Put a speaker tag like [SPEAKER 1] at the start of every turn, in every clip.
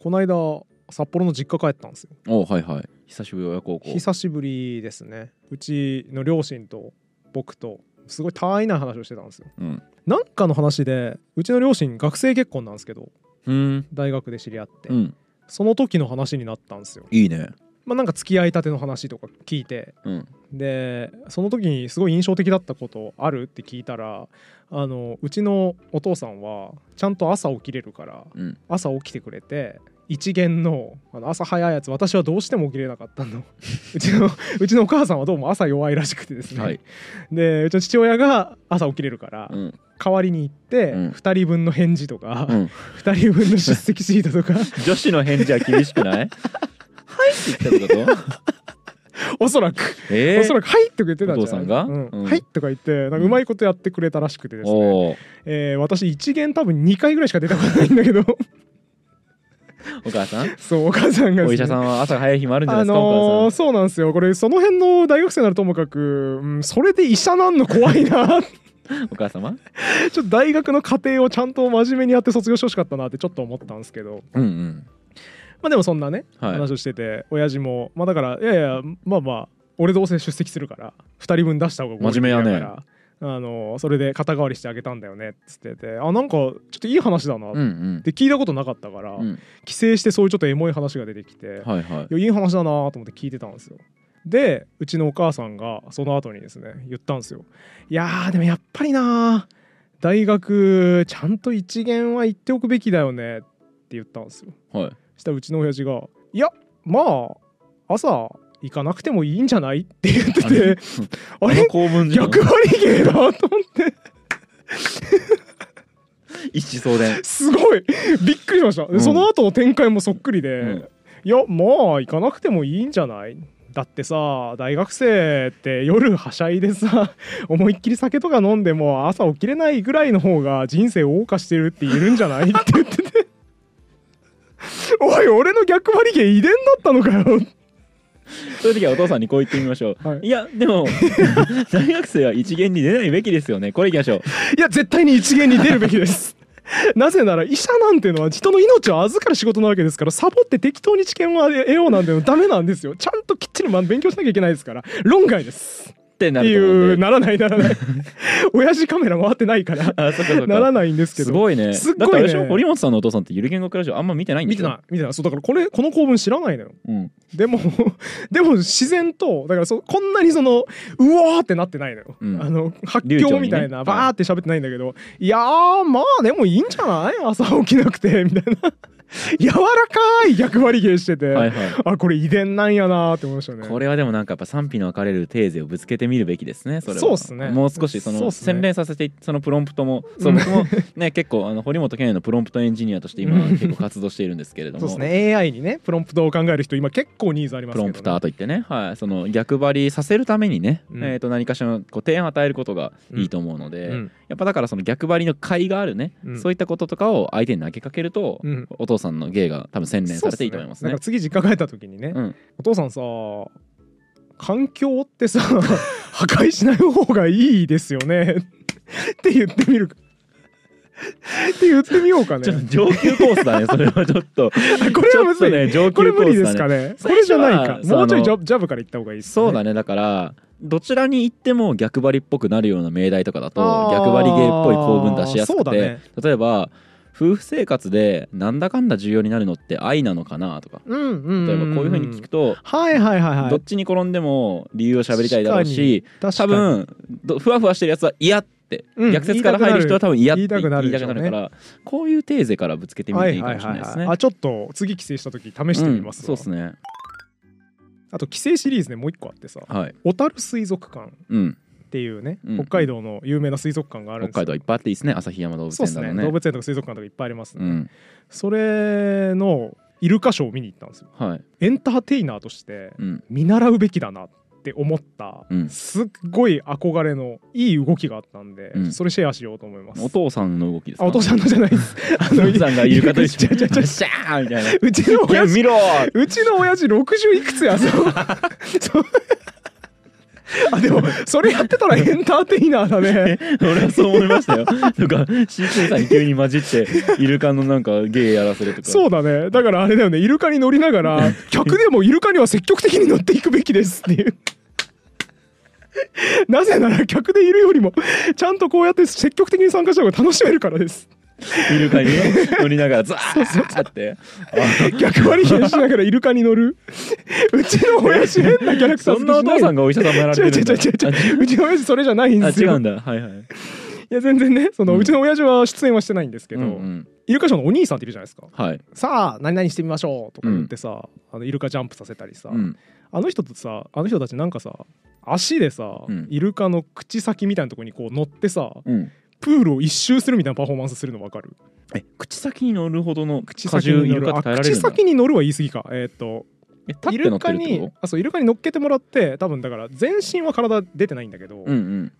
[SPEAKER 1] この間札幌の実家帰ったんですよ
[SPEAKER 2] おはいはい久しぶり親孝行
[SPEAKER 1] 久しぶりですねうちの両親と僕とすごいたわいない話をしてたんですよ
[SPEAKER 2] うん
[SPEAKER 1] なんかの話でうちの両親学生結婚なんですけど
[SPEAKER 2] うん
[SPEAKER 1] 大学で知り合って、
[SPEAKER 2] うん
[SPEAKER 1] その時の話になったんですよ
[SPEAKER 2] いいね
[SPEAKER 1] まあなんか付き合いたての話とか聞いて
[SPEAKER 2] うん
[SPEAKER 1] でその時にすごい印象的だったことあるって聞いたらあのうちのお父さんはちゃんと朝起きれるから
[SPEAKER 2] うん
[SPEAKER 1] 朝起きてくれて一元のあの朝早いやつ私はどうしても起きれなかったの うちのうちのお母さんはどうも朝弱いらしくてですね、
[SPEAKER 2] はい
[SPEAKER 1] でうちの父親が朝起きれるから、
[SPEAKER 2] うん
[SPEAKER 1] 代わりに行って、
[SPEAKER 2] うん
[SPEAKER 1] 2人分の返事とか、
[SPEAKER 2] うん
[SPEAKER 1] 2人分の出席シートと か
[SPEAKER 2] 女子の返事は厳しくないはいって言ったってこと
[SPEAKER 1] おそらく、
[SPEAKER 2] え
[SPEAKER 1] おそらく「はい」とか言ってたんじゃない
[SPEAKER 2] お父さんが
[SPEAKER 1] うん
[SPEAKER 2] うん
[SPEAKER 1] はい」とか言ってなんかうまいことやってくれたらしくてですね、
[SPEAKER 2] おー
[SPEAKER 1] えー私一元多分2回ぐらいしか出たことないんだけど
[SPEAKER 2] お母さん
[SPEAKER 1] そうお母さんがですね、
[SPEAKER 2] お医者さんは朝早い日もあるんじゃな
[SPEAKER 1] あ
[SPEAKER 2] いですか、
[SPEAKER 1] の
[SPEAKER 2] お
[SPEAKER 1] ー
[SPEAKER 2] 母さ
[SPEAKER 1] そうなんですよこれその辺の大学生になるともかく、うん、それで医者なんの怖いな ち
[SPEAKER 2] んお母様
[SPEAKER 1] ょっと大学の過程をちゃんと真面目にやって卒業してほしかったなってちょっと思ったんですけど
[SPEAKER 2] うんうん
[SPEAKER 1] まあでもそんなね、
[SPEAKER 2] はい
[SPEAKER 1] 話をしてて親父もまあだからいやいやまあまあ俺どうせ出席するから2人分出した方が合理的だから
[SPEAKER 2] 真面目やね
[SPEAKER 1] あのーそれで肩代わりしてあげたんだよねっつっててあなんかちょっといい話だなっ
[SPEAKER 2] うんうん
[SPEAKER 1] て聞いたことなかったから、
[SPEAKER 2] うん
[SPEAKER 1] 帰省してそういうちょっとエモい話が出てきて、
[SPEAKER 2] はいはい
[SPEAKER 1] いやいい話だなと思って聞いてたんですよでうちのお母さんがその後にですね言ったんですよいやーでもやっぱりな大学ちゃんと一元は行っておくべきだよねって言ったんですよ
[SPEAKER 2] はい
[SPEAKER 1] そしたらうちの親父が「いやまあ朝行かなくてもいいんじゃない?」って言って
[SPEAKER 2] あれ
[SPEAKER 1] てあれ
[SPEAKER 2] あの公文じゃん
[SPEAKER 1] 役割芸だと思って
[SPEAKER 2] 一子相伝
[SPEAKER 1] すごいびっくりしました、で
[SPEAKER 2] うん
[SPEAKER 1] その後の展開もそっくりで、
[SPEAKER 2] うん
[SPEAKER 1] いやまあ行かなくてもいいんじゃないだってさ大学生って夜はしゃいでさ 思いっきり酒とか飲んでも朝起きれないぐらいの方が人生を謳歌してるって言えるんじゃないって言ってて おい俺の逆張り芸遺伝だったのかよ
[SPEAKER 2] そういう時はお父さんにこう言ってみましょう、
[SPEAKER 1] はい
[SPEAKER 2] い、やで も大学生は一元に出ないべきですよねこれいきましょう
[SPEAKER 1] いや絶対に一元に出るべき ですなぜなら医者なんてのは人の命を預かる仕事なわけですからサボって適当に知見を得ようなんてのはダメなんですよちゃんときっちりま勉強しなきゃいけないですから論外です
[SPEAKER 2] ってな
[SPEAKER 1] って
[SPEAKER 2] ると思
[SPEAKER 1] いう
[SPEAKER 2] うんで
[SPEAKER 1] ならないならない 親父カメラ回ってないから
[SPEAKER 2] あそっかそっ
[SPEAKER 1] なら
[SPEAKER 2] か
[SPEAKER 1] ないんですけど
[SPEAKER 2] すごいね
[SPEAKER 1] すっ
[SPEAKER 2] だっ
[SPEAKER 1] ご
[SPEAKER 2] てあ
[SPEAKER 1] い
[SPEAKER 2] れでしょ
[SPEAKER 1] ね
[SPEAKER 2] 堀本さんのお父さんってゆる言語クラジオあんま見てないんで
[SPEAKER 1] 見
[SPEAKER 2] してょ
[SPEAKER 1] ない見てないそうだからこれこの構文知らないのよ
[SPEAKER 2] い、うん、
[SPEAKER 1] でも でも自然とだからそこんなにそのうおーってなってないのよ、
[SPEAKER 2] うん
[SPEAKER 1] あの発
[SPEAKER 2] 流暢
[SPEAKER 1] 狂
[SPEAKER 2] にね
[SPEAKER 1] みたいな、
[SPEAKER 2] はい
[SPEAKER 1] バーって喋ってないんだけど、い、やーまあでもいいんじゃない 朝起きなくてみたいな 柔らかい逆張り芸してて、
[SPEAKER 2] はいはい
[SPEAKER 1] あこれ遺伝なんやなーって思いましたね
[SPEAKER 2] これはでもなんかやっぱ賛否の分かれるテーゼをぶつけてみるべきですねそれは
[SPEAKER 1] そうっすね
[SPEAKER 2] もう少しそ
[SPEAKER 1] そうっ
[SPEAKER 2] の
[SPEAKER 1] すね
[SPEAKER 2] 洗練させてそのプロンプトもそううん僕もね 結構あの堀本健也のプロンプトエンジニアとして今結構活動しているんですけれど
[SPEAKER 1] そ
[SPEAKER 2] も
[SPEAKER 1] うですね AI にねプロンプトを考える人今結構ニーズありますけ
[SPEAKER 2] プ
[SPEAKER 1] ど、
[SPEAKER 2] ロ
[SPEAKER 1] ね、
[SPEAKER 2] ンプターといってね、はい、その逆張りさせるためにね、
[SPEAKER 1] うん
[SPEAKER 2] えー、と何かしらのこう提案を与えることがいいと思うので、
[SPEAKER 1] うん
[SPEAKER 2] やっぱだからその逆張りの甲斐があるね、
[SPEAKER 1] うん
[SPEAKER 2] そういったこととかを相手に投げかけると、
[SPEAKER 1] うん
[SPEAKER 2] お父さんの芸が多分洗練されていいと思いますね
[SPEAKER 1] そうっ。すねだから次実家帰った時にね、
[SPEAKER 2] うん
[SPEAKER 1] お父さんさ環境ってさ 破壊しない方がいいですよねって言ってみるかって言ってみようかね
[SPEAKER 2] ちょっと上級コース だね、それはちょっと。こ
[SPEAKER 1] これはむずい、
[SPEAKER 2] ね、上級コースだね。
[SPEAKER 1] これ無理ですかねこ
[SPEAKER 2] 最
[SPEAKER 1] れじ
[SPEAKER 2] 初
[SPEAKER 1] ゃ
[SPEAKER 2] は
[SPEAKER 1] ないか
[SPEAKER 2] そう
[SPEAKER 1] もうちょ
[SPEAKER 2] あ
[SPEAKER 1] い
[SPEAKER 2] の
[SPEAKER 1] ジャブジャブから言った方がいいです、ね、
[SPEAKER 2] そうだね、だから、どちらに行っても逆張りっぽくなるような命題とかだと
[SPEAKER 1] あー
[SPEAKER 2] 逆張り芸っぽい構文出しやす
[SPEAKER 1] そう
[SPEAKER 2] く
[SPEAKER 1] だ
[SPEAKER 2] て、
[SPEAKER 1] ね
[SPEAKER 2] 例えば夫婦生活でなんだかんだ重要になるのって愛なのかなとか
[SPEAKER 1] うんうんん
[SPEAKER 2] 例えばこういうふうに聞くと、
[SPEAKER 1] はいはいはいはい
[SPEAKER 2] どっちに転んでも理由を喋りたいだろうし
[SPEAKER 1] 確か
[SPEAKER 2] 多
[SPEAKER 1] に
[SPEAKER 2] 分どふわふわしてるやつは嫌って、
[SPEAKER 1] うん
[SPEAKER 2] 逆説から入る人は多分嫌って
[SPEAKER 1] 言
[SPEAKER 2] 言
[SPEAKER 1] い
[SPEAKER 2] い
[SPEAKER 1] たく
[SPEAKER 2] たく
[SPEAKER 1] な
[SPEAKER 2] な
[SPEAKER 1] る
[SPEAKER 2] る
[SPEAKER 1] でしょうね
[SPEAKER 2] からこういうテーゼからぶつけてみ
[SPEAKER 1] は
[SPEAKER 2] てい
[SPEAKER 1] い
[SPEAKER 2] い
[SPEAKER 1] はい
[SPEAKER 2] かもしれ
[SPEAKER 1] は
[SPEAKER 2] ない
[SPEAKER 1] い
[SPEAKER 2] です
[SPEAKER 1] はい
[SPEAKER 2] ね。
[SPEAKER 1] あちょっと次帰省した時試してみます
[SPEAKER 2] うん
[SPEAKER 1] わ、
[SPEAKER 2] そうですね
[SPEAKER 1] あと帰省シリーズねもう一個あってさ
[SPEAKER 2] はい、
[SPEAKER 1] 小樽水族館
[SPEAKER 2] うん、
[SPEAKER 1] っていうね、
[SPEAKER 2] うん
[SPEAKER 1] 北海道の有名な水族館があるん
[SPEAKER 2] 北
[SPEAKER 1] ですよ
[SPEAKER 2] 海道いっぱいあっていいですね旭山動物
[SPEAKER 1] そうで
[SPEAKER 2] 園
[SPEAKER 1] す
[SPEAKER 2] だろ
[SPEAKER 1] ね
[SPEAKER 2] うね
[SPEAKER 1] 動物園とか水族館とかいっぱいありますね、
[SPEAKER 2] うん
[SPEAKER 1] それのイルカショーを見に行ったんですよ
[SPEAKER 2] はい
[SPEAKER 1] エンターテイナーとして
[SPEAKER 2] うん
[SPEAKER 1] 見習うべきだなって思った、
[SPEAKER 2] うん
[SPEAKER 1] すっごい憧れのいい動きがあったんで、
[SPEAKER 2] うん
[SPEAKER 1] それシェアしようと思います
[SPEAKER 2] お父さんの動きです
[SPEAKER 1] あ
[SPEAKER 2] か
[SPEAKER 1] お父さんのじゃないですあ
[SPEAKER 2] お父さんがイルカと一緒
[SPEAKER 1] 違う違う違う
[SPEAKER 2] にシャーみたいな
[SPEAKER 1] うちの
[SPEAKER 2] いや
[SPEAKER 1] 親父
[SPEAKER 2] 見ろー
[SPEAKER 1] うちの親父60いくつやそうそうあでもそれやってたらエンターテイナーだね
[SPEAKER 2] 俺はそう思いましたよなんか飼育員さんに急に混じってイルカのなんか芸やらせるとか
[SPEAKER 1] そうだねだからあれだよねイルカに乗りなが ら客でもイルカには積極的に乗っていくべきですっていうなぜなら客でいるよりもちゃんとこうやって積極的に参加した方が楽しめるから です
[SPEAKER 2] イルカにね乗りながらザーって
[SPEAKER 1] 逆割り冷やしながらイルカに乗るうちの親父変なキャラ
[SPEAKER 2] あ
[SPEAKER 1] クター
[SPEAKER 2] そんなお父さん
[SPEAKER 1] が
[SPEAKER 2] がお医者さんもやられ
[SPEAKER 1] 違う違
[SPEAKER 2] て
[SPEAKER 1] う違
[SPEAKER 2] るんだ
[SPEAKER 1] う違う違ううちの親父それじゃないん
[SPEAKER 2] あ
[SPEAKER 1] で
[SPEAKER 2] 違
[SPEAKER 1] すよ
[SPEAKER 2] うんだはいはい
[SPEAKER 1] いや全然ねその、うちの親父は出演はしてないんですけ
[SPEAKER 2] け
[SPEAKER 1] ど、
[SPEAKER 2] ど、うんうん
[SPEAKER 1] イルカショーのお兄さんっているじゃないですか
[SPEAKER 2] はい、
[SPEAKER 1] さあ何々してみましょうとか言ってさ、あのイルカジャンプさせたりさ、
[SPEAKER 2] うん、
[SPEAKER 1] あの人とさあの人たちなんかさ足でさ、
[SPEAKER 2] うん
[SPEAKER 1] イルカの口先みたいなとこにこう乗ってさ
[SPEAKER 2] うん、
[SPEAKER 1] プールを一周するみたいなパフォーマンスするの分かる
[SPEAKER 2] え口先に乗るほどの
[SPEAKER 1] 口
[SPEAKER 2] 荷
[SPEAKER 1] 先
[SPEAKER 2] 重
[SPEAKER 1] に
[SPEAKER 2] イ
[SPEAKER 1] 乗
[SPEAKER 2] ルカ
[SPEAKER 1] る
[SPEAKER 2] って耐え
[SPEAKER 1] あ
[SPEAKER 2] られる
[SPEAKER 1] 口
[SPEAKER 2] んだ
[SPEAKER 1] 先に乗るは言い過ぎかえーっと
[SPEAKER 2] え立っ
[SPEAKER 1] イ
[SPEAKER 2] て乗
[SPEAKER 1] ル
[SPEAKER 2] っ
[SPEAKER 1] カ
[SPEAKER 2] てるって
[SPEAKER 1] に
[SPEAKER 2] こ
[SPEAKER 1] あそうイルカに乗っけてもらって多分だから全身は体出てないんだけど、
[SPEAKER 2] とうんうん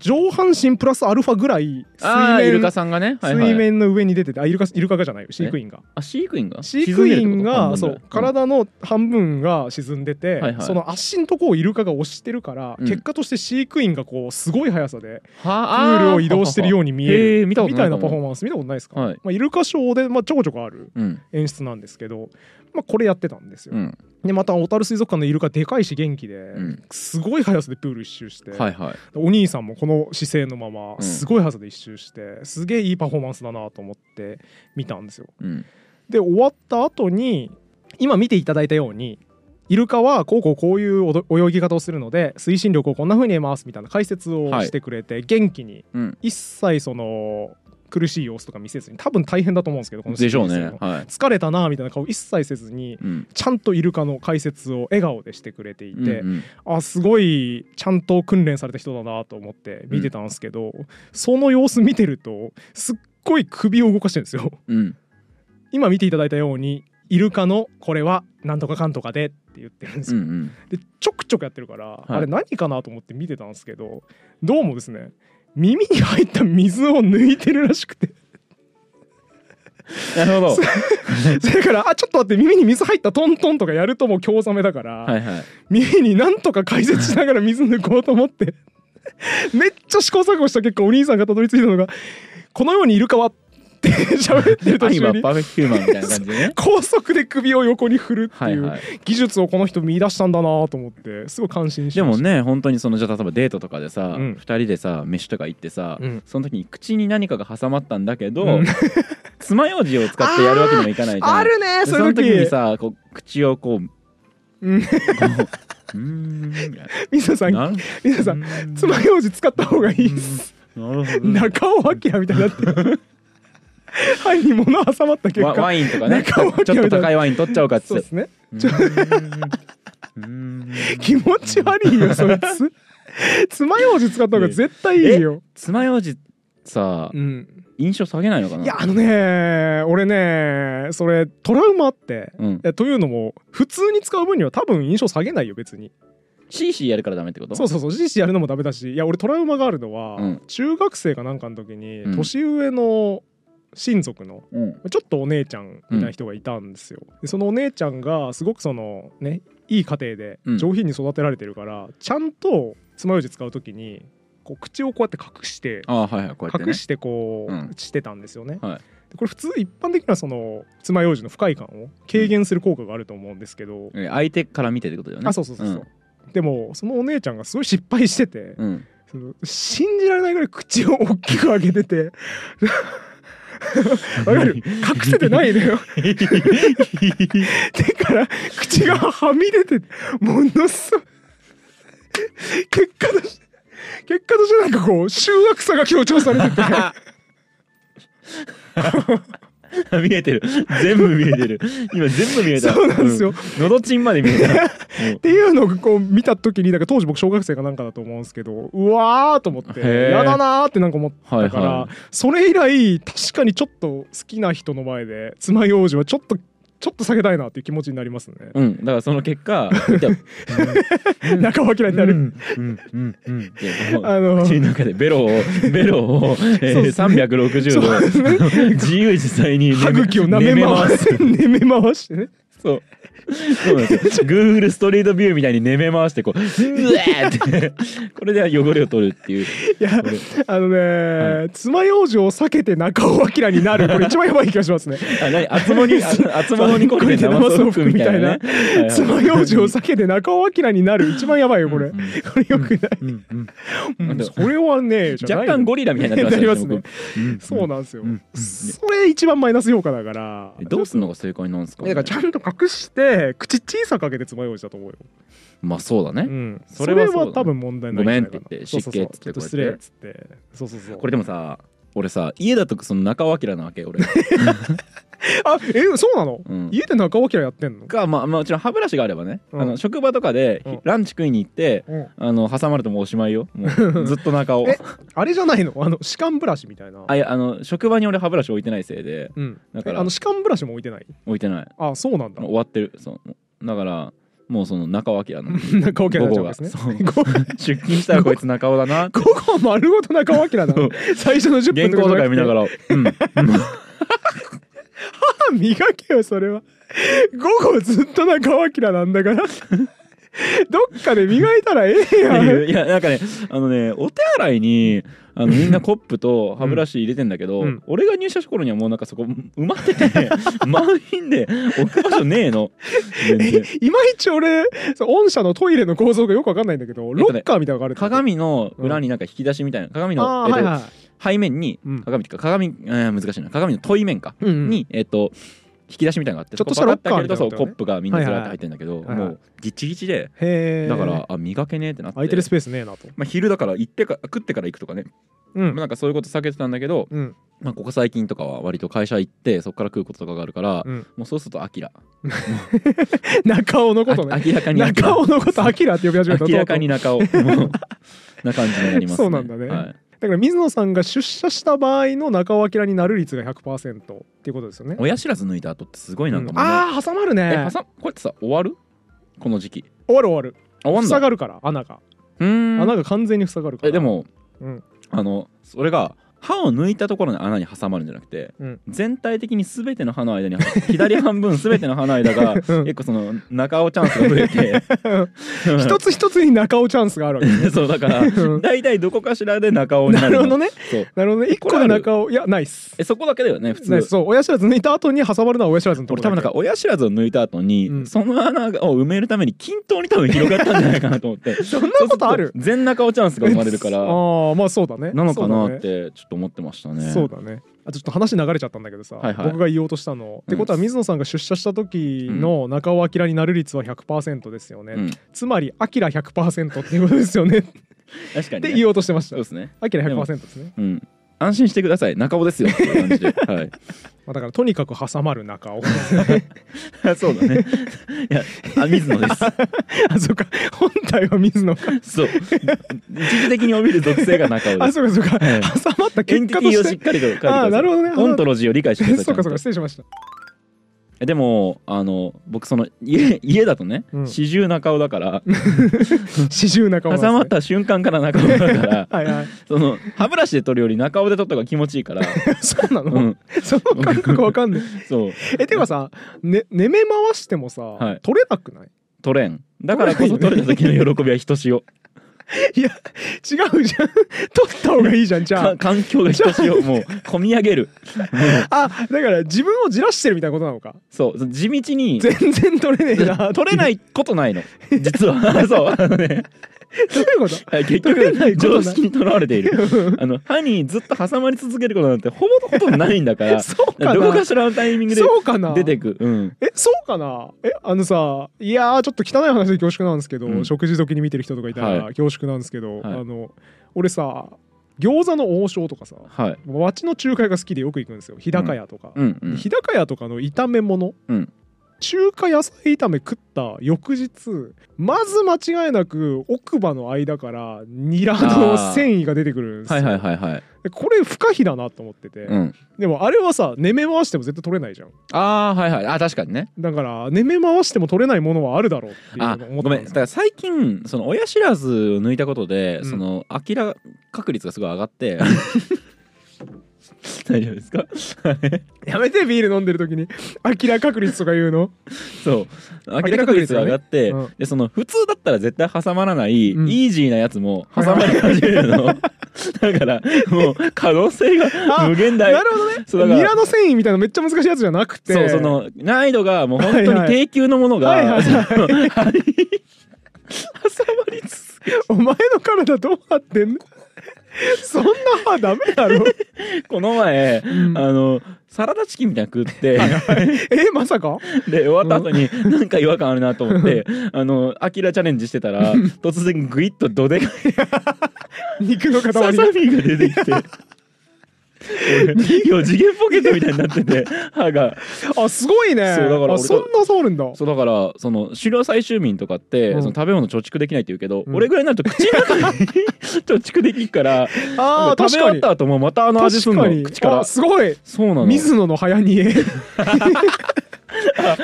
[SPEAKER 1] 上半身プラスアルファぐらい
[SPEAKER 2] ああーイ
[SPEAKER 1] 水
[SPEAKER 2] ルカ
[SPEAKER 1] 面
[SPEAKER 2] さんがね、はいはい、
[SPEAKER 1] 水面の上に出ててあイルカイルカがじゃないよ飼育員が
[SPEAKER 2] あ飼育員が
[SPEAKER 1] 飼育員が
[SPEAKER 2] 沈
[SPEAKER 1] そ
[SPEAKER 2] んでるっ
[SPEAKER 1] う
[SPEAKER 2] てこと半分ぐらい
[SPEAKER 1] 体の半分が沈んでて、
[SPEAKER 2] はいはい
[SPEAKER 1] その足のとこをイルカが押してるから、
[SPEAKER 2] うん
[SPEAKER 1] 結果として飼育員がこうすごい速さで
[SPEAKER 2] うんは
[SPEAKER 1] プールを移動してるよ
[SPEAKER 2] う
[SPEAKER 1] うに見え
[SPEAKER 2] へ
[SPEAKER 1] る
[SPEAKER 2] ー見たこと
[SPEAKER 1] み
[SPEAKER 2] な
[SPEAKER 1] た
[SPEAKER 2] い
[SPEAKER 1] い
[SPEAKER 2] か
[SPEAKER 1] な
[SPEAKER 2] も
[SPEAKER 1] パフォーマンス見たことないですか、
[SPEAKER 2] はい
[SPEAKER 1] まあ、イルカショーで、まあ、ちょこちょこある
[SPEAKER 2] うん
[SPEAKER 1] 演出なんですけど、まあ、これやってたんですよ、
[SPEAKER 2] うん
[SPEAKER 1] でまた小樽水族館のイルカでかいし元気で、
[SPEAKER 2] ん
[SPEAKER 1] すごい速さでプール一周して、
[SPEAKER 2] はいはい
[SPEAKER 1] お兄さんもこの姿勢のま
[SPEAKER 2] う
[SPEAKER 1] ま
[SPEAKER 2] ん
[SPEAKER 1] すごい速さで一周してすげえいいパフォーマンスだなと思って見たんですよ
[SPEAKER 2] うん
[SPEAKER 1] で終わった後に今見ていただいたようにイルカはこうこうこういうおど泳ぎ方をするので推進力をこんな風に得ますみたいな解説を
[SPEAKER 2] はい
[SPEAKER 1] してくれて、元気に
[SPEAKER 2] うん
[SPEAKER 1] 一切その苦しい様子とか見せずに多分大変だと思うんですけどこの
[SPEAKER 2] でしょう
[SPEAKER 1] シリー
[SPEAKER 2] ね
[SPEAKER 1] ズの
[SPEAKER 2] はい
[SPEAKER 1] 疲れたなみたいな顔一切せずに
[SPEAKER 2] うん
[SPEAKER 1] ちゃんとイルカの解説を笑顔でしてくれていて、
[SPEAKER 2] うんうん
[SPEAKER 1] あすごいちゃんと訓練された人だなと思って見てたんですけど、その様子見てるとすっごい首を動かしてるんですよ。
[SPEAKER 2] うん
[SPEAKER 1] 今見ていただいたようにイルカのこれはなんとかかんとかでって言ってるんです
[SPEAKER 2] うんう
[SPEAKER 1] よ、
[SPEAKER 2] ん
[SPEAKER 1] でちょくちょくやってるから、
[SPEAKER 2] い
[SPEAKER 1] あれ何かなと思って見てたんですけどどうもですね耳に入った水を抜いてるらしくて
[SPEAKER 2] なるほど
[SPEAKER 1] それからあちょっと待って耳に水入ったトントンとかやるともう興ざめだから、
[SPEAKER 2] はいはい
[SPEAKER 1] 耳になんとか解説しながら水抜こうと思って めっちゃ試行錯誤した結果お兄さんがたどり着いたのがこのようにイルカはって 喋ってる
[SPEAKER 2] ア
[SPEAKER 1] 途
[SPEAKER 2] ニ
[SPEAKER 1] 中
[SPEAKER 2] マ
[SPEAKER 1] に
[SPEAKER 2] パーフェクトヒューマンみたいな感 じでね
[SPEAKER 1] 高速で首を横に振るって
[SPEAKER 2] はいいうはい
[SPEAKER 1] 技術をこの人見出したんだなと思ってすごい感心し
[SPEAKER 2] で
[SPEAKER 1] ま
[SPEAKER 2] も
[SPEAKER 1] した
[SPEAKER 2] ね本当にそのじゃあ例えばデートとかでさ、
[SPEAKER 1] うん
[SPEAKER 2] 2人でさ飯とか行ってさ、
[SPEAKER 1] うん
[SPEAKER 2] その時に口に何かが挟まったんだけど、
[SPEAKER 1] うん
[SPEAKER 2] 爪楊枝を使ってやるわけにもいかないじゃん
[SPEAKER 1] あるね
[SPEAKER 2] で
[SPEAKER 1] そ
[SPEAKER 2] その
[SPEAKER 1] の
[SPEAKER 2] 時
[SPEAKER 1] 時
[SPEAKER 2] にさこう口をこうこう
[SPEAKER 1] うん
[SPEAKER 2] うーんみたい
[SPEAKER 1] 水田さ
[SPEAKER 2] なんなる
[SPEAKER 1] 水田さん
[SPEAKER 2] ん
[SPEAKER 1] 爪楊枝使った方がいいっす
[SPEAKER 2] なるほどね
[SPEAKER 1] 中尾明みたいになって る肺に物挟まった結
[SPEAKER 2] わ
[SPEAKER 1] 果
[SPEAKER 2] ワインとかねち
[SPEAKER 1] 中
[SPEAKER 2] ょ
[SPEAKER 1] を
[SPEAKER 2] っと高いワイン取っちゃおうかっつ
[SPEAKER 1] そう
[SPEAKER 2] っ
[SPEAKER 1] で
[SPEAKER 2] て
[SPEAKER 1] すね
[SPEAKER 2] うーんうーん
[SPEAKER 1] 気持ち悪 いよそいつ爪楊枝使った方が絶対いいよ、
[SPEAKER 2] 爪楊枝さ
[SPEAKER 1] うん、
[SPEAKER 2] 印象下げないのかない
[SPEAKER 1] やあのね俺ねそれトラウマあって
[SPEAKER 2] うん、
[SPEAKER 1] えというのも普通に使う分には多分印象下げないよ別に
[SPEAKER 2] シーシーやるからダメってこと
[SPEAKER 1] そうそうそう GC やるのもダメだしいや俺トラウマがあるのは、
[SPEAKER 2] うん
[SPEAKER 1] 中学生かなんかの時に、
[SPEAKER 2] うん
[SPEAKER 1] 年上の親族の
[SPEAKER 2] うん
[SPEAKER 1] ちょっとお姉ちゃんみたいな人がいたんですよ、でそのお姉ちゃんがすごくそのねいい家庭で
[SPEAKER 2] うん
[SPEAKER 1] 上品に育てられてるから、ちゃんと爪楊枝使う時にこう口をこうやって隠して
[SPEAKER 2] ああはいはいこうやってね
[SPEAKER 1] 隠してこう、
[SPEAKER 2] うん
[SPEAKER 1] してたんですよね、
[SPEAKER 2] はい
[SPEAKER 1] でこれ普通一般的にはその爪楊枝の不快感を軽減する効果があると思うんですけど、
[SPEAKER 2] え相手から見てってことだよね
[SPEAKER 1] あそうそうそうそう、でもそのお姉ちゃんがすごい失敗してて、
[SPEAKER 2] うん、うん
[SPEAKER 1] その信じられないぐらい口を大きく開けててわかる隠せてないの よ手から口がはみ出てものすごい結果として結果としてなんかこう醜悪さが強調されてて
[SPEAKER 2] 見えてる全部見えてる今全部見えた
[SPEAKER 1] そうなんですよ
[SPEAKER 2] うんのどちんまで見えた、うん
[SPEAKER 1] っていうのをこう見た時にだから当時僕小学生かなんかだと思うんですけどうわーと思って
[SPEAKER 2] へー
[SPEAKER 1] やだなーってなんか思ったから、
[SPEAKER 2] はいは
[SPEAKER 1] それ以来確かにちょっと好きな人の前で爪楊枝はちょっとちょっと避けたいなっていう気持ちになりますね、
[SPEAKER 2] うん、だからその結果見て
[SPEAKER 1] 仲間嫌いになる、
[SPEAKER 2] うんうんうんってもう
[SPEAKER 1] あの
[SPEAKER 2] 口の中でベロをベロを、え
[SPEAKER 1] そう
[SPEAKER 2] ー、
[SPEAKER 1] ですね
[SPEAKER 2] 360
[SPEAKER 1] そうです
[SPEAKER 2] 度自由自在に
[SPEAKER 1] 歯茎を舐め回
[SPEAKER 2] す
[SPEAKER 1] して舐め回してね
[SPEAKER 2] そうそうなんですよ Google ストリートビューみたいに寝め回してこううわーってこれで汚れを取るっていう
[SPEAKER 1] いや
[SPEAKER 2] これ
[SPEAKER 1] あのね、爪楊枝を避けて中尾明になるこれ一番やばい気がします ね
[SPEAKER 2] あ何厚もにあ厚もにこれで生ソ服みたいなね
[SPEAKER 1] 爪楊枝を避けて中尾明になる一番やばいよこれ、
[SPEAKER 2] うん
[SPEAKER 1] これよくない、
[SPEAKER 2] うんうん
[SPEAKER 1] うんそれはねじゃな
[SPEAKER 2] 若
[SPEAKER 1] いの
[SPEAKER 2] 干ゴリラみたいになってました
[SPEAKER 1] なり
[SPEAKER 2] 僕うん
[SPEAKER 1] そうなんですよ、
[SPEAKER 2] うん
[SPEAKER 1] それ一番マイナス評価だから
[SPEAKER 2] えどうすんのが正解なんですか,、
[SPEAKER 1] だからちゃんと隠して口小さく開けて爪楊枝だと思うよ、
[SPEAKER 2] まあそうだ
[SPEAKER 1] う
[SPEAKER 2] ね、
[SPEAKER 1] ん、そ
[SPEAKER 2] そ
[SPEAKER 1] れ
[SPEAKER 2] れ
[SPEAKER 1] は
[SPEAKER 2] はそうだね
[SPEAKER 1] 多分問題ないじゃないかな
[SPEAKER 2] ごめんって言って
[SPEAKER 1] そうそうそう
[SPEAKER 2] 失敬っつって
[SPEAKER 1] ちょっと失礼っつってそうそうそう
[SPEAKER 2] これでもさ俺さ家だとその中尾明なわけ俺
[SPEAKER 1] あえそうなの、
[SPEAKER 2] うん
[SPEAKER 1] 家で中尾明やってんの
[SPEAKER 2] がまあまあもちろん歯ブラシがあればね、
[SPEAKER 1] うん
[SPEAKER 2] あの職場とかで、
[SPEAKER 1] うん
[SPEAKER 2] ランチ食いに行って
[SPEAKER 1] うん
[SPEAKER 2] あの挟まれてもおしまいよもうずっと中尾
[SPEAKER 1] えあれじゃないのあの歯間ブラシみたいな
[SPEAKER 2] あいやあの職場に俺歯ブラシ置いてないせいで
[SPEAKER 1] うん、
[SPEAKER 2] だ
[SPEAKER 1] え
[SPEAKER 2] か
[SPEAKER 1] あ
[SPEAKER 2] ら
[SPEAKER 1] の歯間ブラシも置いてない
[SPEAKER 2] 置いてない
[SPEAKER 1] あそうなんだ
[SPEAKER 2] もう終わってるそうだからもうその中尾 明なの
[SPEAKER 1] 中尾明になっちゃうんですね
[SPEAKER 2] 午
[SPEAKER 1] 午後
[SPEAKER 2] 出勤したらこいつ中尾 だな
[SPEAKER 1] 午後は丸ごと中尾明だな
[SPEAKER 2] そう
[SPEAKER 1] 最初の10分
[SPEAKER 2] 原稿とか読みなが
[SPEAKER 1] ら
[SPEAKER 2] らうん
[SPEAKER 1] 磨けよそれは午後ずっと中尾明なんだから どっかで磨いたらええやん
[SPEAKER 2] っていういやなんかねあのねお手洗いにあのみんなコップと歯ブラシ入れてんだけど、
[SPEAKER 1] うん
[SPEAKER 2] 俺が入社した頃にはもうなんかそこ埋まってて 満員で置く場所ねえの全 然
[SPEAKER 1] いまいち俺そう御社のトイレの構造がよくわかんないんだけどロッカーみたいなのがあるってこと
[SPEAKER 2] 鏡の裏になんか引き出しみたいな鏡の、
[SPEAKER 1] あー
[SPEAKER 2] えっ
[SPEAKER 1] はい
[SPEAKER 2] と
[SPEAKER 1] はい
[SPEAKER 2] 背面に
[SPEAKER 1] うん
[SPEAKER 2] 鏡っていうか鏡、えー難しいな鏡の問い面か、
[SPEAKER 1] うんうん
[SPEAKER 2] にえっ、と引き出しみたいなのがあって
[SPEAKER 1] ちょっとしたロッカー
[SPEAKER 2] そこバッて開けるとそう
[SPEAKER 1] みたいなの
[SPEAKER 2] コ
[SPEAKER 1] ね
[SPEAKER 2] ップがみんなずらって入ってるんだけど、
[SPEAKER 1] はいはい
[SPEAKER 2] もうギチギチで
[SPEAKER 1] へえ
[SPEAKER 2] だから、あ磨けねえってなって
[SPEAKER 1] 空いてるスペースねえなと
[SPEAKER 2] まあ、昼だから行ってか食ってから行くとかね、
[SPEAKER 1] う
[SPEAKER 2] まあ
[SPEAKER 1] ん
[SPEAKER 2] なんかそういうこと避けてたんだけど、
[SPEAKER 1] うん
[SPEAKER 2] まあ、ここ最近とかは割と会社行ってそこから食うこととかがあるから、
[SPEAKER 1] うん
[SPEAKER 2] もうそうするとアキラ
[SPEAKER 1] 中尾のこと
[SPEAKER 2] あ
[SPEAKER 1] ね
[SPEAKER 2] 明らかにアキラ
[SPEAKER 1] 中尾のことアキラって呼び始めた
[SPEAKER 2] 明らかに
[SPEAKER 1] とう
[SPEAKER 2] 中尾もうな感じになり ますね
[SPEAKER 1] そうなんだね
[SPEAKER 2] はい、
[SPEAKER 1] とうだから水野さんが出社した場合の中尾明になる率が100%っていうことですよね
[SPEAKER 2] 親知らず抜いた後ってすごいなんかもう
[SPEAKER 1] うん
[SPEAKER 2] ね、
[SPEAKER 1] あー挟まるね
[SPEAKER 2] え挟んこうやってさ終わるこの時期
[SPEAKER 1] 終わる終わる
[SPEAKER 2] 終わん
[SPEAKER 1] 塞
[SPEAKER 2] だ
[SPEAKER 1] がるから穴が
[SPEAKER 2] うーん
[SPEAKER 1] 穴が完全に塞がるから
[SPEAKER 2] えでも、
[SPEAKER 1] うん
[SPEAKER 2] あのそれが歯を抜いたところの穴に挟まるんじゃなくて、
[SPEAKER 1] うん
[SPEAKER 2] 全体的に全ての歯の間に左半分全ての歯の間が
[SPEAKER 1] うん
[SPEAKER 2] 結構その中尾チャンスが増えて
[SPEAKER 1] 一つ一つに中尾チャンスがあるわけ
[SPEAKER 2] そうだから
[SPEAKER 1] うん
[SPEAKER 2] 大体どこかしらで中尾 に
[SPEAKER 1] な
[SPEAKER 2] なる
[SPEAKER 1] る
[SPEAKER 2] の
[SPEAKER 1] ほどね
[SPEAKER 2] そう
[SPEAKER 1] なるほどね一個
[SPEAKER 2] これあ
[SPEAKER 1] の
[SPEAKER 2] る
[SPEAKER 1] 中尾いやないっす
[SPEAKER 2] えそこだけだよね普
[SPEAKER 1] ね
[SPEAKER 2] 通
[SPEAKER 1] そう親知らず抜いた後に挟まるのは親知らずのとこ
[SPEAKER 2] 俺多
[SPEAKER 1] ろ
[SPEAKER 2] 分
[SPEAKER 1] だ
[SPEAKER 2] なん
[SPEAKER 1] け
[SPEAKER 2] か親知らずを抜いた後に、
[SPEAKER 1] うん
[SPEAKER 2] その穴を埋めるために均等に多分広がったんじゃないかなと思って そんな
[SPEAKER 1] ことある
[SPEAKER 2] 全中尾チャンスが生まれるから
[SPEAKER 1] ああまあそうだね
[SPEAKER 2] なのかなっ
[SPEAKER 1] そう
[SPEAKER 2] てちょっと思ってました
[SPEAKER 1] だね
[SPEAKER 2] ね
[SPEAKER 1] そうだねあちょっと話流れちゃったんだけどさ、
[SPEAKER 2] はいはい
[SPEAKER 1] 僕が言おうとしたの、ってことは水野さんが出社した時の中尾明になる率は100%ですよね、
[SPEAKER 2] うん
[SPEAKER 1] つまり明100%っていうことですよ ねっ
[SPEAKER 2] 確かに、
[SPEAKER 1] て
[SPEAKER 2] ね、
[SPEAKER 1] 言おうとしてまし
[SPEAKER 2] そ
[SPEAKER 1] た
[SPEAKER 2] うですね
[SPEAKER 1] 明100%ですね、
[SPEAKER 2] うん安心してください中尾ですよっていう感じではい
[SPEAKER 1] まあ、だからとにかく挟まる中 尾
[SPEAKER 2] あそうだね いやあ水野です
[SPEAKER 1] あそうか本体は水野か
[SPEAKER 2] そう一時的に帯びる属性が中尾で
[SPEAKER 1] あ
[SPEAKER 2] す
[SPEAKER 1] そうかそうか、
[SPEAKER 2] はい
[SPEAKER 1] 挟まった
[SPEAKER 2] エ
[SPEAKER 1] 結
[SPEAKER 2] ンテ
[SPEAKER 1] 果
[SPEAKER 2] ィ
[SPEAKER 1] と
[SPEAKER 2] ティを
[SPEAKER 1] し
[SPEAKER 2] してっかりと書いてくださ
[SPEAKER 1] あ
[SPEAKER 2] い
[SPEAKER 1] なるほどね
[SPEAKER 2] オントロジーを理解してください
[SPEAKER 1] そうか
[SPEAKER 2] ち
[SPEAKER 1] そ
[SPEAKER 2] ゃ
[SPEAKER 1] うんか
[SPEAKER 2] と
[SPEAKER 1] 失礼しました
[SPEAKER 2] えでもあの僕その家家だとね
[SPEAKER 1] うん
[SPEAKER 2] 四十中尾だから
[SPEAKER 1] 四十中尾なんですね
[SPEAKER 2] 挟まった瞬間から中尾だから
[SPEAKER 1] はい はい
[SPEAKER 2] その歯ブラシで取るより中尾で取った方が気持ちい いから
[SPEAKER 1] そうなの、
[SPEAKER 2] うん
[SPEAKER 1] その感覚わかんない
[SPEAKER 2] そう
[SPEAKER 1] えてかさ、ね、寝目回してもさ、
[SPEAKER 2] はい
[SPEAKER 1] 取れなくない
[SPEAKER 2] 取れんだからこそ取れた時の喜びはひとしお
[SPEAKER 1] いや違うじゃん取った方がいいじゃんじゃあ
[SPEAKER 2] か環境がひとしおもう込み上げる
[SPEAKER 1] あだから自分をじらしてるみたいなことなのか
[SPEAKER 2] そう地道に
[SPEAKER 1] 全然取れねえな
[SPEAKER 2] 取れ
[SPEAKER 1] い
[SPEAKER 2] ないことない の実は そうあのね
[SPEAKER 1] どういうこと
[SPEAKER 2] はい結
[SPEAKER 1] 取れない
[SPEAKER 2] 局
[SPEAKER 1] ことない
[SPEAKER 2] 常識にとらわれているあの歯にずっと挟まり続けることなんてほぼほとんどないんだか ら
[SPEAKER 1] そうかな
[SPEAKER 2] どこかしらのタイミングで
[SPEAKER 1] そうかな
[SPEAKER 2] 出てくうん
[SPEAKER 1] えそうかなえあのさいやーちょっと汚い話で恐縮なんですけど、
[SPEAKER 2] うん
[SPEAKER 1] 食事時に見てる人とかいたら
[SPEAKER 2] は
[SPEAKER 1] 恐縮なんですけど、
[SPEAKER 2] はい
[SPEAKER 1] あの俺さ餃子の王将とかさ
[SPEAKER 2] はい
[SPEAKER 1] 町の中華屋が好きでよく行くんですよ日高屋とか、
[SPEAKER 2] うんうん
[SPEAKER 1] 日高屋とかの炒め物、
[SPEAKER 2] うん
[SPEAKER 1] 中華野菜炒め食った翌日まず間違いなく奥歯の間からニラの
[SPEAKER 2] あー
[SPEAKER 1] 繊維が出てくるんですよ
[SPEAKER 2] はいはいはいはい
[SPEAKER 1] でこれ不可避だなと思ってて、
[SPEAKER 2] うん
[SPEAKER 1] でもあれはさ寝目回しても絶対取れないじゃん
[SPEAKER 2] ああはいはいあ確かにね
[SPEAKER 1] だから寝目回しても取れないものはあるだろうっていう
[SPEAKER 2] あ
[SPEAKER 1] のを思っ
[SPEAKER 2] ご
[SPEAKER 1] た
[SPEAKER 2] め
[SPEAKER 1] ん
[SPEAKER 2] ん
[SPEAKER 1] で
[SPEAKER 2] だ
[SPEAKER 1] す
[SPEAKER 2] か
[SPEAKER 1] よ
[SPEAKER 2] ら最近その親知らずを抜いたことで、
[SPEAKER 1] うん
[SPEAKER 2] その明ら確率がすごい上がって 大丈夫ですか はい
[SPEAKER 1] やめてビール飲んでる時に アキラ確率とか言うの
[SPEAKER 2] そう明らか率が上がって、
[SPEAKER 1] うん
[SPEAKER 2] でその普通だったら絶対挟まらない、
[SPEAKER 1] うん
[SPEAKER 2] イージーなやつも
[SPEAKER 1] は
[SPEAKER 2] 挟
[SPEAKER 1] い
[SPEAKER 2] まれ始めるの、 だからもう可能性が
[SPEAKER 1] あ
[SPEAKER 2] 無限大
[SPEAKER 1] なるほどね
[SPEAKER 2] そうだから
[SPEAKER 1] ニラの繊維みたいなめっちゃ難しいやつじゃなくて
[SPEAKER 2] そうその難易度がもう本当
[SPEAKER 1] はいは
[SPEAKER 2] に
[SPEAKER 1] い
[SPEAKER 2] 低級のもの
[SPEAKER 1] はいはいはい
[SPEAKER 2] が そのはい挟まりつつ
[SPEAKER 1] お前の体どうなってんのそんな歯ダメだろ
[SPEAKER 2] この前、
[SPEAKER 1] ん
[SPEAKER 2] あのサラダチキンみたいなの食って
[SPEAKER 1] えまさ か
[SPEAKER 2] で終わった後になんか違和感あるなと思ってあのアキラチャレンジして たら突然グイッとどでかい
[SPEAKER 1] 肉 の塊
[SPEAKER 2] ササミが出てきて。4次元ポケットみたいになっ てて歯が
[SPEAKER 1] あすごいね
[SPEAKER 2] そうだから俺
[SPEAKER 1] あそんなそうあるんだ
[SPEAKER 2] そうだからその狩猟採集民とかって、
[SPEAKER 1] うん
[SPEAKER 2] その食べ物貯蓄できないって言うけど、
[SPEAKER 1] うん
[SPEAKER 2] 俺ぐらいになると口の中 に貯蓄できるから
[SPEAKER 1] あ
[SPEAKER 2] な
[SPEAKER 1] あ
[SPEAKER 2] んか
[SPEAKER 1] 確
[SPEAKER 2] 食べ終
[SPEAKER 1] か
[SPEAKER 2] わっ
[SPEAKER 1] に
[SPEAKER 2] た後もまたあの味すんの
[SPEAKER 1] 確
[SPEAKER 2] 口から
[SPEAKER 1] あすごい
[SPEAKER 2] そうなの
[SPEAKER 1] 水野の早 煮え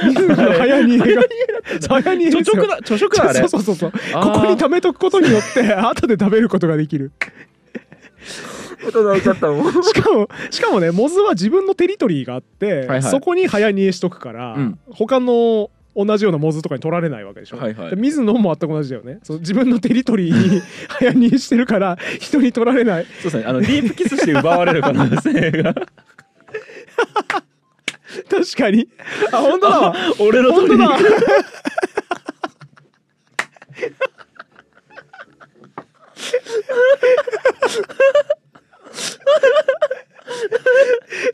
[SPEAKER 1] 水野の早煮 えが早煮え
[SPEAKER 2] 貯
[SPEAKER 1] ですよ
[SPEAKER 2] 蓄だ貯蓄だあれ
[SPEAKER 1] そうそうそうそうこ
[SPEAKER 2] あー
[SPEAKER 1] こに貯めとくことによって後で食べることができる
[SPEAKER 2] ちゃったも ん
[SPEAKER 1] しかもしかもねモズは自分のテリトリーがあって、
[SPEAKER 2] はいはい
[SPEAKER 1] そこに早煮えしとくから、
[SPEAKER 2] うん
[SPEAKER 1] 他の同じようなモズとかに取られないわけでしょ、
[SPEAKER 2] はいはい
[SPEAKER 1] で水野も全く同じだよねそう自分のテリトリーに 早煮えしてるから人に取られない
[SPEAKER 2] そうですねあのディープキスして奪われる可能性 が
[SPEAKER 1] 確かにあ本当だわ
[SPEAKER 2] 俺の
[SPEAKER 1] 本
[SPEAKER 2] 取
[SPEAKER 1] 当
[SPEAKER 2] り
[SPEAKER 1] だ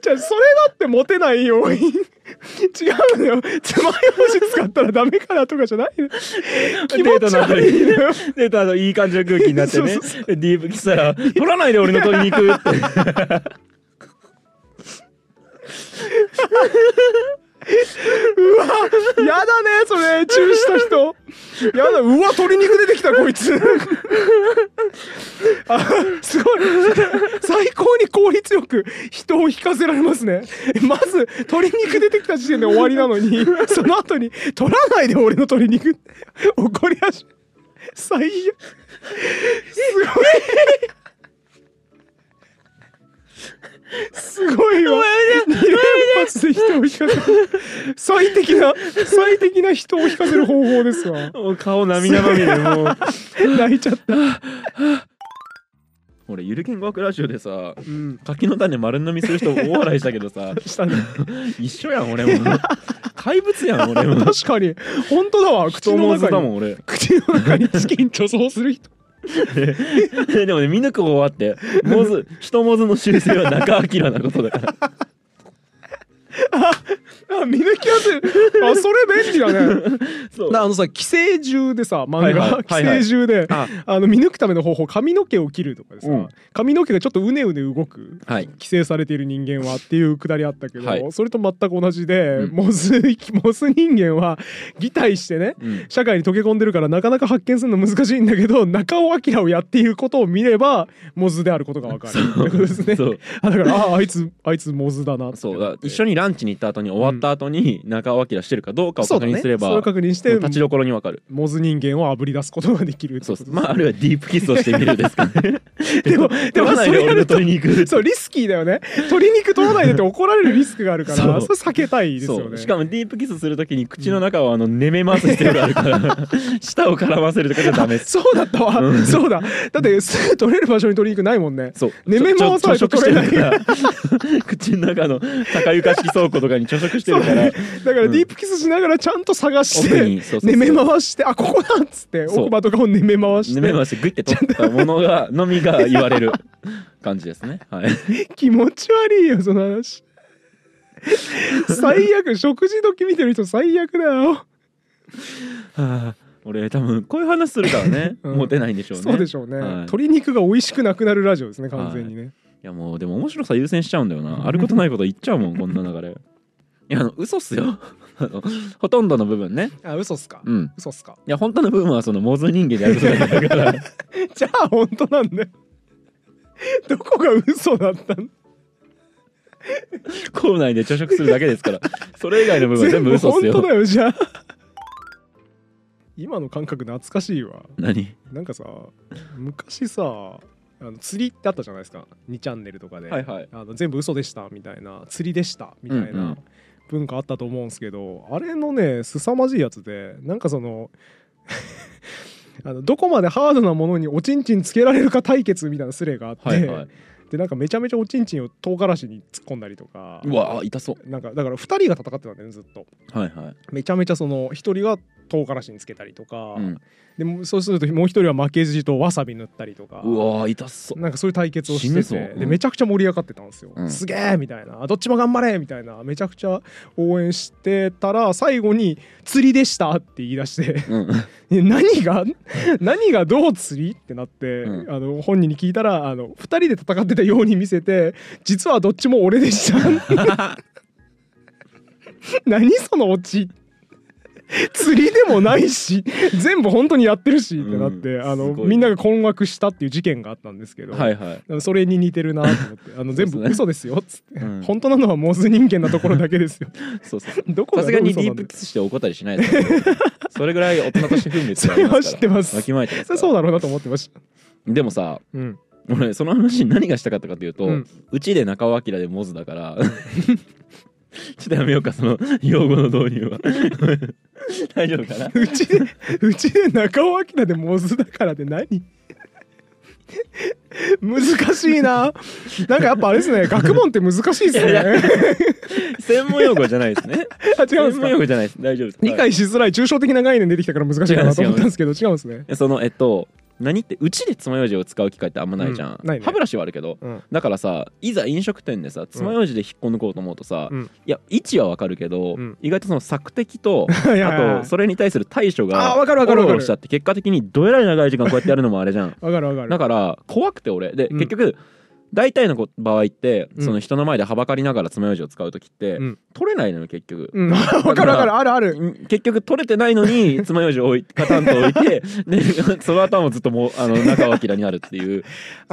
[SPEAKER 1] じゃあそれだってモテない要因違うのよ爪楊枝使ったらダメかなとかじゃないの気持ち悪いのよ
[SPEAKER 2] であのいい感じの空気になってね
[SPEAKER 1] そうそ
[SPEAKER 2] ディープキスしたら取らないで俺の取りに行くって
[SPEAKER 1] やだねそれチューした人やだうわ鶏肉出てきたこいつあすごい 最高に効率よく人を引かせられますね まず鶏肉出てきた時点で終わりなのに その後に「取らないで俺の鶏肉」 怒り始め最悪すごいすごいわ2連発で人を引かせる最適な最適な人を引かせる方法ですわ
[SPEAKER 2] もう顔涙まみれもう
[SPEAKER 1] 泣いちゃった、
[SPEAKER 2] 俺ゆる言語学ラジオでさ
[SPEAKER 1] うん、
[SPEAKER 2] 柿の種丸飲みする人大笑いしたけど さ
[SPEAKER 1] したね
[SPEAKER 2] 一緒やん俺も怪物やん俺も
[SPEAKER 1] 確かに本当だわ口
[SPEAKER 2] 太も
[SPEAKER 1] の
[SPEAKER 2] ず
[SPEAKER 1] 中
[SPEAKER 2] だ
[SPEAKER 1] に
[SPEAKER 2] もん俺
[SPEAKER 1] 口の中にチキン貯蔵する人
[SPEAKER 2] でもね見抜く方法あってモズ人モズの習性は中明なことだから
[SPEAKER 1] あ見抜きやすいあそれ便利だね
[SPEAKER 2] そう
[SPEAKER 1] なあのさ寄生獣でさ漫
[SPEAKER 2] はいは
[SPEAKER 1] 画
[SPEAKER 2] い
[SPEAKER 1] 寄生獣で
[SPEAKER 2] あ
[SPEAKER 1] あの見抜くための方法髪の毛を切るとかでさ、
[SPEAKER 2] うん
[SPEAKER 1] 髪の毛がちょっとうねうね動く
[SPEAKER 2] はい
[SPEAKER 1] 寄生されている人間はっていうくだりあったけど、
[SPEAKER 2] はい
[SPEAKER 1] それと全く同じで、
[SPEAKER 2] うん
[SPEAKER 1] モズ モズ人間は擬態してね
[SPEAKER 2] うん
[SPEAKER 1] 社会に溶け込んでるからなかなか発見するの難しいんだけど中尾明をやっていることを見ればモズであることがわかるってことですね
[SPEAKER 2] そう
[SPEAKER 1] あだからああいつあいつモズだなって
[SPEAKER 2] そうだ一緒にランチに行った後に終わった後に中尾明してるかどうかを
[SPEAKER 1] そう
[SPEAKER 2] 確
[SPEAKER 1] だ
[SPEAKER 2] 認
[SPEAKER 1] ね
[SPEAKER 2] すれば、
[SPEAKER 1] それを確認して
[SPEAKER 2] 立ちどころにわかる
[SPEAKER 1] モズ人間をあぶり出すことができるって
[SPEAKER 2] そ
[SPEAKER 1] こと
[SPEAKER 2] うそう
[SPEAKER 1] です
[SPEAKER 2] まああるいはディープキスをしてみるですかね
[SPEAKER 1] でもで
[SPEAKER 2] 取
[SPEAKER 1] も
[SPEAKER 2] らな
[SPEAKER 1] そ
[SPEAKER 2] いで
[SPEAKER 1] れや
[SPEAKER 2] 俺
[SPEAKER 1] る
[SPEAKER 2] の
[SPEAKER 1] と
[SPEAKER 2] 取りに行 く
[SPEAKER 1] そうリスキーだよね鶏肉取らないでって怒られるリスクがあるからそ
[SPEAKER 2] そ
[SPEAKER 1] れ
[SPEAKER 2] う
[SPEAKER 1] 避けたいです
[SPEAKER 2] そ
[SPEAKER 1] よね
[SPEAKER 2] うしかもディープキスするときに口の中はあのねめ回す必要があるから 舌を絡ませるとかじゃダメです
[SPEAKER 1] そうだったわ、そうだだってすぐ取れる場所に鶏肉ないもんね
[SPEAKER 2] そう
[SPEAKER 1] ねめ回さないと
[SPEAKER 2] ちょ
[SPEAKER 1] 取れない
[SPEAKER 2] ちょ貯食してるから 口の中の高床式倉庫とかに貯食してるから
[SPEAKER 1] だからディープキスしながらちゃんと探し
[SPEAKER 2] 奥
[SPEAKER 1] て
[SPEAKER 2] にそうそう
[SPEAKER 1] ね
[SPEAKER 2] そう
[SPEAKER 1] め回してあここだっつって
[SPEAKER 2] そう
[SPEAKER 1] 奥歯とかをねめ回し
[SPEAKER 2] ねめ
[SPEAKER 1] て
[SPEAKER 2] 回してグイって取ったものがのみが言われる感じですねはい
[SPEAKER 1] 気持ち悪いよその話最悪食事時見てる人最悪だよ
[SPEAKER 2] はあ俺多分こういう話するからね、
[SPEAKER 1] うん
[SPEAKER 2] モテないんでしょうね
[SPEAKER 1] そうでしょうね、
[SPEAKER 2] はい
[SPEAKER 1] 鶏肉が美味しくなくなるラジオですね完全にね、
[SPEAKER 2] いやもうでも面白さ優先しちゃうんだよなあることないこと言っちゃうもんこんな流れいやあの嘘っすよあのほとんどの部分ね
[SPEAKER 1] あ嘘っすか、
[SPEAKER 2] うん
[SPEAKER 1] 嘘っすか
[SPEAKER 2] いや本当の部分はそのモズ人間であることだから
[SPEAKER 1] じゃあ本当なんだよどこが嘘だったの
[SPEAKER 2] 校内で著食するだけですからそれ以外の部分は全
[SPEAKER 1] 全
[SPEAKER 2] 部
[SPEAKER 1] 部
[SPEAKER 2] 嘘っ
[SPEAKER 1] 本
[SPEAKER 2] す
[SPEAKER 1] 当だ
[SPEAKER 2] よ
[SPEAKER 1] よじゃあ今の感覚懐かしいわ
[SPEAKER 2] 何
[SPEAKER 1] なんかさ昔さあの釣りってあったじゃないですか2チャンネルとかで、
[SPEAKER 2] はいはい
[SPEAKER 1] あの全部嘘でしたみたいな釣りでしたみたい
[SPEAKER 2] うんう
[SPEAKER 1] なん文化あったと思うんですけど、あれのね凄まじいやつでなんかその あのどこまでハードなものにおちんちんつけられるか対決みたいなスレがあって、
[SPEAKER 2] はいはい
[SPEAKER 1] でなんかめちゃめちゃおちんちんを唐辛子に突っ込んだりとか
[SPEAKER 2] うわあ痛そう
[SPEAKER 1] なんかだから2人が戦ってたんだよねずっと
[SPEAKER 2] はいはい
[SPEAKER 1] めちゃめちゃその1人が唐辛子につけたりとか、
[SPEAKER 2] うん
[SPEAKER 1] でもそうするともう1人は負けじとわさび塗ったりとか
[SPEAKER 2] うわ痛そう
[SPEAKER 1] なんかそういう対決をし
[SPEAKER 2] 死ぬ
[SPEAKER 1] て
[SPEAKER 2] ぞ
[SPEAKER 1] て、
[SPEAKER 2] うん
[SPEAKER 1] でめちゃくちゃ盛り上がってたんですよ、
[SPEAKER 2] うん
[SPEAKER 1] すげえみたいなどっちも頑張れみたいなめちゃくちゃ応援してたら最後に「釣りでした」って言い出して
[SPEAKER 2] うん
[SPEAKER 1] 「え何が 何がどう釣り?」ってなって、
[SPEAKER 2] うん
[SPEAKER 1] あの本人に聞いたらあの2人で戦ってたように見せて実はどっちも俺でした 何そのオチ釣りでもないし全部本当にやってるしってなって、
[SPEAKER 2] うん
[SPEAKER 1] あ
[SPEAKER 2] す
[SPEAKER 1] の
[SPEAKER 2] ごい
[SPEAKER 1] みんなが困惑したっていう事件があったんですけど、
[SPEAKER 2] はいはい
[SPEAKER 1] あのそれに似てるなと思ってあの全
[SPEAKER 2] そう
[SPEAKER 1] 部
[SPEAKER 2] ですね
[SPEAKER 1] 嘘ですよっつって、
[SPEAKER 2] うん
[SPEAKER 1] 本当なのはモズ人間なところだけですよ
[SPEAKER 2] そうそう
[SPEAKER 1] どこ
[SPEAKER 2] さ
[SPEAKER 1] が
[SPEAKER 2] すがに
[SPEAKER 1] 嘘
[SPEAKER 2] ディ
[SPEAKER 1] な
[SPEAKER 2] ー
[SPEAKER 1] んだ
[SPEAKER 2] プ
[SPEAKER 1] よ
[SPEAKER 2] キスして怒ったりしないですよそれぐらい大人として分別があり
[SPEAKER 1] それは
[SPEAKER 2] ますから
[SPEAKER 1] 知ってます
[SPEAKER 2] わきまえてます
[SPEAKER 1] そ
[SPEAKER 2] か
[SPEAKER 1] れ
[SPEAKER 2] ら
[SPEAKER 1] そうだろうなと思ってました
[SPEAKER 2] でもさ
[SPEAKER 1] うん
[SPEAKER 2] 俺その話に何がしたかったかというと、
[SPEAKER 1] う
[SPEAKER 2] うんちで中尾明でモズだから ちょっとやめようかその用語の導入は 大丈夫かな
[SPEAKER 1] うちでうちで中尾明でモズだからって何難しいななんかやっぱあれですね学問って難しいですね
[SPEAKER 2] いやいや
[SPEAKER 1] あ
[SPEAKER 2] 専門用語じゃないですね
[SPEAKER 1] 違うんで
[SPEAKER 2] 専
[SPEAKER 1] す
[SPEAKER 2] 門用
[SPEAKER 1] か
[SPEAKER 2] 語じゃないです大丈夫です
[SPEAKER 1] 理
[SPEAKER 2] はい
[SPEAKER 1] 解しづらい抽象的な概念出てきたから難しいかなと思ったんですけど違うんですね
[SPEAKER 2] そのえっと何ってうちで爪楊枝を使う機会ってあんまないじゃん、
[SPEAKER 1] うんないね
[SPEAKER 2] 歯ブラシはあるけど
[SPEAKER 1] うん
[SPEAKER 2] だからさいざ飲食店でさ爪楊枝で引っこ抜こうと思うとさ、
[SPEAKER 1] うん
[SPEAKER 2] いや位置はわかるけど、
[SPEAKER 1] うん
[SPEAKER 2] 意外とその索敵と
[SPEAKER 1] いやいやいや
[SPEAKER 2] あとそれに対する対処が
[SPEAKER 1] あわかるわかるわかる
[SPEAKER 2] おろおろしちゃって結果的にどえらい長い時間こうやってやるのもあれじゃん
[SPEAKER 1] わかるわかる
[SPEAKER 2] だから怖くて俺で、
[SPEAKER 1] うん
[SPEAKER 2] 結局大体のこ場合って
[SPEAKER 1] うん
[SPEAKER 2] その人の前ではばかりながら爪楊枝を使う時って、
[SPEAKER 1] うん
[SPEAKER 2] 取れないのよ結局、
[SPEAKER 1] うん、わかるわかるあるある
[SPEAKER 2] 結局取れてないの に爪楊枝を置いカタンと置いてで その後もずっともうあの中尾明になるっ ていうそういうこと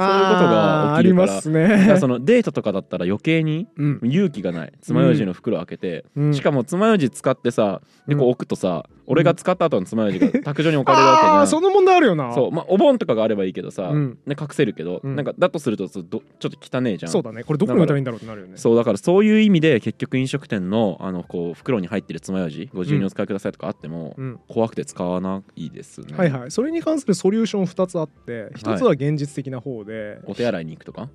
[SPEAKER 1] あー
[SPEAKER 2] が
[SPEAKER 1] あ
[SPEAKER 2] 起き
[SPEAKER 1] り
[SPEAKER 2] るから
[SPEAKER 1] ます
[SPEAKER 2] だか
[SPEAKER 1] ね
[SPEAKER 2] らそのデートとかだったら余計に
[SPEAKER 1] うん
[SPEAKER 2] 勇気がない爪楊枝の袋を開けて、
[SPEAKER 1] うん
[SPEAKER 2] しかも爪楊枝使ってさでこ
[SPEAKER 1] う
[SPEAKER 2] うん置くとさ、俺が使った後の爪楊枝 が卓上に置かれるわけじ
[SPEAKER 1] あ
[SPEAKER 2] ゃ
[SPEAKER 1] あー
[SPEAKER 2] ん
[SPEAKER 1] その問題あるよな
[SPEAKER 2] そうまあ、お盆とかがあればいいけどさ、
[SPEAKER 1] うん
[SPEAKER 2] ね、隠せるけど、
[SPEAKER 1] うん
[SPEAKER 2] なんかだとするとちょっとちょっと汚ねえじゃん
[SPEAKER 1] そうだねこれどこに置いたらいいんだろうってなるよね
[SPEAKER 2] そうだからそういう意味で結局飲食店のあのこう袋に入ってる爪楊枝ご自由にお使いくださいとかあっても、
[SPEAKER 1] うん
[SPEAKER 2] 怖くて使わないですね、
[SPEAKER 1] はいはいそれに関するソリューション2つあって1つは現実的な方で、
[SPEAKER 2] お手洗いに行くとか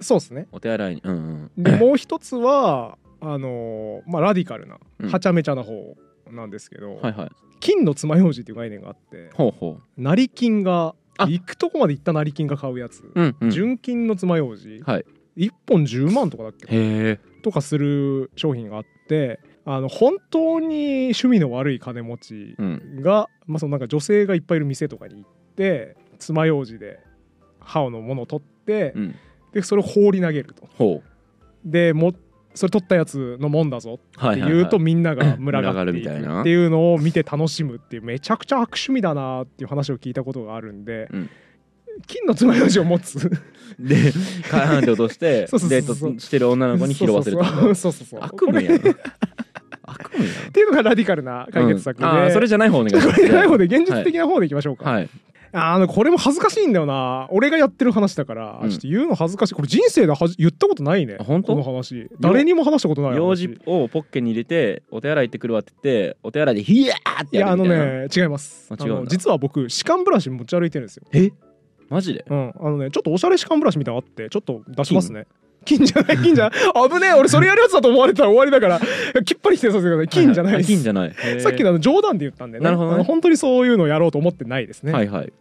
[SPEAKER 1] そうですね
[SPEAKER 2] お手洗いにうんうん
[SPEAKER 1] でもう1つはあのーまあラディカルな
[SPEAKER 2] うん
[SPEAKER 1] はちゃめちゃな方なんですけど、
[SPEAKER 2] はいはい
[SPEAKER 1] 金の爪楊枝っていう概念があって
[SPEAKER 2] ほうほ
[SPEAKER 1] 成金が
[SPEAKER 2] あ
[SPEAKER 1] 行くとこまで行った成金が買うやつ、
[SPEAKER 2] ううん、うん、へ
[SPEAKER 1] 純金の爪楊枝、
[SPEAKER 2] はい
[SPEAKER 1] 1本10万とかだっけ
[SPEAKER 2] え
[SPEAKER 1] とかする商品があってあの本当に趣味の悪い金持ち
[SPEAKER 2] うん
[SPEAKER 1] が、まあ、そのなんか女性がいっぱいいる店とかに行って爪楊枝で歯のものを取って、
[SPEAKER 2] うん
[SPEAKER 1] でそれを放り投げると
[SPEAKER 2] ほう
[SPEAKER 1] でもそれ取ったやつのもんだぞっ
[SPEAKER 2] は
[SPEAKER 1] て
[SPEAKER 2] いはい、
[SPEAKER 1] 言うと
[SPEAKER 2] はい
[SPEAKER 1] みんなが群
[SPEAKER 2] 群が
[SPEAKER 1] がっ
[SPEAKER 2] る
[SPEAKER 1] て
[SPEAKER 2] み
[SPEAKER 1] いく
[SPEAKER 2] たいな
[SPEAKER 1] っていうのを見て楽しむっていうめちゃくちゃ悪趣味だなっていう話を聞いたことがあるんで、
[SPEAKER 2] うん
[SPEAKER 1] 金の爪楊枝を持つ
[SPEAKER 2] でカーンって落とし て
[SPEAKER 1] そうそうそう
[SPEAKER 2] デ
[SPEAKER 1] そう
[SPEAKER 2] ートしてる女の子に拾わせるとか
[SPEAKER 1] そうそうそうそうそう
[SPEAKER 2] 悪夢やん悪夢やん
[SPEAKER 1] っていうのがラディカルな 解決策で、
[SPEAKER 2] うんあーそれじゃない方お願いします
[SPEAKER 1] これじゃない方で現実的な方でいきましょうか、
[SPEAKER 2] はい
[SPEAKER 1] あのこれも恥ずかしいんだよな俺がやってる話だから、
[SPEAKER 2] うん
[SPEAKER 1] ちょっと言うの恥ずかしいこれ人生ではじ言ったことないね
[SPEAKER 2] あ本当
[SPEAKER 1] この話誰にも話したことない話
[SPEAKER 2] 用事をポッケに入れてお手洗い行ってくるわって言ってお手洗いでヒヤーっ
[SPEAKER 1] い
[SPEAKER 2] て
[SPEAKER 1] や
[SPEAKER 2] や
[SPEAKER 1] あ
[SPEAKER 2] る
[SPEAKER 1] の
[SPEAKER 2] みたいな
[SPEAKER 1] ね違います
[SPEAKER 2] あ
[SPEAKER 1] あ
[SPEAKER 2] 違うんだ
[SPEAKER 1] の実は僕歯間ブラシ持ち歩いてるんですよ、
[SPEAKER 2] えマジで
[SPEAKER 1] うん、あのねちょっとおしゃれ歯間ブラシみたいなのあってちょっと出しますね金じゃない金じゃ ない危ねえ俺それやるやつだと思われたら終わりだからきっぱり否定させてください金じゃないです、
[SPEAKER 2] あ金じゃない
[SPEAKER 1] さっき
[SPEAKER 2] の
[SPEAKER 1] のあの冗談で言ったんでね
[SPEAKER 2] なるほどね
[SPEAKER 1] あの本当にそういうのをやろうと思ってないですね、
[SPEAKER 2] はいはい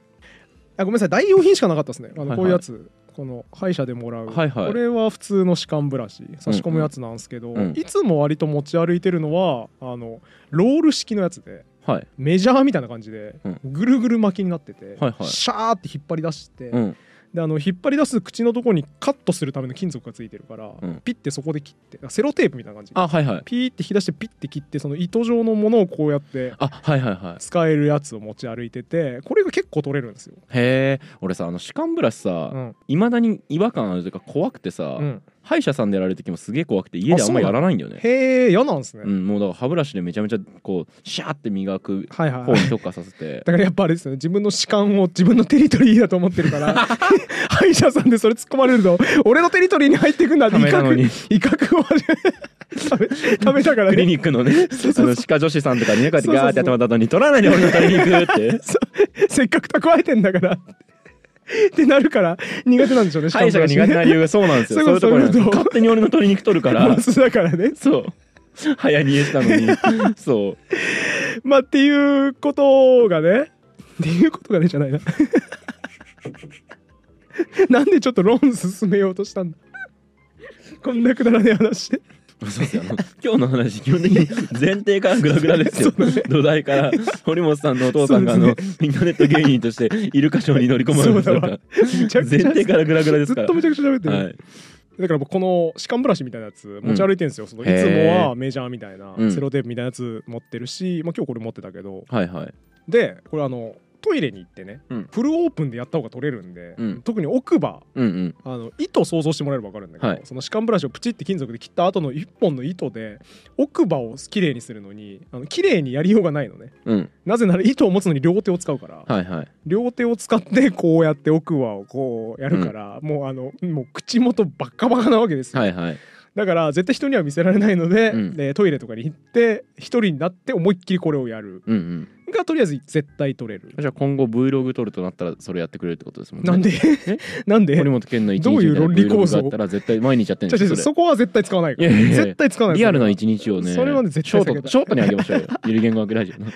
[SPEAKER 1] あごめんなさい代用品しかなかったですねあ
[SPEAKER 2] は
[SPEAKER 1] の
[SPEAKER 2] いはい
[SPEAKER 1] こういうやつ、この歯医者でもらう、
[SPEAKER 2] はいはい
[SPEAKER 1] これは普通の歯間ブラシ差し込むやつなんですけど、
[SPEAKER 2] うんうん
[SPEAKER 1] いつも割と持ち歩いてるのはあのロール式のやつで
[SPEAKER 2] はい
[SPEAKER 1] メジャーみたいな感じで、
[SPEAKER 2] うん
[SPEAKER 1] ぐるぐる巻きになってて、
[SPEAKER 2] はいはい
[SPEAKER 1] シャーって引っ張り出して、
[SPEAKER 2] うん
[SPEAKER 1] であの引っ張り出す口のとこにカットするための金属がついてるから、
[SPEAKER 2] うん
[SPEAKER 1] ピッてそこで切ってセロテープみたいな感じ
[SPEAKER 2] あはいはい
[SPEAKER 1] ピーって引き出してピッて切ってその糸状のものをこうやって
[SPEAKER 2] あはいはいはい
[SPEAKER 1] 使えるやつを持ち歩いててこれが結構取れるんですよ。
[SPEAKER 2] へえ俺さあの歯間ブラシさ
[SPEAKER 1] うん
[SPEAKER 2] いまだに違和感あるというか怖くてさ
[SPEAKER 1] うん
[SPEAKER 2] 歯医者さんでやられる時もすげえ怖くて家であんまやらないんだよね
[SPEAKER 1] へえ嫌なんですね、
[SPEAKER 2] うんもうだから歯ブラシでめちゃめちゃこうシャーって磨く
[SPEAKER 1] はいはい
[SPEAKER 2] 方に特化させて
[SPEAKER 1] だからやっぱあれですよね自分の主観を自分のテリトリーだと思ってるから 歯医者さんでそれ突っ込まれると俺のテリトリーに入っていくんだって威
[SPEAKER 2] ためなの
[SPEAKER 1] 嚇
[SPEAKER 2] に
[SPEAKER 1] 威嚇を始め食べ食べたから
[SPEAKER 2] クリ
[SPEAKER 1] ね
[SPEAKER 2] ニックのね
[SPEAKER 1] そう
[SPEAKER 2] あ
[SPEAKER 1] そう
[SPEAKER 2] の歯科女子さんとかにねこうやって
[SPEAKER 1] そうそうそう
[SPEAKER 2] ガーって頭た後に取らないで俺の取りに行くって
[SPEAKER 1] そうせっかく蓄えてんだからってなるから苦手なんでしょうね
[SPEAKER 2] 歯医者が苦手な理由がそうなんですよ
[SPEAKER 1] そ
[SPEAKER 2] そうう
[SPEAKER 1] い
[SPEAKER 2] いうう
[SPEAKER 1] こと
[SPEAKER 2] ところなんです
[SPEAKER 1] そういうこと
[SPEAKER 2] 勝手に俺の取りに行く取る から
[SPEAKER 1] そうだからね
[SPEAKER 2] そう早逃げしたの にそう
[SPEAKER 1] まあっていうことがねっていうことがねじゃないな なんでちょっと論進めようとしたんだこんなくだらねえ話で
[SPEAKER 2] そうですよあの今日の話基本 的に前提からグラグラですよ、土台から堀本さんのお父さんがあの、
[SPEAKER 1] そう
[SPEAKER 2] インターネット芸人としてイルカショーに乗り込まれましたから
[SPEAKER 1] めちゃ
[SPEAKER 2] 前
[SPEAKER 1] くちゃ
[SPEAKER 2] 提からグラグラです
[SPEAKER 1] ず
[SPEAKER 2] か
[SPEAKER 1] っ
[SPEAKER 2] ら
[SPEAKER 1] とめちゃくちゃ喋ってる、
[SPEAKER 2] はい、
[SPEAKER 1] だから僕この歯間ブラシみたいなやつ持ち歩いてるんですよ、そのい
[SPEAKER 2] へ
[SPEAKER 1] つ
[SPEAKER 2] ー
[SPEAKER 1] もはメジャーみたいな
[SPEAKER 2] うん
[SPEAKER 1] セロテープみたいなやつ持ってるし、まあ、今日これ持ってたけど
[SPEAKER 2] はいはい
[SPEAKER 1] でこれあのトイレに行ってね、
[SPEAKER 2] うん
[SPEAKER 1] フルオープンでやった方が取れるんで、
[SPEAKER 2] うん
[SPEAKER 1] 特に奥歯
[SPEAKER 2] うんうん
[SPEAKER 1] あの糸を想像してもらえれば分かるんだけど、
[SPEAKER 2] はい
[SPEAKER 1] その歯間ブラシをプチって金属で切った後の一本の糸で奥歯をきれいにするのにあの綺麗にやりようがないのね
[SPEAKER 2] うん
[SPEAKER 1] なぜなら糸を持つのに両手を使うから、
[SPEAKER 2] はいはい
[SPEAKER 1] 両手を使ってこうやって奥歯をこうやるから、もうあのもう口元バッカバカなわけですよ、
[SPEAKER 2] はいはい
[SPEAKER 1] だから絶対人には見せられないので、
[SPEAKER 2] うん
[SPEAKER 1] でトイレとかに行って一人になって思いっきりこれをやる
[SPEAKER 2] うんうん
[SPEAKER 1] がとりあえず絶対取れる、
[SPEAKER 2] じゃあ今後 Vlog 撮るとなったらそれやってくれるってことですもんね
[SPEAKER 1] なんで なんで
[SPEAKER 2] 堀本健の一日
[SPEAKER 1] どういう論理構造
[SPEAKER 2] だったら絶対毎日やってる
[SPEAKER 1] 違
[SPEAKER 2] ん
[SPEAKER 1] う
[SPEAKER 2] で
[SPEAKER 1] 違う違
[SPEAKER 2] す
[SPEAKER 1] う
[SPEAKER 2] よそ
[SPEAKER 1] そ
[SPEAKER 2] れ
[SPEAKER 1] こは絶対使わないから
[SPEAKER 2] いやいやいや
[SPEAKER 1] 絶対使わない
[SPEAKER 2] リアルな一日をね
[SPEAKER 1] それはね絶対避
[SPEAKER 2] シ
[SPEAKER 1] け
[SPEAKER 2] ョー
[SPEAKER 1] た
[SPEAKER 2] ト
[SPEAKER 1] い
[SPEAKER 2] ショートにあげましょうよ ゆる言語学ラジオ の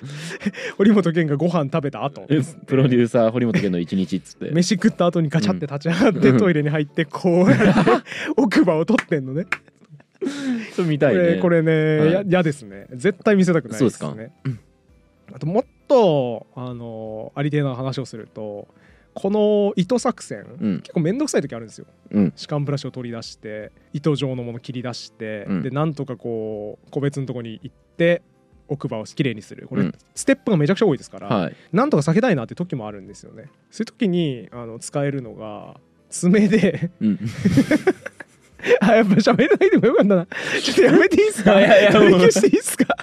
[SPEAKER 1] 堀本健がご飯食べた後
[SPEAKER 2] プロデューサー堀本健の一日っつって
[SPEAKER 1] 飯食った後にガチャって立ち上がって、
[SPEAKER 2] うん
[SPEAKER 1] トイレに入ってこ うやって奥歯を取ってんのね
[SPEAKER 2] それ見たいね
[SPEAKER 1] これこれね
[SPEAKER 2] はい
[SPEAKER 1] や嫌、ですね絶対見せたくないです
[SPEAKER 2] そうで
[SPEAKER 1] ねあともっとあのありていな話をするとこの糸作戦、
[SPEAKER 2] うん
[SPEAKER 1] 結構めんどくさい時あるんですよ
[SPEAKER 2] うん
[SPEAKER 1] 歯間ブラシを取り出して糸状のもの切り出して、
[SPEAKER 2] うん
[SPEAKER 1] でなんとかこう個別のとこに行って奥歯をきれいにするこれ、
[SPEAKER 2] うん
[SPEAKER 1] ステップがめちゃくちゃ多いですから、
[SPEAKER 2] はい
[SPEAKER 1] なんとか避けたいなって時もあるんですよねそういう時にあの使えるのが爪で
[SPEAKER 2] うん
[SPEAKER 1] あやっぱ喋れないでもよかったなちょっとやめていいですか
[SPEAKER 2] いやいやもう
[SPEAKER 1] 取り消していいですか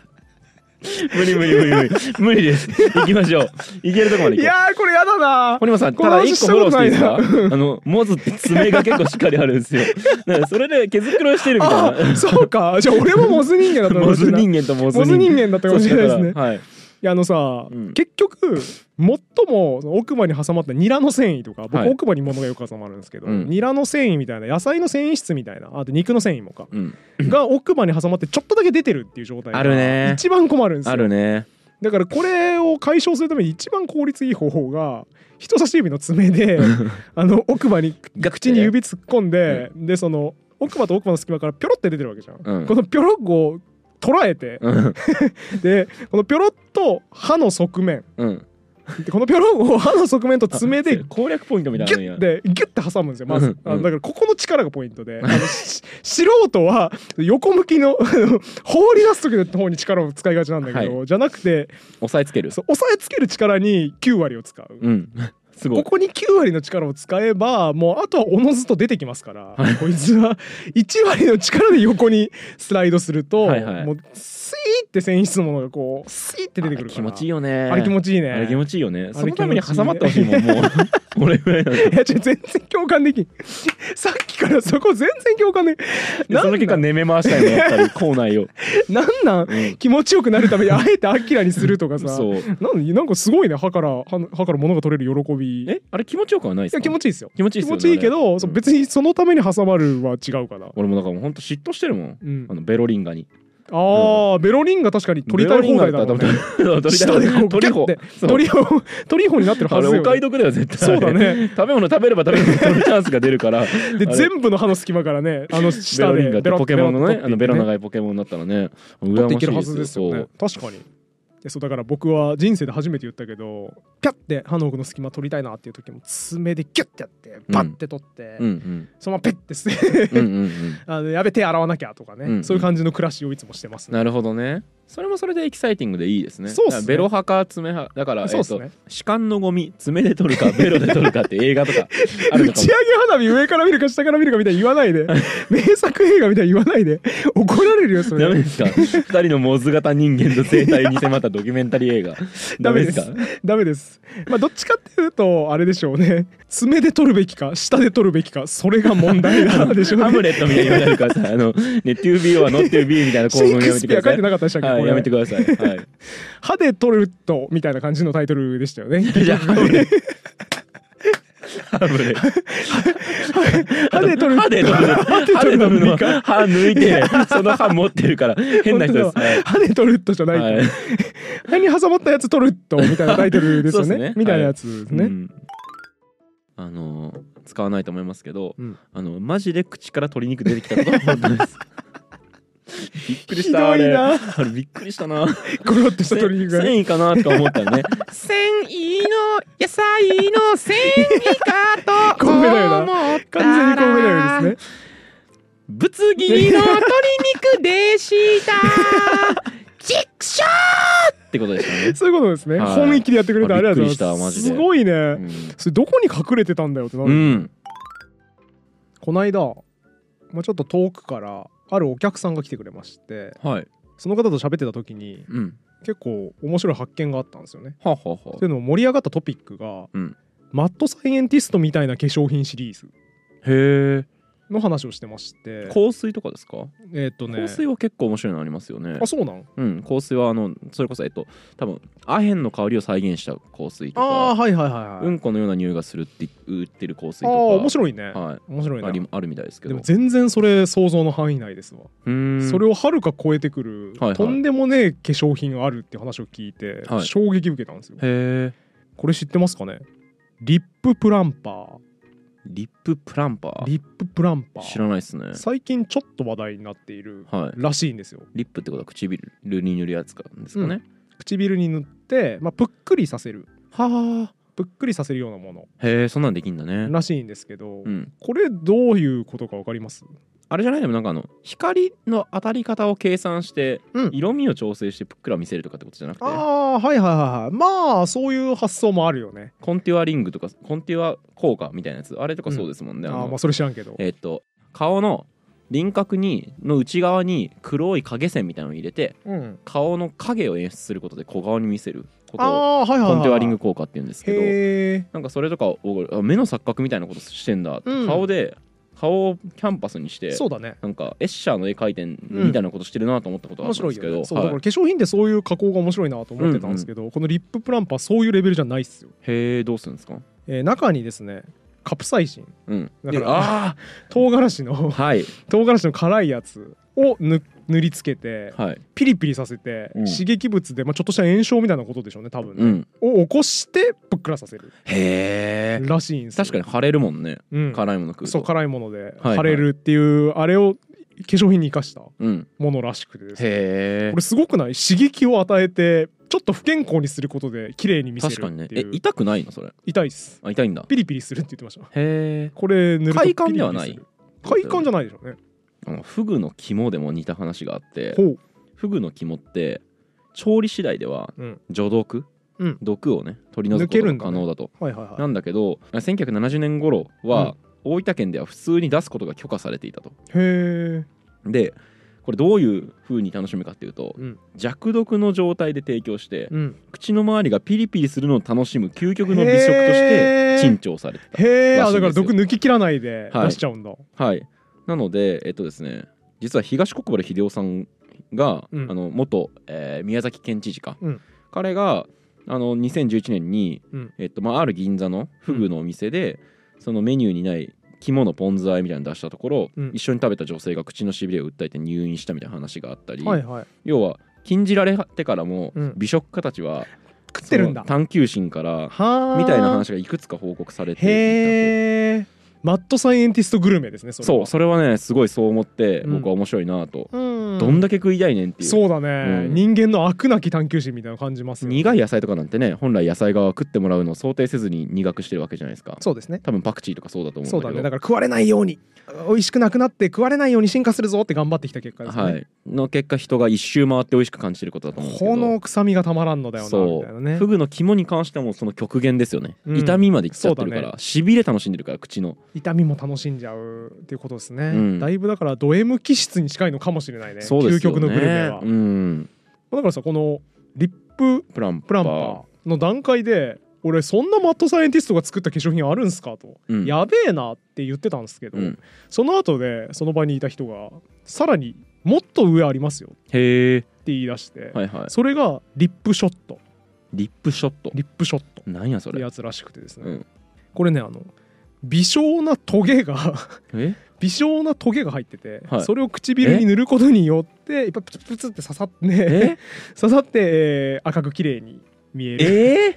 [SPEAKER 2] 無理無理無理無理 無理です行きましょう行けるとこまで
[SPEAKER 1] い
[SPEAKER 2] 行こう
[SPEAKER 1] やーこれやだな
[SPEAKER 2] 堀本さん
[SPEAKER 1] この
[SPEAKER 2] ただ
[SPEAKER 1] 話
[SPEAKER 2] 一個フォローしていいですか
[SPEAKER 1] した
[SPEAKER 2] あのモズって爪が結構しっかりあるん ですよだからそれで毛づくろいしてるみたい
[SPEAKER 1] あ
[SPEAKER 2] な
[SPEAKER 1] そうかじゃあ俺もモズ人間だった
[SPEAKER 2] モズ人
[SPEAKER 1] 間
[SPEAKER 2] 間とモズ
[SPEAKER 1] モズ人
[SPEAKER 2] 人間
[SPEAKER 1] 間だったかもしれないですね
[SPEAKER 2] そうだからはい
[SPEAKER 1] いやあのさ、
[SPEAKER 2] うん
[SPEAKER 1] 結局最もその奥歯に挟まったニラの繊維とか僕、
[SPEAKER 2] はい
[SPEAKER 1] 奥歯に物がよく挟まるんですけど、
[SPEAKER 2] うん
[SPEAKER 1] ニラの繊維みたいな野菜の繊維質みたいなあと肉の繊維もか
[SPEAKER 2] うん
[SPEAKER 1] が奥歯に挟まってちょっとだけ出てるっていう状態が
[SPEAKER 2] あるね
[SPEAKER 1] 一番困るんですよ
[SPEAKER 2] あるね
[SPEAKER 1] だからこれを解消するために一番効率いい方法が人差し指の爪 であの奥歯に
[SPEAKER 2] ガク
[SPEAKER 1] 口に指突っ込んで、でその奥歯と奥歯の隙間からピョロって出てるわけじゃん、
[SPEAKER 2] うん
[SPEAKER 1] このピョロを捉えて、
[SPEAKER 2] うん
[SPEAKER 1] でこのピョロと歯の側面
[SPEAKER 2] うん
[SPEAKER 1] でこのピョロを歯の側面と爪でギ
[SPEAKER 2] 攻略ポイントみたいな
[SPEAKER 1] ュ
[SPEAKER 2] のや
[SPEAKER 1] ッてギュッて挟むんですよまず、
[SPEAKER 2] うん
[SPEAKER 1] あのだからここの力がポイントであ のし素人は横向きのあの放り出す時の方に力を使いがちなんだけど、じゃなくて
[SPEAKER 2] 押さえつける
[SPEAKER 1] そう押さえつける力に9割を使う。
[SPEAKER 2] うん すご
[SPEAKER 1] こ
[SPEAKER 2] い
[SPEAKER 1] こに9割の力を使えばもうあとはおのずと出てきますから、こいつは1割の力で横にスライドすると
[SPEAKER 2] はいはい
[SPEAKER 1] もうスイーって繊維質のものがこうスイーって出てくるから
[SPEAKER 2] あ気持ちいいよね
[SPEAKER 1] あれ気持ちいいね
[SPEAKER 2] あれ気持ちいいよね。
[SPEAKER 1] あ
[SPEAKER 2] そ
[SPEAKER 1] れ気持ちいいね
[SPEAKER 2] のために挟まってほしいもん、もう。 俺ぐらいなんだ
[SPEAKER 1] いや違う全然共感できん さっきからそこ全然共感できん
[SPEAKER 2] で
[SPEAKER 1] な
[SPEAKER 2] その
[SPEAKER 1] ん
[SPEAKER 2] 結
[SPEAKER 1] な
[SPEAKER 2] 果、
[SPEAKER 1] ん
[SPEAKER 2] ねめ回したいの、やっぱ り、校内を。
[SPEAKER 1] なんなん
[SPEAKER 2] うん
[SPEAKER 1] 気持ちよくなるためにあえてアキラにするとかさ
[SPEAKER 2] そう。
[SPEAKER 1] なんなんかすごいね歯から歯の歯から物が取れる喜びい
[SPEAKER 2] え、あれ気持ちよくはないです
[SPEAKER 1] や
[SPEAKER 2] か
[SPEAKER 1] 気持ちいいですよ
[SPEAKER 2] 気持ちいい
[SPEAKER 1] 気
[SPEAKER 2] っすよ
[SPEAKER 1] 持
[SPEAKER 2] ね
[SPEAKER 1] ちいいけど、そう
[SPEAKER 2] うん
[SPEAKER 1] 別にそのために挟まるは違うから
[SPEAKER 2] 俺もだから、ほんと嫉妬してるもん
[SPEAKER 1] う。ん
[SPEAKER 2] あの、ベロリンガに。
[SPEAKER 1] あー、ベロリンが確かに取りたい放題だもん
[SPEAKER 2] ベ
[SPEAKER 1] ね。
[SPEAKER 2] ロリンガだったら
[SPEAKER 1] 下でこう
[SPEAKER 2] 取
[SPEAKER 1] ギュッ
[SPEAKER 2] り放
[SPEAKER 1] て
[SPEAKER 2] 題そう
[SPEAKER 1] 取り放取り放になってる
[SPEAKER 2] あ
[SPEAKER 1] は
[SPEAKER 2] れ
[SPEAKER 1] ずよ、
[SPEAKER 2] お買
[SPEAKER 1] ね。
[SPEAKER 2] い得だよ絶対
[SPEAKER 1] そうだね。
[SPEAKER 2] 食べ物食べれば食べるほどそのチャンスが出るから
[SPEAKER 1] で
[SPEAKER 2] あれ
[SPEAKER 1] 全部の歯の隙間からね、あの
[SPEAKER 2] ベ
[SPEAKER 1] 下
[SPEAKER 2] ロリ
[SPEAKER 1] で
[SPEAKER 2] ンガって
[SPEAKER 1] ロッ
[SPEAKER 2] ポケモンのねあのベロ
[SPEAKER 1] ロッ
[SPEAKER 2] 長いポケモンになったらね
[SPEAKER 1] 取
[SPEAKER 2] 羨
[SPEAKER 1] ってい
[SPEAKER 2] まし
[SPEAKER 1] け
[SPEAKER 2] い
[SPEAKER 1] るはずですよね。確かに。でそうだから僕は人生で初めて言ったけど、ピャって歯の奥の隙間取りたいなっていう時も爪でギュッてやって、バッて取って、
[SPEAKER 2] そううん
[SPEAKER 1] そのままペッて捨て、
[SPEAKER 2] うんうんうんうん
[SPEAKER 1] あのやべ手洗わなきゃとかね、
[SPEAKER 2] うん
[SPEAKER 1] そういう感じの暮らしをいつもしてますね。
[SPEAKER 2] なるほどねそれもそれでエキサイティングでいいですね
[SPEAKER 1] そうっすね
[SPEAKER 2] だからベロ派か爪派だから
[SPEAKER 1] そうっすね
[SPEAKER 2] えっと歯間のゴミ爪で取るかベロで取るかって映 画とかある
[SPEAKER 1] 打
[SPEAKER 2] のか
[SPEAKER 1] ち上
[SPEAKER 2] も
[SPEAKER 1] げ花火上から見るか下から見るかみたいに言わない で名作映画みたいに言わないで怒られるよそれ
[SPEAKER 2] ダメですか二人のモズ型人間の生態に迫ったドキュメンタリー映画ダメですか
[SPEAKER 1] ダメですまあどっちかっていうとあれでしょうね爪で取るべきか舌で取るべきかそれが問題 なんでしょうね
[SPEAKER 2] ハムレットみたいに言わないでく ださいあのね To be or not to be みたいな
[SPEAKER 1] シ
[SPEAKER 2] 構
[SPEAKER 1] ェ
[SPEAKER 2] 文
[SPEAKER 1] イ
[SPEAKER 2] や
[SPEAKER 1] ク
[SPEAKER 2] め
[SPEAKER 1] ス
[SPEAKER 2] て
[SPEAKER 1] ピ
[SPEAKER 2] く
[SPEAKER 1] ア書い
[SPEAKER 2] ださい
[SPEAKER 1] てなかったでしたっけ、
[SPEAKER 2] は
[SPEAKER 1] こ
[SPEAKER 2] い、
[SPEAKER 1] れ
[SPEAKER 2] やめてください、はい、
[SPEAKER 1] 歯で取るとみたいな感じのタイトルでしたよ ね
[SPEAKER 2] じゃあハムレットハムレット
[SPEAKER 1] 歯で取る
[SPEAKER 2] 歯で取る歯で取る
[SPEAKER 1] の
[SPEAKER 2] の歯抜いてその歯持ってるから変な人です、
[SPEAKER 1] 本当だ歯で取るとじゃない、
[SPEAKER 2] はいはい
[SPEAKER 1] 歯に挟まったやつ取るとみたいなタイトルですよ
[SPEAKER 2] そう
[SPEAKER 1] ね
[SPEAKER 2] っすね
[SPEAKER 1] みたいなやつですね、
[SPEAKER 2] うんあの使わないと思いますけど、
[SPEAKER 1] うん
[SPEAKER 2] あのマジで口から鶏肉出てき たことが本当ですびっくりし
[SPEAKER 1] ひ
[SPEAKER 2] た
[SPEAKER 1] どい
[SPEAKER 2] あれ
[SPEAKER 1] な
[SPEAKER 2] あれびっくりしたな
[SPEAKER 1] ゴロッとした
[SPEAKER 2] せ
[SPEAKER 1] 鶏肉がね
[SPEAKER 2] 繊 維かなとか思ったらね繊維の野菜の繊維か と
[SPEAKER 1] コウメだよな
[SPEAKER 2] 思ったら
[SPEAKER 1] 完全にコウメ太夫ですね
[SPEAKER 2] 物議の鶏肉でしたチックショーってことでしたね
[SPEAKER 1] そういうことですね、
[SPEAKER 2] はい
[SPEAKER 1] 本意気でやってくれてありがとうござい
[SPEAKER 2] あびっくりした
[SPEAKER 1] ま
[SPEAKER 2] マ
[SPEAKER 1] す
[SPEAKER 2] ジです
[SPEAKER 1] ごいね、
[SPEAKER 2] うん
[SPEAKER 1] それどこに隠れてたんだよってなる、
[SPEAKER 2] うん
[SPEAKER 1] こないだ、まあ、ちょっと遠くからあるお客さんが来てくれまして
[SPEAKER 2] はい
[SPEAKER 1] その方と喋ってた時に
[SPEAKER 2] うん
[SPEAKER 1] 結構面白い発見があったんですよね
[SPEAKER 2] はあはあはあ
[SPEAKER 1] というのも盛り上がったトピックが、
[SPEAKER 2] うん
[SPEAKER 1] マッドサイエンティストみたいな化粧品シリーズ
[SPEAKER 2] へ
[SPEAKER 1] の話をしてまして
[SPEAKER 2] え香水とかですか、
[SPEAKER 1] えーっとね
[SPEAKER 2] 香水は結構面白いのありますよね
[SPEAKER 1] あそうなん
[SPEAKER 2] うん香水はあのそれこそえっと多分アヘンの香りを再現した香水と
[SPEAKER 1] あー
[SPEAKER 2] か
[SPEAKER 1] はいはいはいはい、
[SPEAKER 2] うんこのような匂いがするって売ってる香水
[SPEAKER 1] あ
[SPEAKER 2] と
[SPEAKER 1] あ
[SPEAKER 2] か
[SPEAKER 1] 面白いね、
[SPEAKER 2] はい
[SPEAKER 1] 面白い
[SPEAKER 2] あり
[SPEAKER 1] ね
[SPEAKER 2] あるみたいですけ
[SPEAKER 1] で
[SPEAKER 2] ど
[SPEAKER 1] も全然それ想像の範囲内ですわ
[SPEAKER 2] うーん
[SPEAKER 1] それをはるか超えてくる、
[SPEAKER 2] はいはい
[SPEAKER 1] とんでもねえ化粧品があるって話を聞いて、
[SPEAKER 2] はい
[SPEAKER 1] 衝撃受けたんですよ
[SPEAKER 2] へえ
[SPEAKER 1] これ知ってますかねリッププランパ
[SPEAKER 2] リッププランパ
[SPEAKER 1] ー
[SPEAKER 2] ー
[SPEAKER 1] リッププランパ
[SPEAKER 2] 知
[SPEAKER 1] ー
[SPEAKER 2] らないですね
[SPEAKER 1] 最近ちょっと話題になっている
[SPEAKER 2] はい
[SPEAKER 1] らしいんですよ
[SPEAKER 2] リップってことは唇に塗るやつかですかね、
[SPEAKER 1] 唇に塗って、まあ、ぷっくりさせる
[SPEAKER 2] はあ
[SPEAKER 1] ぷっくりさせるようなも
[SPEAKER 2] へえそんなんできんだね
[SPEAKER 1] のらしいんですけど、
[SPEAKER 2] うん、
[SPEAKER 1] これどういうことかわかります
[SPEAKER 2] あれじゃないでもなんかあの光の当たり方を計算して、
[SPEAKER 1] うん
[SPEAKER 2] 色味を調整してぷっくら見せるとかってことじゃなくて
[SPEAKER 1] あーはいはいはいはいまあそういう発想もあるよね
[SPEAKER 2] コンテュアリングとかコンテュア効果みたいなやつあれとかそうですもんね、
[SPEAKER 1] あ
[SPEAKER 2] あの
[SPEAKER 1] ーまあそれ知らんけど
[SPEAKER 2] えっと顔の輪郭にの内側に黒い影線みたいなのを入れて
[SPEAKER 1] うん
[SPEAKER 2] 顔の影を演出することで小顔に見せることを
[SPEAKER 1] ああーはいはいはい
[SPEAKER 2] コンテュアリング効果って言うんですけど
[SPEAKER 1] へえ
[SPEAKER 2] なんかそれとかをあ目の錯覚みたいなことしてんだって、
[SPEAKER 1] うん
[SPEAKER 2] 顔で顔をキャンパスにして
[SPEAKER 1] そうだね
[SPEAKER 2] なんかエッシャーの絵描いてんみたいなことしてるなと思ったことが
[SPEAKER 1] 面
[SPEAKER 2] あった
[SPEAKER 1] 白
[SPEAKER 2] ん
[SPEAKER 1] い
[SPEAKER 2] です
[SPEAKER 1] よ
[SPEAKER 2] けど、
[SPEAKER 1] ねそうだ
[SPEAKER 2] は
[SPEAKER 1] か
[SPEAKER 2] い
[SPEAKER 1] ら化粧品でそういう加工が面白いなと思ってたんですけど、このリッププランパーそういうレベルじゃないっすよ、
[SPEAKER 2] へえどうするんですか
[SPEAKER 1] えー中にですねカプサイシン
[SPEAKER 2] うん
[SPEAKER 1] だ
[SPEAKER 2] で
[SPEAKER 1] から
[SPEAKER 2] あ
[SPEAKER 1] 唐辛子の
[SPEAKER 2] あはい
[SPEAKER 1] 唐辛子の辛いやつをぬ塗りつけて
[SPEAKER 2] はい
[SPEAKER 1] ピリピリさせて、
[SPEAKER 2] うん
[SPEAKER 1] 刺激物で、まあ、ちょっとした炎症みたいなことでしょうね多分
[SPEAKER 2] う
[SPEAKER 1] ね、
[SPEAKER 2] ん
[SPEAKER 1] を起こしてぷっくらさせる
[SPEAKER 2] へえ
[SPEAKER 1] らしいんですよ
[SPEAKER 2] 確かに腫れるもんね
[SPEAKER 1] うん、
[SPEAKER 2] 辛いもの食うと
[SPEAKER 1] そう辛いもので
[SPEAKER 2] はい
[SPEAKER 1] 腫れるっていう、あれを化粧品に生かした
[SPEAKER 2] うん
[SPEAKER 1] ものらしくてですね
[SPEAKER 2] へ
[SPEAKER 1] これすごくない刺激を与えてちょっと不健康にすることで綺麗に見
[SPEAKER 2] え
[SPEAKER 1] せる
[SPEAKER 2] 確か
[SPEAKER 1] っ
[SPEAKER 2] にね
[SPEAKER 1] てい
[SPEAKER 2] え
[SPEAKER 1] う、
[SPEAKER 2] 痛くないのそれ
[SPEAKER 1] 痛いっす
[SPEAKER 2] あ痛いんだ
[SPEAKER 1] ピリピリするって言ってました
[SPEAKER 2] へ
[SPEAKER 1] これ塗るとピリピリする
[SPEAKER 2] 快感ではない
[SPEAKER 1] 快感じゃないでしょうね
[SPEAKER 2] えフグの肝でも似た話があって
[SPEAKER 1] ほう
[SPEAKER 2] フグの肝って調理次第では
[SPEAKER 1] うん
[SPEAKER 2] 除
[SPEAKER 1] う
[SPEAKER 2] 毒、
[SPEAKER 1] ん
[SPEAKER 2] 毒をね取り除
[SPEAKER 1] 抜
[SPEAKER 2] くこ
[SPEAKER 1] ける
[SPEAKER 2] と
[SPEAKER 1] んだ
[SPEAKER 2] が可
[SPEAKER 1] ね
[SPEAKER 2] 能だと
[SPEAKER 1] はいはいは
[SPEAKER 2] なんだけど1970年頃は、大分県では普通に出すことが許可されていたと
[SPEAKER 1] いへえ
[SPEAKER 2] でこれどういう風に楽しむかっていうと、
[SPEAKER 1] うん
[SPEAKER 2] 弱毒の状態で提供して、
[SPEAKER 1] うん
[SPEAKER 2] 口の周りがピリピリするのを楽しむ究極の美食として
[SPEAKER 1] へー
[SPEAKER 2] 珍重されて
[SPEAKER 1] へえ
[SPEAKER 2] らしいんですよ
[SPEAKER 1] だから毒抜き切らないで
[SPEAKER 2] はい
[SPEAKER 1] 出しちゃうんだ、
[SPEAKER 2] たはいなのでえっとですね実は東国原英夫さんが、
[SPEAKER 1] うん
[SPEAKER 2] あの元、えー宮崎県知事か、
[SPEAKER 1] うん
[SPEAKER 2] 彼があの2011年に、
[SPEAKER 1] うん
[SPEAKER 2] えっとまあ、ある銀座のフグのお店で、そのメニューにない肝のポン酢和えみたいなの出したところ、
[SPEAKER 1] うん
[SPEAKER 2] 一緒に食べた女性が口のしびれを訴えて入院したみたいな話があったり、
[SPEAKER 1] はいはい
[SPEAKER 2] 要は禁じられてからも
[SPEAKER 1] うん
[SPEAKER 2] 美食家たちは
[SPEAKER 1] 食ってるんだ
[SPEAKER 2] その探求心から
[SPEAKER 1] はあ
[SPEAKER 2] みたいな話がいくつか報告されていた
[SPEAKER 1] へえ
[SPEAKER 2] と
[SPEAKER 1] マッドサイエンティストグルメですねそれ
[SPEAKER 2] そうそれはねすごいそう思って
[SPEAKER 1] うん
[SPEAKER 2] 僕は面白いなと、
[SPEAKER 1] ううん
[SPEAKER 2] どんだけ食いたいねんっていう
[SPEAKER 1] そうだね、
[SPEAKER 2] うん
[SPEAKER 1] 人間の飽くなき探求心みたいなの感じますよね
[SPEAKER 2] 苦い野菜とかなんてね本来野菜側は食ってもらうのを想定せずに苦くしてるわけじゃないですか
[SPEAKER 1] そうですね
[SPEAKER 2] 多分パクチーとかそうだと思う
[SPEAKER 1] そ
[SPEAKER 2] ん
[SPEAKER 1] う
[SPEAKER 2] だ
[SPEAKER 1] だ
[SPEAKER 2] け
[SPEAKER 1] ね
[SPEAKER 2] ど
[SPEAKER 1] だから食われないように美味しくなくなって食われないように進化するぞって頑張ってきた結果ですね、
[SPEAKER 2] はい、の結果人が一周回って美味しく感じてることだと思うんですけど
[SPEAKER 1] この臭みがたまらんのだよなみ
[SPEAKER 2] そ
[SPEAKER 1] たいな
[SPEAKER 2] う、
[SPEAKER 1] ね
[SPEAKER 2] フグの肝に関してもその極限ですよね、
[SPEAKER 1] うん
[SPEAKER 2] 痛みまでいっちゃってるか
[SPEAKER 1] そうだ
[SPEAKER 2] らしび、れ楽しんでるから口の、
[SPEAKER 1] 痛みも楽しんじゃうっていうことですね、
[SPEAKER 2] うん
[SPEAKER 1] だいぶだからド M 気質に近いのかもしれないね
[SPEAKER 2] そうで
[SPEAKER 1] 究
[SPEAKER 2] すよ
[SPEAKER 1] 極の
[SPEAKER 2] ね
[SPEAKER 1] グルメは、
[SPEAKER 2] うん
[SPEAKER 1] だからさこのリップ
[SPEAKER 2] プランパー
[SPEAKER 1] プランパーの段階で俺そんなマッドサイエンティストが作った化粧品あるんすかと、
[SPEAKER 2] うん
[SPEAKER 1] やべえなって言ってたんですけど、
[SPEAKER 2] うん
[SPEAKER 1] その後でその場にいた人がさらにもっと上ありますよって
[SPEAKER 2] へえ
[SPEAKER 1] 言い出して、
[SPEAKER 2] はいはい
[SPEAKER 1] それがリップショット
[SPEAKER 2] リップショット
[SPEAKER 1] リップショット
[SPEAKER 2] なんやそ
[SPEAKER 1] って
[SPEAKER 2] れ
[SPEAKER 1] やつらしくてですね、
[SPEAKER 2] うん
[SPEAKER 1] これねあの微小なトゲが
[SPEAKER 2] え
[SPEAKER 1] 微小なトゲが入ってて、
[SPEAKER 2] はい
[SPEAKER 1] それを唇に塗ることによっていっぱいプツプツって刺さって、
[SPEAKER 2] え
[SPEAKER 1] 刺さって、えー赤く綺麗に見え
[SPEAKER 2] え
[SPEAKER 1] る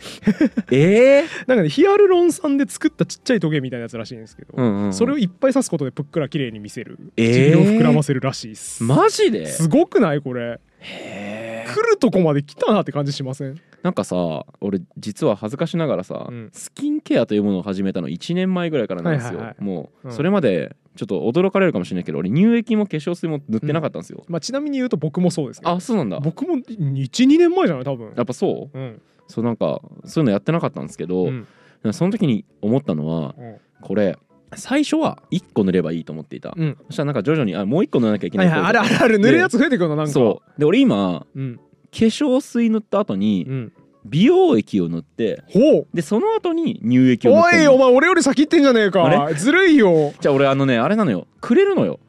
[SPEAKER 2] え ええ
[SPEAKER 1] なんかねヒアルロン酸で作ったちっちゃいトゲみたいなやつらしいんですけど、
[SPEAKER 2] うんうんうん
[SPEAKER 1] それをいっぱい刺すことでぷっくら綺麗に見せる
[SPEAKER 2] えー
[SPEAKER 1] 唇を膨らませるらしいっす、
[SPEAKER 2] マジです
[SPEAKER 1] ごくないこれ
[SPEAKER 2] へー
[SPEAKER 1] 来るとこまで来たなって感じしません
[SPEAKER 2] なんかさ俺実は恥ずかしながらさ、
[SPEAKER 1] うん
[SPEAKER 2] スキンケアというものを始めたの1年前ぐらいからなんです
[SPEAKER 1] はい
[SPEAKER 2] よ、
[SPEAKER 1] はいは
[SPEAKER 2] もう、
[SPEAKER 1] うん
[SPEAKER 2] それまでちょっと驚かれるかもしれないけど俺乳液も化粧水も塗ってなかったんですよ、
[SPEAKER 1] まあちなみに言うと僕もそうですね
[SPEAKER 2] あそうなんだ
[SPEAKER 1] 僕も12年前じゃない多分
[SPEAKER 2] やっぱそう
[SPEAKER 1] うん
[SPEAKER 2] そうなんかそういうのやってなかったんですけど、
[SPEAKER 1] うん
[SPEAKER 2] その時に思ったのは
[SPEAKER 1] うん
[SPEAKER 2] これ最初は1個塗ればいいと思っていた、
[SPEAKER 1] うん
[SPEAKER 2] そしたらなんか徐々にあもう1個塗らなきゃいけ
[SPEAKER 1] は
[SPEAKER 2] ないい,、
[SPEAKER 1] はいあるあるある塗るやつ増えてくるのなんか
[SPEAKER 2] そうで俺今
[SPEAKER 1] うん
[SPEAKER 2] 化粧水塗った後に
[SPEAKER 1] うん
[SPEAKER 2] 美容液を塗って
[SPEAKER 1] ほう
[SPEAKER 2] でその後に乳液を塗っ
[SPEAKER 1] お
[SPEAKER 2] てん
[SPEAKER 1] い
[SPEAKER 2] の
[SPEAKER 1] お前俺より先行ってんじゃねえか
[SPEAKER 2] あ
[SPEAKER 1] ずるいよ
[SPEAKER 2] じゃあ俺あのねあれなのよくれるのよ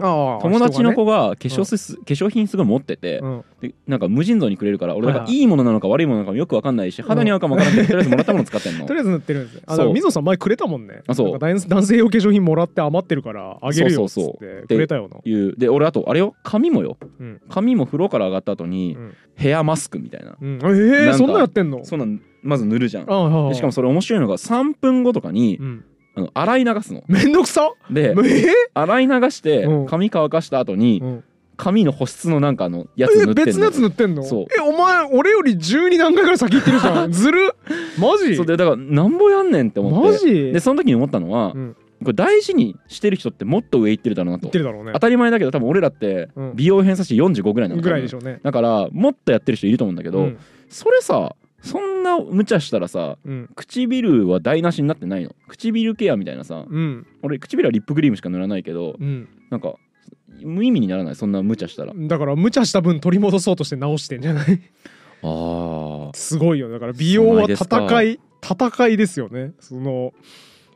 [SPEAKER 1] ああ
[SPEAKER 2] 友達の
[SPEAKER 1] 人
[SPEAKER 2] 子が化粧水す、化粧品すごい持ってて、
[SPEAKER 1] がね
[SPEAKER 2] でなんか無尽蔵にくれるから俺なん
[SPEAKER 1] は
[SPEAKER 2] か
[SPEAKER 1] いはい
[SPEAKER 2] いいものなのか悪いものなのかもよくわかんないし
[SPEAKER 1] ん
[SPEAKER 2] 肌に合うかもわからないけどとりあえずもらったもの使ってん
[SPEAKER 1] う
[SPEAKER 2] の
[SPEAKER 1] んとりあえず塗ってるんですねあの
[SPEAKER 2] そう
[SPEAKER 1] 水野さん前くれたもんね
[SPEAKER 2] あそう
[SPEAKER 1] なんか男男性用化粧品もらって余ってるからあげるよっつ
[SPEAKER 2] そう
[SPEAKER 1] っ
[SPEAKER 2] そうそう
[SPEAKER 1] てくれたよな
[SPEAKER 2] いうで俺あとあれよ髪もよ、
[SPEAKER 1] うん
[SPEAKER 2] 髪も風呂から上がった後に、
[SPEAKER 1] うん
[SPEAKER 2] ヘアマスクみたいな、
[SPEAKER 1] うんえ
[SPEAKER 2] なん
[SPEAKER 1] え
[SPEAKER 2] か
[SPEAKER 1] そんなやってんの
[SPEAKER 2] そんなんまず塗るじゃん
[SPEAKER 1] ああああ
[SPEAKER 2] でしかもそれ面白いのが3分後とかに、
[SPEAKER 1] うん
[SPEAKER 2] あの洗い流すの
[SPEAKER 1] めんどくさえ
[SPEAKER 2] で
[SPEAKER 1] え
[SPEAKER 2] 洗い流して
[SPEAKER 1] うん
[SPEAKER 2] 髪乾かした後に
[SPEAKER 1] うん
[SPEAKER 2] 髪の保湿のなんかあのやつ塗ってんの
[SPEAKER 1] え別のやつ塗ってんの
[SPEAKER 2] そう
[SPEAKER 1] えお前俺より12何回ぐらい先行ってるじ ゃんずるマジ
[SPEAKER 2] そうでだからなんぼやんねんって思って
[SPEAKER 1] マジ
[SPEAKER 2] でその時に思ったのは、
[SPEAKER 1] うん
[SPEAKER 2] これ大事にしてる人ってもっと上行ってるだろうな
[SPEAKER 1] 言
[SPEAKER 2] と
[SPEAKER 1] ってるだろうね
[SPEAKER 2] 当たり前だけど多分俺らって
[SPEAKER 1] うん
[SPEAKER 2] 美容偏差値45ぐらいなの
[SPEAKER 1] ぐらいでし
[SPEAKER 2] ょ
[SPEAKER 1] ょうね
[SPEAKER 2] だからもっとやってる人いると思うんだけど、
[SPEAKER 1] うん
[SPEAKER 2] それさそんな無茶したらさ
[SPEAKER 1] うん
[SPEAKER 2] 唇は台無しになってないの唇ケアみたいなさ
[SPEAKER 1] うん
[SPEAKER 2] 俺唇はリップクリームしか塗らないけど
[SPEAKER 1] うん
[SPEAKER 2] なんか無意味にならないそんな無茶したらあ
[SPEAKER 1] だから無茶した分取り戻そうとして直してんじゃない
[SPEAKER 2] ー
[SPEAKER 1] すごいよだから美容は戦い戦いですよねその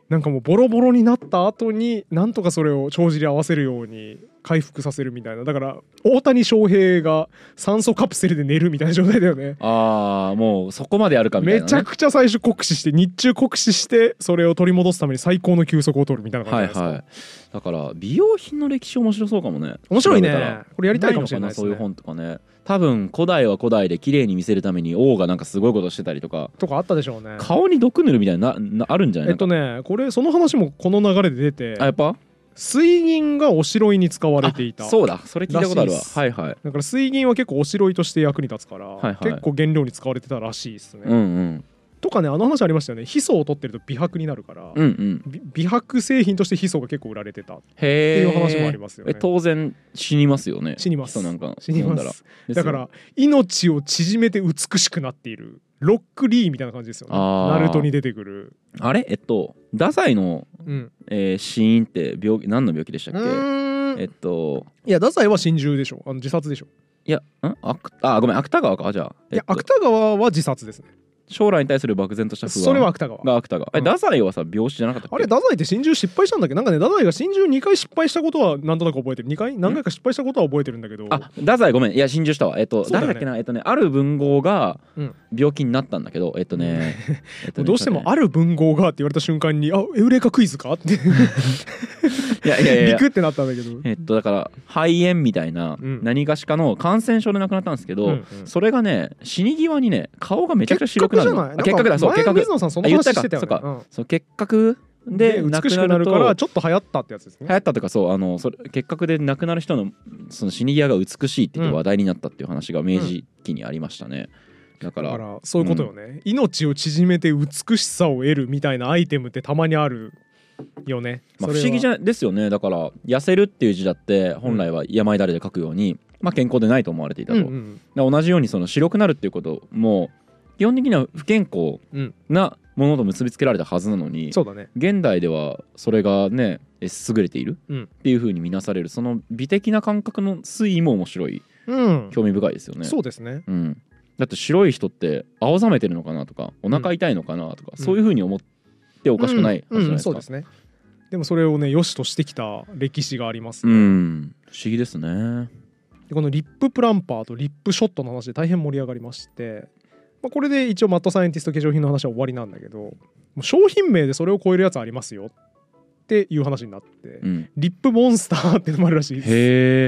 [SPEAKER 1] なんかもうボロボロになった後になんとかそれを帳尻合わせるように回復させるみたいなだから大谷翔平が酸素カプセルで寝るみたいな状態だよね
[SPEAKER 2] あーもうそこまでやるかみたいな、ね、
[SPEAKER 1] めちゃくちゃ最初酷使して日中酷使してそれを取り戻すために最高の休息を取るみたいな
[SPEAKER 2] は
[SPEAKER 1] 感
[SPEAKER 2] い
[SPEAKER 1] じじゃないですか、
[SPEAKER 2] はいだから美容品の歴史面白そうかもね
[SPEAKER 1] 面白い
[SPEAKER 2] 調べたら
[SPEAKER 1] ねこれやりたいかもしれないです
[SPEAKER 2] そういう
[SPEAKER 1] ね
[SPEAKER 2] 本とかね多分古代は古代で綺麗に見せるために王がなんかすごいことしてたりとか
[SPEAKER 1] とかあったでしょうね
[SPEAKER 2] 顔に毒塗るみたいなななあるんじゃない
[SPEAKER 1] えっとねこれその話もこの流れで出て
[SPEAKER 2] なんかあやっぱ
[SPEAKER 1] 水銀がおしろいに使われていた
[SPEAKER 2] あそうだそれ聞いたことあるわ
[SPEAKER 1] らしいっす
[SPEAKER 2] はいはい
[SPEAKER 1] だから水銀は結構おしろいとして役に立つから、
[SPEAKER 2] いはい
[SPEAKER 1] 結構原料に使われてたらしいですね、
[SPEAKER 2] うんうん
[SPEAKER 1] とかねあの話ありましたよねヒ素を取ってると美白になるから、
[SPEAKER 2] うんうん
[SPEAKER 1] び美白製品としてヒ素が結構売られてたって
[SPEAKER 2] へえ
[SPEAKER 1] いう話もありますよね
[SPEAKER 2] え、当然死にますよね
[SPEAKER 1] 死にます
[SPEAKER 2] 人なんか
[SPEAKER 1] 死に
[SPEAKER 2] 飲ん
[SPEAKER 1] ま
[SPEAKER 2] だら
[SPEAKER 1] すだから命を縮めて美しくなっているロックリーみたいな感じですよね
[SPEAKER 2] あー
[SPEAKER 1] ナルトに出てくる、
[SPEAKER 2] あれえっと太宰の、
[SPEAKER 1] うん、
[SPEAKER 2] えー死因って病気何の病気でしたっけえっと
[SPEAKER 1] いや太宰は心中でしょあの自殺でしょ
[SPEAKER 2] いやんああごめん芥川かじゃあ、
[SPEAKER 1] いや、
[SPEAKER 2] えっと
[SPEAKER 1] 芥川は自殺ですね
[SPEAKER 2] 将来に対する漠然とした不安
[SPEAKER 1] それは芥川
[SPEAKER 2] が芥川え
[SPEAKER 1] うん
[SPEAKER 2] 太宰はさ病死じゃなかったっけ
[SPEAKER 1] あれ太宰って心中失敗したんだっけなんかね太宰が心中2回失敗したことはなんとなく覚えてる2回何回か失敗したことは覚えてるんだけど
[SPEAKER 2] あ太宰ごめんいや心中したわえっと、
[SPEAKER 1] そうだよ
[SPEAKER 2] 誰
[SPEAKER 1] ね
[SPEAKER 2] だっけなえっとねある文豪が
[SPEAKER 1] うん
[SPEAKER 2] 病気になったんだけどえっとね、えっとね
[SPEAKER 1] どうして も
[SPEAKER 2] あ
[SPEAKER 1] ある文豪がって言われた瞬間に「あエウレカクイズか?」って
[SPEAKER 2] いやいやいやい
[SPEAKER 1] ビ
[SPEAKER 2] や
[SPEAKER 1] クってなったんだけど。
[SPEAKER 2] えっとだから肺炎みたいな
[SPEAKER 1] うん
[SPEAKER 2] 何がしかの感染症で亡くなったんですけど、
[SPEAKER 1] うんうん
[SPEAKER 2] それがね死に際にね顔がめちゃくちゃ白くなるの
[SPEAKER 1] 結核じゃない
[SPEAKER 2] あ結核だそう
[SPEAKER 1] なん
[SPEAKER 2] 結
[SPEAKER 1] か前
[SPEAKER 2] 核
[SPEAKER 1] 水野さんそ
[SPEAKER 2] あ
[SPEAKER 1] の
[SPEAKER 2] 言った
[SPEAKER 1] 話
[SPEAKER 2] か
[SPEAKER 1] してたよ
[SPEAKER 2] そう
[SPEAKER 1] ね
[SPEAKER 2] か、そう結核で
[SPEAKER 1] で
[SPEAKER 2] 亡
[SPEAKER 1] 美
[SPEAKER 2] く
[SPEAKER 1] し
[SPEAKER 2] な
[SPEAKER 1] くな
[SPEAKER 2] る
[SPEAKER 1] る
[SPEAKER 2] と
[SPEAKER 1] からちょっと流行ったってやつです
[SPEAKER 2] 流
[SPEAKER 1] ね
[SPEAKER 2] 行ったとかそうあのそれ結核で亡くなる人のその死に際が美しいって言って話題になったっていう話が明治期にありましたね、だか
[SPEAKER 1] だ
[SPEAKER 2] ら
[SPEAKER 1] からそういうことよね、命を縮めて美しさを得るみたいなアイテムってたまにあるよね、
[SPEAKER 2] まあ、不思議じ
[SPEAKER 1] ゃ
[SPEAKER 2] ゃですよねだから痩せるっていう字だって本来は病だれで書くように、まあ、健康でないと思われていたと、
[SPEAKER 1] うんうん
[SPEAKER 2] だから同じようにその白くなるっていうことも基本的には不健康
[SPEAKER 1] うん
[SPEAKER 2] なものと結びつけられたはずなのに、
[SPEAKER 1] そうだね
[SPEAKER 2] 現代ではそれがねえ優れている
[SPEAKER 1] うん
[SPEAKER 2] っていうふうに見なされるその美的な感覚の推移も面白い
[SPEAKER 1] うん
[SPEAKER 2] 興味深いですよね。
[SPEAKER 1] そうですね
[SPEAKER 2] うん、だって白い人って青ざめてるのかなとかお腹痛いのかなとか、
[SPEAKER 1] うん
[SPEAKER 2] そういうふうに思ってお
[SPEAKER 1] お
[SPEAKER 2] かしくないはずじゃないです
[SPEAKER 1] そう
[SPEAKER 2] か
[SPEAKER 1] で。すねでもそれをね良しとしてきた歴史があります、
[SPEAKER 2] うん不思議ですね。
[SPEAKER 1] でこのリッププランパーとリップショットの話で大変盛り上がりまして、まあ、これで一応マッドサイエンティスト化粧品の話は終わりなんだけどもう商品名でそれを超えるやつありますよっていう話になって、
[SPEAKER 2] うん、
[SPEAKER 1] リップモンスターってのもあるらしいです
[SPEAKER 2] へ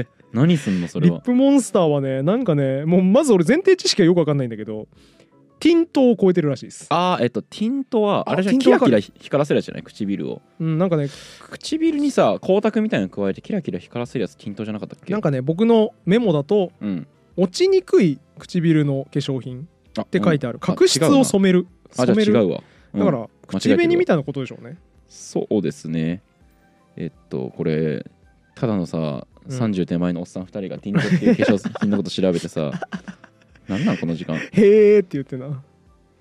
[SPEAKER 2] え何すんのそれ
[SPEAKER 1] リッ
[SPEAKER 2] は。
[SPEAKER 1] プモンスターはねなんかねもうまず俺前提知識がよくわかんないんだけどティントを超えてるらしいです、
[SPEAKER 2] あーえっとティントは
[SPEAKER 1] あ
[SPEAKER 2] あれじゃ
[SPEAKER 1] テ
[SPEAKER 2] ん
[SPEAKER 1] ィント
[SPEAKER 2] キ
[SPEAKER 1] わ
[SPEAKER 2] ラ
[SPEAKER 1] かる
[SPEAKER 2] キラ光らせるやつじゃない唇を
[SPEAKER 1] うん、なんかね
[SPEAKER 2] 唇にさ光沢みたいなの加えてキラキラ光らせるやつティントじゃなかったっけ
[SPEAKER 1] なんかね僕のメモだと
[SPEAKER 2] うん
[SPEAKER 1] 落ちにくい唇の化粧品
[SPEAKER 2] あっ
[SPEAKER 1] って書いてある、
[SPEAKER 2] うんあ
[SPEAKER 1] 角質を染める
[SPEAKER 2] あ
[SPEAKER 1] 染
[SPEAKER 2] じゃあ
[SPEAKER 1] め
[SPEAKER 2] 違
[SPEAKER 1] る
[SPEAKER 2] うわ、うん
[SPEAKER 1] だから口
[SPEAKER 2] 間違えて
[SPEAKER 1] 紅
[SPEAKER 2] るわ
[SPEAKER 1] みたいなことでしょうね
[SPEAKER 2] そうですねえっとこれただのさ、
[SPEAKER 1] うん
[SPEAKER 2] 30手前のおっさん2人がティントっていう化 粧品のこと調べてさなんなんこの時間
[SPEAKER 1] へーって言ってな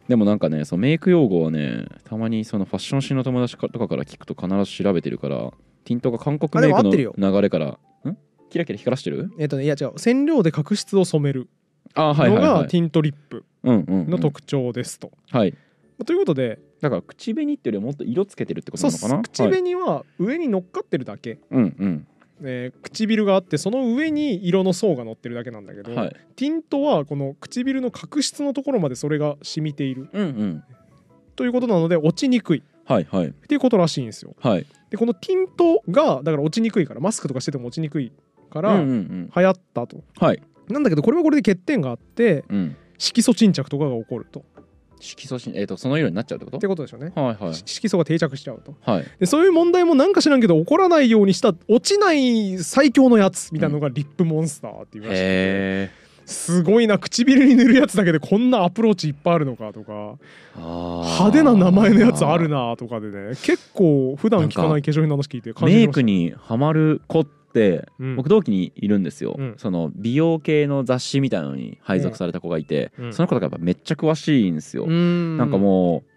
[SPEAKER 2] でもなんかねそのメイク用語はねたまにそのファッション誌の友達かとかから聞くと必ず調べてるからティントが韓国メイ
[SPEAKER 1] あでも合
[SPEAKER 2] クの
[SPEAKER 1] ってるよ
[SPEAKER 2] 流れからんキラキラ光らしてる
[SPEAKER 1] えっとねいや違う染料で角質を染める
[SPEAKER 2] あはい
[SPEAKER 1] の
[SPEAKER 2] はいは
[SPEAKER 1] が
[SPEAKER 2] い
[SPEAKER 1] ティントリップ
[SPEAKER 2] うんうんうん
[SPEAKER 1] の特徴ですと、
[SPEAKER 2] はい
[SPEAKER 1] ということで
[SPEAKER 2] だから口紅っていうよりもっと色つけてるってこと
[SPEAKER 1] そう
[SPEAKER 2] な
[SPEAKER 1] っ
[SPEAKER 2] の
[SPEAKER 1] す
[SPEAKER 2] かな
[SPEAKER 1] 口
[SPEAKER 2] はい
[SPEAKER 1] 紅は上に乗っかってるだけ、
[SPEAKER 2] うん
[SPEAKER 1] えー唇があってその上に色の層が乗ってるだけなんだけ
[SPEAKER 2] う
[SPEAKER 1] ど、
[SPEAKER 2] んはい
[SPEAKER 1] ティントはこの唇の角質のところまでそれが染みている
[SPEAKER 2] うんうん
[SPEAKER 1] ということなので落ちにくい
[SPEAKER 2] はいはい
[SPEAKER 1] っていうことらしいんですよ
[SPEAKER 2] はい
[SPEAKER 1] でこのティントがだから落ちにくいからマスクとかしてても落ちにくいから
[SPEAKER 2] うんうん
[SPEAKER 1] 流
[SPEAKER 2] うん
[SPEAKER 1] 行ったと、
[SPEAKER 2] はい
[SPEAKER 1] なんだけどこれはこれで欠点があって
[SPEAKER 2] うん
[SPEAKER 1] 色素沈着とかが起こると
[SPEAKER 2] 色素しえっとその色になっちゃうってこ
[SPEAKER 1] って
[SPEAKER 2] と
[SPEAKER 1] ことでしょうね、
[SPEAKER 2] はいはい
[SPEAKER 1] し色素が定着しちゃうと
[SPEAKER 2] はい
[SPEAKER 1] でそういう問題もなんか知らんけど起こらないようにした落ちない最強のやつみたいなのがリップモンスターっていうらしいんで、
[SPEAKER 2] へえ
[SPEAKER 1] すごいな唇に塗るやつだけでこんなアプローチいっぱいあるのかとか派手な名前のやつあるなとかでね結構普段聞かない化粧品の話聞いて感じ
[SPEAKER 2] メ
[SPEAKER 1] て
[SPEAKER 2] イ
[SPEAKER 1] ました
[SPEAKER 2] クにハマる子って
[SPEAKER 1] うん
[SPEAKER 2] 僕同期にいるんですよ、
[SPEAKER 1] うん
[SPEAKER 2] その美容系の雑誌みたいなのに配属された子がいて、
[SPEAKER 1] うん
[SPEAKER 2] その子とかやっぱめっちゃ詳しいんですよ、
[SPEAKER 1] うん
[SPEAKER 2] なんかもう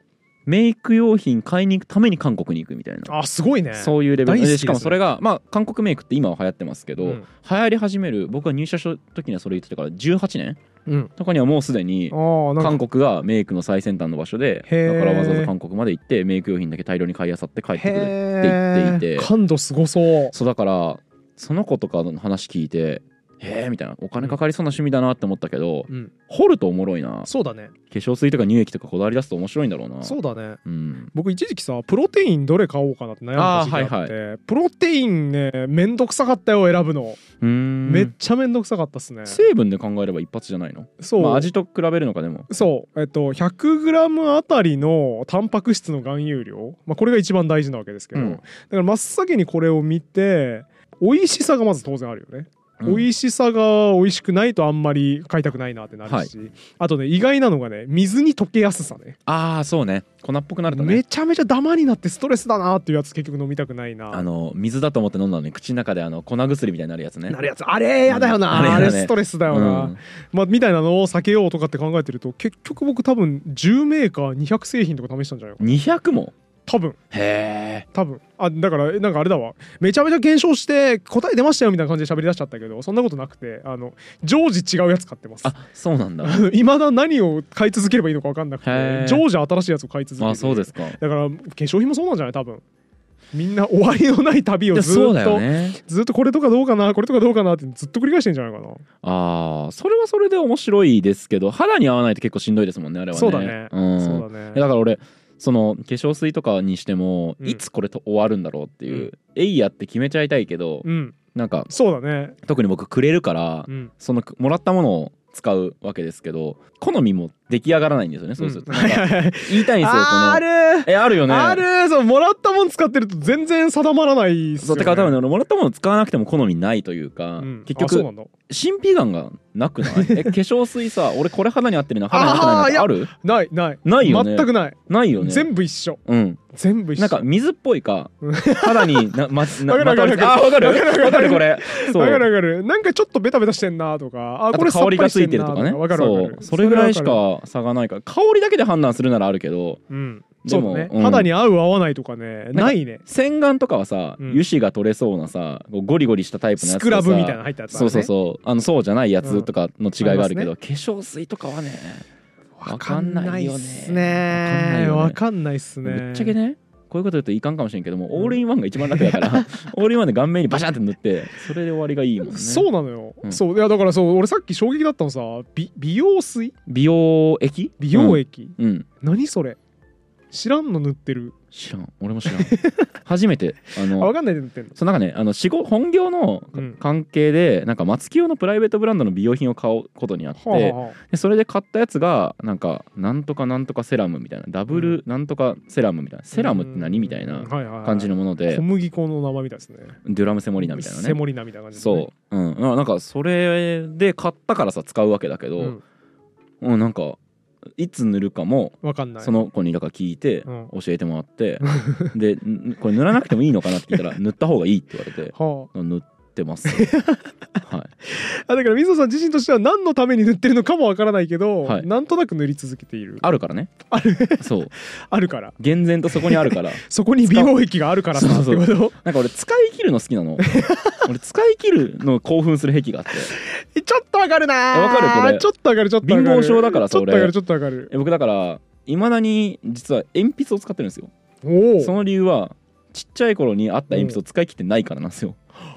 [SPEAKER 2] メイク用品買いに行くために韓国に行くみたいな、
[SPEAKER 1] あすごいね
[SPEAKER 2] そういうレベル
[SPEAKER 1] 大好きですね
[SPEAKER 2] でしかもそれがまあ韓国メイクって今は流行ってますけど、
[SPEAKER 1] うん
[SPEAKER 2] 流行り始める僕が入社した時にはそれ言ってたから18年
[SPEAKER 1] うん
[SPEAKER 2] とかにはもうすでに
[SPEAKER 1] ああなんか
[SPEAKER 2] 韓国がメイクの最先端の場所で
[SPEAKER 1] へー
[SPEAKER 2] だからわざわざ韓国まで行ってメイク用品だけ大量に買いあさって帰ってくる
[SPEAKER 1] へ
[SPEAKER 2] って言ってい
[SPEAKER 1] え
[SPEAKER 2] て
[SPEAKER 1] 感度すごそう
[SPEAKER 2] そうだからその子とかの話聞いてへえみたいなお金かかりそうな趣味だなって思ったけど、
[SPEAKER 1] うん
[SPEAKER 2] 掘るとおもろいな
[SPEAKER 1] そうだね
[SPEAKER 2] 化粧水とか乳液とかこだわり出すと面白いんだろうな
[SPEAKER 1] そうだね
[SPEAKER 2] うん
[SPEAKER 1] 僕一時期さプロテインどれ買おうかなって悩んだ時期があって
[SPEAKER 2] あーはい
[SPEAKER 1] プロテインねめんどくさかったよ選ぶの、
[SPEAKER 2] うーん
[SPEAKER 1] めっちゃめんどくさかったっすね
[SPEAKER 2] 成分で考えれば一発じゃないの、
[SPEAKER 1] そう、
[SPEAKER 2] まあ、味と比べるのかでも
[SPEAKER 1] そうえっと 100g あたりのタンパク質の含有量、まあ、これが一番大事なわけですけど、
[SPEAKER 2] うん
[SPEAKER 1] だから真っ先にこれを見て美味しさがまず当然あるよね、
[SPEAKER 2] うん
[SPEAKER 1] 美味しさが美味しくないとあんまり買いたくないなってなるし、あとね意外なのがね水に溶けやすさね
[SPEAKER 2] ああそうね粉っぽくなると
[SPEAKER 1] め
[SPEAKER 2] ね
[SPEAKER 1] ちゃめちゃダマになってストレスだなっていうやつ結局飲みたくないな
[SPEAKER 2] あの水だと思って飲んだのに口の中であの粉薬みたいになるやつね
[SPEAKER 1] なるやつあれやだよな、
[SPEAKER 2] うん
[SPEAKER 1] あ
[SPEAKER 2] あ
[SPEAKER 1] れ
[SPEAKER 2] れやだね
[SPEAKER 1] ストレスだよ
[SPEAKER 2] う
[SPEAKER 1] な、
[SPEAKER 2] ん
[SPEAKER 1] まあ、みたいなのを避けようとかって考えてると結局僕多分10メーカー200製品とか試したんじゃないか
[SPEAKER 2] 200も
[SPEAKER 1] 多分
[SPEAKER 2] へえ
[SPEAKER 1] 多分あだからなんかあれだわめちゃめちゃ検証して答え出ましたよみたいな感じで喋り出しちゃったけどそんなことなくてあの常時違うやつ買って ます
[SPEAKER 2] あそうなんだ
[SPEAKER 1] いまだ何を買い続ければいいのか分かんなく
[SPEAKER 2] へ
[SPEAKER 1] て
[SPEAKER 2] ー
[SPEAKER 1] 常時新しいやつを買い続けてる
[SPEAKER 2] あそうですか
[SPEAKER 1] だから化粧品もそうなんじゃない多分みんな終わりのない旅を
[SPEAKER 2] でも
[SPEAKER 1] ずっ
[SPEAKER 2] そう
[SPEAKER 1] と、
[SPEAKER 2] だよね
[SPEAKER 1] ずっとこれとかどうかなこれとかどうかなってずっと繰り返してんじゃないかな
[SPEAKER 2] ああそれはそれで面白いですけど肌に合わないと結構しんどいですもんねあれはね
[SPEAKER 1] そうだね
[SPEAKER 2] ん、
[SPEAKER 1] そう
[SPEAKER 2] え
[SPEAKER 1] だ
[SPEAKER 2] だ
[SPEAKER 1] ね
[SPEAKER 2] から俺その化粧水とかにしても、
[SPEAKER 1] うん
[SPEAKER 2] いつこれと終わるんだろうっていう、えいやって決めちゃいたいけど、
[SPEAKER 1] うん
[SPEAKER 2] なんか
[SPEAKER 1] そうだね
[SPEAKER 2] 特に僕くれるから、
[SPEAKER 1] うん
[SPEAKER 2] そのもらったものを使うわけですけど好みも出来上がらないんですよねそうすると、
[SPEAKER 1] ん
[SPEAKER 2] なんか
[SPEAKER 1] はいはい
[SPEAKER 2] 言いたいんですよこ
[SPEAKER 1] あ
[SPEAKER 2] の
[SPEAKER 1] る
[SPEAKER 2] えあるよね
[SPEAKER 1] あるそうもらったもん使ってると全然定まらないっす
[SPEAKER 2] そ
[SPEAKER 1] よ、
[SPEAKER 2] う
[SPEAKER 1] ね、
[SPEAKER 2] だから多分ね俺もらったもの使わなくても好みないというか、
[SPEAKER 1] うん
[SPEAKER 2] 結
[SPEAKER 1] あそうな
[SPEAKER 2] 局
[SPEAKER 1] んだ
[SPEAKER 2] 神秘眼がなくない え化粧水さ俺これ肌に合ってるな肌に合ってないなってある
[SPEAKER 1] ないない
[SPEAKER 2] ないよね
[SPEAKER 1] 全くない、
[SPEAKER 2] ないよね
[SPEAKER 1] 全部一緒
[SPEAKER 2] うん、
[SPEAKER 1] 全部一緒
[SPEAKER 2] なんか水っぽいか
[SPEAKER 1] うん
[SPEAKER 2] 肌にな まな
[SPEAKER 1] わかるわかる
[SPEAKER 2] まとわりつあわかる
[SPEAKER 1] わかる
[SPEAKER 2] わかるこれそう
[SPEAKER 1] わかるわかるなんかちょっとベタベタしてんなとかあ
[SPEAKER 2] あ
[SPEAKER 1] ことれ
[SPEAKER 2] 香りがついてるとかね
[SPEAKER 1] わかるわかる
[SPEAKER 2] そうそれぐらいし
[SPEAKER 1] それはわ
[SPEAKER 2] か差がないから香りだけで判断するならあるけど
[SPEAKER 1] かるうん
[SPEAKER 2] で
[SPEAKER 1] そう
[SPEAKER 2] も
[SPEAKER 1] だね、
[SPEAKER 2] うん
[SPEAKER 1] 肌に合う合わないとかね
[SPEAKER 2] んか
[SPEAKER 1] ないね
[SPEAKER 2] 洗顔とかはさ、
[SPEAKER 1] うん
[SPEAKER 2] 油脂が取れそうなさこうゴリゴリしたタイプの
[SPEAKER 1] ス
[SPEAKER 2] やつと
[SPEAKER 1] ク
[SPEAKER 2] さ
[SPEAKER 1] ラブみたいなの入ったやつ、ね、
[SPEAKER 2] そうそうそうあのそうじゃないやつとかの違いがあるけど、
[SPEAKER 1] う
[SPEAKER 2] 化粧水とかはね
[SPEAKER 1] わかんないっす
[SPEAKER 2] わかんない
[SPEAKER 1] ね
[SPEAKER 2] よね
[SPEAKER 1] わかんないっすね
[SPEAKER 2] ぶっちゃけねこういうこと言うといかんかもしれんけども、オールインワンが一番楽だからオールインワンで顔面にバシャンって塗ってそれで終わりがいいもんね
[SPEAKER 1] そうなのよ、
[SPEAKER 2] うん
[SPEAKER 1] そういやだからそう俺さっき衝撃だったのさ美美容水
[SPEAKER 2] 美容液
[SPEAKER 1] 美容液、
[SPEAKER 2] うん、うん
[SPEAKER 1] 何それ知らんの塗ってる
[SPEAKER 2] 知らん俺も 知らん初めてあ
[SPEAKER 1] あ
[SPEAKER 2] の
[SPEAKER 1] わかんないで塗ってんの
[SPEAKER 2] そうなんかねあの仕事本業の
[SPEAKER 1] うん
[SPEAKER 2] 関係でなんか松清のプライベートブランドの美容品を買うことになって、
[SPEAKER 1] はあ、は
[SPEAKER 2] でそれで買ったやつがなんかなんとかなんとかセラムみたいなダブルなんとかセラムみたいな、
[SPEAKER 1] あ、
[SPEAKER 2] セラムって何みたいな感
[SPEAKER 1] 感
[SPEAKER 2] じのもので、
[SPEAKER 1] 小麦粉の名前みたいですね
[SPEAKER 2] デュラムセモリナみたいな
[SPEAKER 1] セ
[SPEAKER 2] ね
[SPEAKER 1] モリナみたいな感じのね、
[SPEAKER 2] そう、うん、まあなんかそれで買ったからさ使うわけだけど、うん
[SPEAKER 1] ん
[SPEAKER 2] なんかいつ塗るかも
[SPEAKER 1] わかんない
[SPEAKER 2] その子にだから聞いて
[SPEAKER 1] うん
[SPEAKER 2] 教えてもら って、でんこれ塗らなくてもいいのかなって聞いたら 塗った方がいいって言われて
[SPEAKER 1] は
[SPEAKER 2] 塗っ てます、は
[SPEAKER 1] あ、あだから水野さん自身としては何のために塗ってるのかもわからないけど、
[SPEAKER 2] はい
[SPEAKER 1] なんとなく塗り続けている
[SPEAKER 2] い、あるからね
[SPEAKER 1] ある
[SPEAKER 2] そう
[SPEAKER 1] あるから
[SPEAKER 2] 厳然とそこにある から
[SPEAKER 1] そこに美容液があるからさって
[SPEAKER 2] そう
[SPEAKER 1] こと
[SPEAKER 2] なんか俺使い切るの好き なの俺使い切るの興奮する癖があって
[SPEAKER 1] ちょっとわかるな
[SPEAKER 2] えわ
[SPEAKER 1] わ
[SPEAKER 2] かるこれ
[SPEAKER 1] ちょっとわかるちょっとわかる
[SPEAKER 2] 貧乏症だから
[SPEAKER 1] ち
[SPEAKER 2] そ
[SPEAKER 1] ょっ
[SPEAKER 2] れ
[SPEAKER 1] とわかるちょっとわかる
[SPEAKER 2] え僕だからいまだに実は鉛筆を使ってるんですよ
[SPEAKER 1] おお
[SPEAKER 2] その理由はちっちゃい頃にあった鉛筆を使い切ってないからなんですよ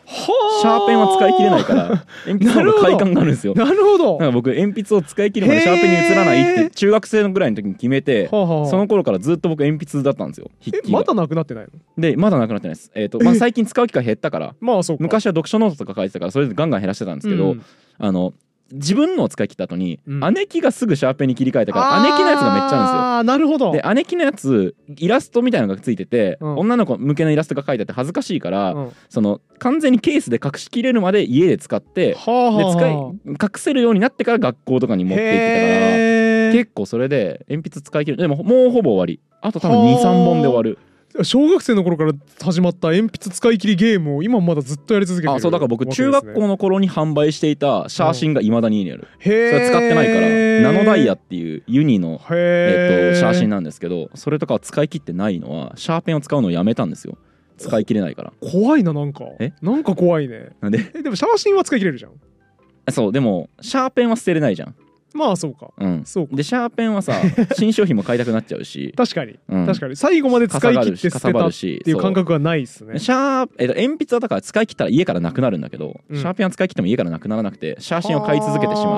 [SPEAKER 2] シ
[SPEAKER 1] シ
[SPEAKER 2] ャーペンは使い切れな いから鉛筆の方が快感があるんですよ
[SPEAKER 1] なるほど
[SPEAKER 2] なんか僕鉛筆を使い切るまでシャーペンに移らないっ
[SPEAKER 1] へ
[SPEAKER 2] て
[SPEAKER 1] ー
[SPEAKER 2] 中学生のぐらいの時に決めて
[SPEAKER 1] はあはあ
[SPEAKER 2] その頃からずっと僕鉛筆だったんですよ筆
[SPEAKER 1] え
[SPEAKER 2] 記が
[SPEAKER 1] まだなくなってないの
[SPEAKER 2] でまだなくなってないですえっ、とまあ
[SPEAKER 1] え
[SPEAKER 2] 最近使う機会減ったから
[SPEAKER 1] まあそうか
[SPEAKER 2] 昔は読書ノートとか書いてたからそれでガンガン減らしてたんですけど、
[SPEAKER 1] うん
[SPEAKER 2] あの自分のを使い切った後に、
[SPEAKER 1] うん
[SPEAKER 2] 姉貴がすぐシャーペンに切り替えたから姉貴のやつがめっちゃあるんですよ
[SPEAKER 1] あーなるほど
[SPEAKER 2] で姉貴のやつイラストみたいなのがついてて、
[SPEAKER 1] うん
[SPEAKER 2] 女の子向けのイラストが書いてあって恥ずかしいから、
[SPEAKER 1] うんは
[SPEAKER 2] その完全にケースで隠しきれるまで家で使って、
[SPEAKER 1] あはあ
[SPEAKER 2] で使い
[SPEAKER 1] はあ
[SPEAKER 2] 隠せるようになってから学校とかに持って行ってた
[SPEAKER 1] へ
[SPEAKER 2] か
[SPEAKER 1] ー
[SPEAKER 2] ら結構それで鉛筆使い切るでももうほぼ終わりあと多分
[SPEAKER 1] はあ
[SPEAKER 2] 23本で終わる
[SPEAKER 1] 小学生の頃から始まった鉛筆使い切りゲームを今まだずっとやり続けてる
[SPEAKER 2] あそうだから僕
[SPEAKER 1] わけです
[SPEAKER 2] 中
[SPEAKER 1] ね
[SPEAKER 2] 学校の頃に販売していたシャーシンがいまだに家にある、
[SPEAKER 1] へ
[SPEAKER 2] それは使ってないから、
[SPEAKER 1] ー
[SPEAKER 2] ナノダイヤっていうユニの
[SPEAKER 1] へえ
[SPEAKER 2] えっと、写真なんですけどそれとかは使い切ってないのはシャーペンを使うのをやめたんですよ使い切れないから
[SPEAKER 1] 怖いななんか
[SPEAKER 2] え
[SPEAKER 1] なんか怖いね
[SPEAKER 2] なんで
[SPEAKER 1] えでも写真は使い切れるじゃん
[SPEAKER 2] そうでもシャーペンは捨てれないじゃん
[SPEAKER 1] まあそうか
[SPEAKER 2] うん
[SPEAKER 1] そうか
[SPEAKER 2] でシャーペ ンはさ新商品も買いたくなっちゃうし、
[SPEAKER 1] 確かに
[SPEAKER 2] うん、
[SPEAKER 1] 確かに最後まで使い切って捨
[SPEAKER 2] か
[SPEAKER 1] て
[SPEAKER 2] さば
[SPEAKER 1] た
[SPEAKER 2] る
[SPEAKER 1] っ
[SPEAKER 2] して
[SPEAKER 1] いう感覚はないです
[SPEAKER 2] そう
[SPEAKER 1] ね
[SPEAKER 2] シャーえっと鉛筆はだから使い切ったら家からなくなるんだけど、
[SPEAKER 1] うん
[SPEAKER 2] シャーペンは使い切っても家からなくならなくて写真を買い続けてしまう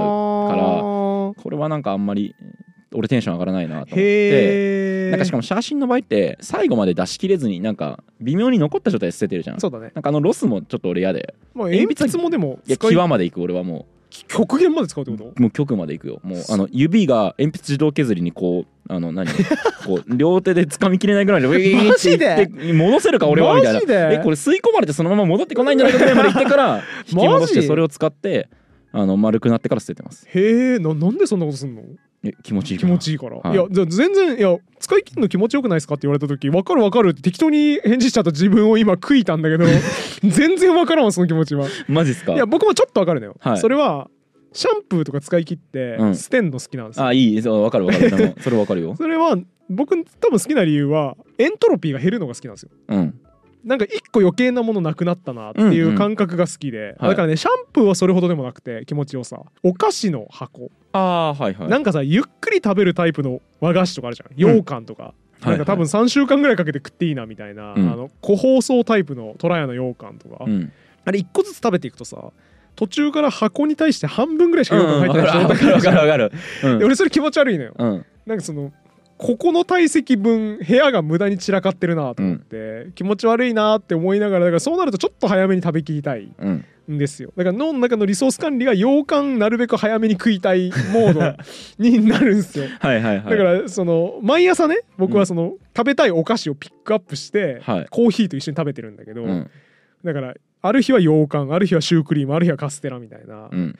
[SPEAKER 1] う
[SPEAKER 2] からこれはなんかあんまり俺テンション上がらないなと思って
[SPEAKER 1] へえ
[SPEAKER 2] なんかしかも写真の場合って最後まで出し切れずになんか微妙に残った状態で捨ててるじゃん
[SPEAKER 1] そうだね
[SPEAKER 2] なんかあのロスもちょっと俺嫌で
[SPEAKER 1] まあ
[SPEAKER 2] 鉛
[SPEAKER 1] 鉛
[SPEAKER 2] 筆
[SPEAKER 1] 筆もでも
[SPEAKER 2] いや
[SPEAKER 1] 使い
[SPEAKER 2] 際まで行く俺はも
[SPEAKER 1] 極限まで使うって
[SPEAKER 2] う
[SPEAKER 1] こと
[SPEAKER 2] もう極まで行くよもうあの指が鉛筆自動削りにこうあの何 こう両手で掴みきれないぐらいでウィーンっていって戻せるか俺はみたいな
[SPEAKER 1] マジで
[SPEAKER 2] えこれ吸い込まれてそのまま戻ってこないんじゃないかぐらいまで行ってから 引き戻してそれを使ってあの丸くなってから捨ててます
[SPEAKER 1] へえななんでそんなことすんの
[SPEAKER 2] え気持ちいい
[SPEAKER 1] 気
[SPEAKER 2] かな
[SPEAKER 1] 持ちいいから、
[SPEAKER 2] はい
[SPEAKER 1] い、やじゃあ全然いや使い切るの気持ちよくないですかって言われた時分かる分かるって適当に返事しちゃった自分を今悔いたん だけど全然分からんわその気持ちは
[SPEAKER 2] マジっすか
[SPEAKER 1] いや僕もちょっと分かるのよ、
[SPEAKER 2] はい
[SPEAKER 1] それはシャンプーとか使い切って
[SPEAKER 2] うん
[SPEAKER 1] 捨てんの好きなんですよ、
[SPEAKER 2] あいいそうわかるわ かるでもそれわかるよ
[SPEAKER 1] それは僕多分好きな理由はエントロピーが減るのが好きなんですよ
[SPEAKER 2] うん
[SPEAKER 1] なんか一個余計なものなくなったなって
[SPEAKER 2] うん
[SPEAKER 1] い
[SPEAKER 2] うん
[SPEAKER 1] う感覚が好きで、
[SPEAKER 2] はい
[SPEAKER 1] だからねシャンプーはそれほどでもなくて気持ちよさお菓子の箱、
[SPEAKER 2] ああーはいはい
[SPEAKER 1] なんかさゆっくり食べるタイプの和菓子とかあるじゃん羊羹とか、
[SPEAKER 2] はいはい
[SPEAKER 1] なんか多分3週間ぐらいかけて食っていいなみたいな、
[SPEAKER 2] うん
[SPEAKER 1] あの個包装タイプのとらやの羊羹とか、
[SPEAKER 2] うん
[SPEAKER 1] あれ一個ずつ食べていくとさ途中から箱に対して半分ぐらいしか
[SPEAKER 2] うん
[SPEAKER 1] 羊羹
[SPEAKER 2] わ
[SPEAKER 1] 入っ
[SPEAKER 2] か
[SPEAKER 1] て
[SPEAKER 2] る
[SPEAKER 1] ない
[SPEAKER 2] わ
[SPEAKER 1] 状
[SPEAKER 2] か
[SPEAKER 1] 態
[SPEAKER 2] るわ
[SPEAKER 1] だか
[SPEAKER 2] からるわかるうん
[SPEAKER 1] で俺それ気持ち悪いのよ
[SPEAKER 2] うん
[SPEAKER 1] なんかそのここの体積分部屋が無駄に散らかってるなと思って、気持ち悪いなって思いながらだからそうなるとちょっと早めに食べきりたい
[SPEAKER 2] うん
[SPEAKER 1] んですよだから脳の中のリソース管理が洋館なるべく早めに食いたいモードになるんですよ
[SPEAKER 2] はいはいは
[SPEAKER 1] だ
[SPEAKER 2] い
[SPEAKER 1] からその毎朝ね僕はその食べたいお菓子をピックアップして
[SPEAKER 2] はい
[SPEAKER 1] コーヒーと一緒に食べてるんだけど
[SPEAKER 2] うん
[SPEAKER 1] だからある日は洋館ある日はシュークリームある日はカステラみたいな
[SPEAKER 2] うん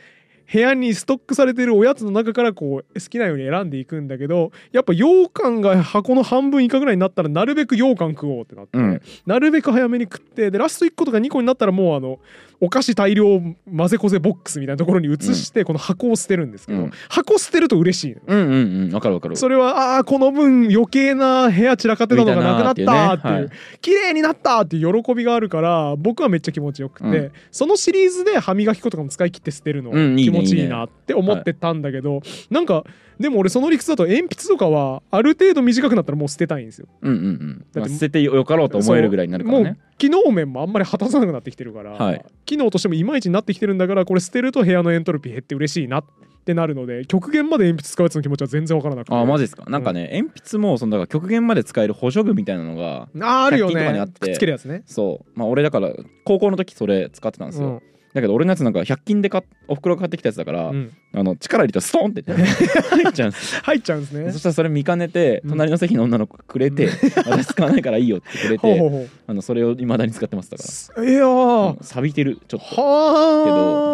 [SPEAKER 1] 部屋にストックされてるおやつの中からこう好きなように選んでいくんだけどやっぱ羊羹が箱の半分以下ぐらいになったらなるべく羊羹食おうってなって、
[SPEAKER 2] うん
[SPEAKER 1] なるべく早めに食ってでラスト1個とか2個になったらもうあのお菓子大量混ぜこぜボックスみたいなところに移してこの箱を捨てるんですけど、
[SPEAKER 2] うん
[SPEAKER 1] 箱捨てると嬉しいのよ
[SPEAKER 2] うんうんうんわかるわかる
[SPEAKER 1] それはああーこの分余計な部屋散らかってたのがなくなったってい
[SPEAKER 2] みたいなーっていう
[SPEAKER 1] う
[SPEAKER 2] ね
[SPEAKER 1] 綺麗になったっていう喜びがあるから僕はめっちゃ気持ちよくて、
[SPEAKER 2] うん
[SPEAKER 1] そのシリーズで歯磨き粉とかも使い切って捨てるの
[SPEAKER 2] うんいい
[SPEAKER 1] 気
[SPEAKER 2] ね
[SPEAKER 1] 持ちいいなって思ってたんだけど、なんかでも俺その理屈だと鉛筆とかはある程度短くなったらもう捨てたいんですよ。
[SPEAKER 2] うんうんうん
[SPEAKER 1] だ
[SPEAKER 2] ま
[SPEAKER 1] っ
[SPEAKER 2] あ
[SPEAKER 1] て
[SPEAKER 2] 捨ててよかろうと思えるぐらいになるから
[SPEAKER 1] そうも
[SPEAKER 2] ね
[SPEAKER 1] う機能面もあんまり果たさなくなってきてるから、
[SPEAKER 2] はい
[SPEAKER 1] 機能としてもいまいちになってきてるんだからこれ捨てると部屋のエントロピー減って嬉しいなってなるので極限まで鉛筆使うやつの気持ちは全然わからなくて
[SPEAKER 2] あーマジですかなんかね鉛筆もそのだから極限まで使える補助具みたいなのが
[SPEAKER 1] あーあるよ
[SPEAKER 2] 100均とかにあ
[SPEAKER 1] ね
[SPEAKER 2] って
[SPEAKER 1] くっつけるやつね。
[SPEAKER 2] そうまあ俺だから高校の時それ使ってたんです
[SPEAKER 1] う
[SPEAKER 2] よ、
[SPEAKER 1] ん
[SPEAKER 2] だけど俺のやつなんか100均で買っお袋が買ってきたやつだから、
[SPEAKER 1] うん
[SPEAKER 2] あの力入れたらストンってね入っちゃうんですよ
[SPEAKER 1] 入っちゃうんです ね
[SPEAKER 2] そ。したらそれ見かねて
[SPEAKER 1] うん
[SPEAKER 2] 隣の席の女の子がくれて
[SPEAKER 1] う
[SPEAKER 2] 「私使わないからいいよ」ってくれ
[SPEAKER 1] ほう
[SPEAKER 2] て
[SPEAKER 1] ほうほう
[SPEAKER 2] あのそれを未だに使ってますだか
[SPEAKER 1] す。いやー、
[SPEAKER 2] ら、うん錆びてるちょっとけ
[SPEAKER 1] は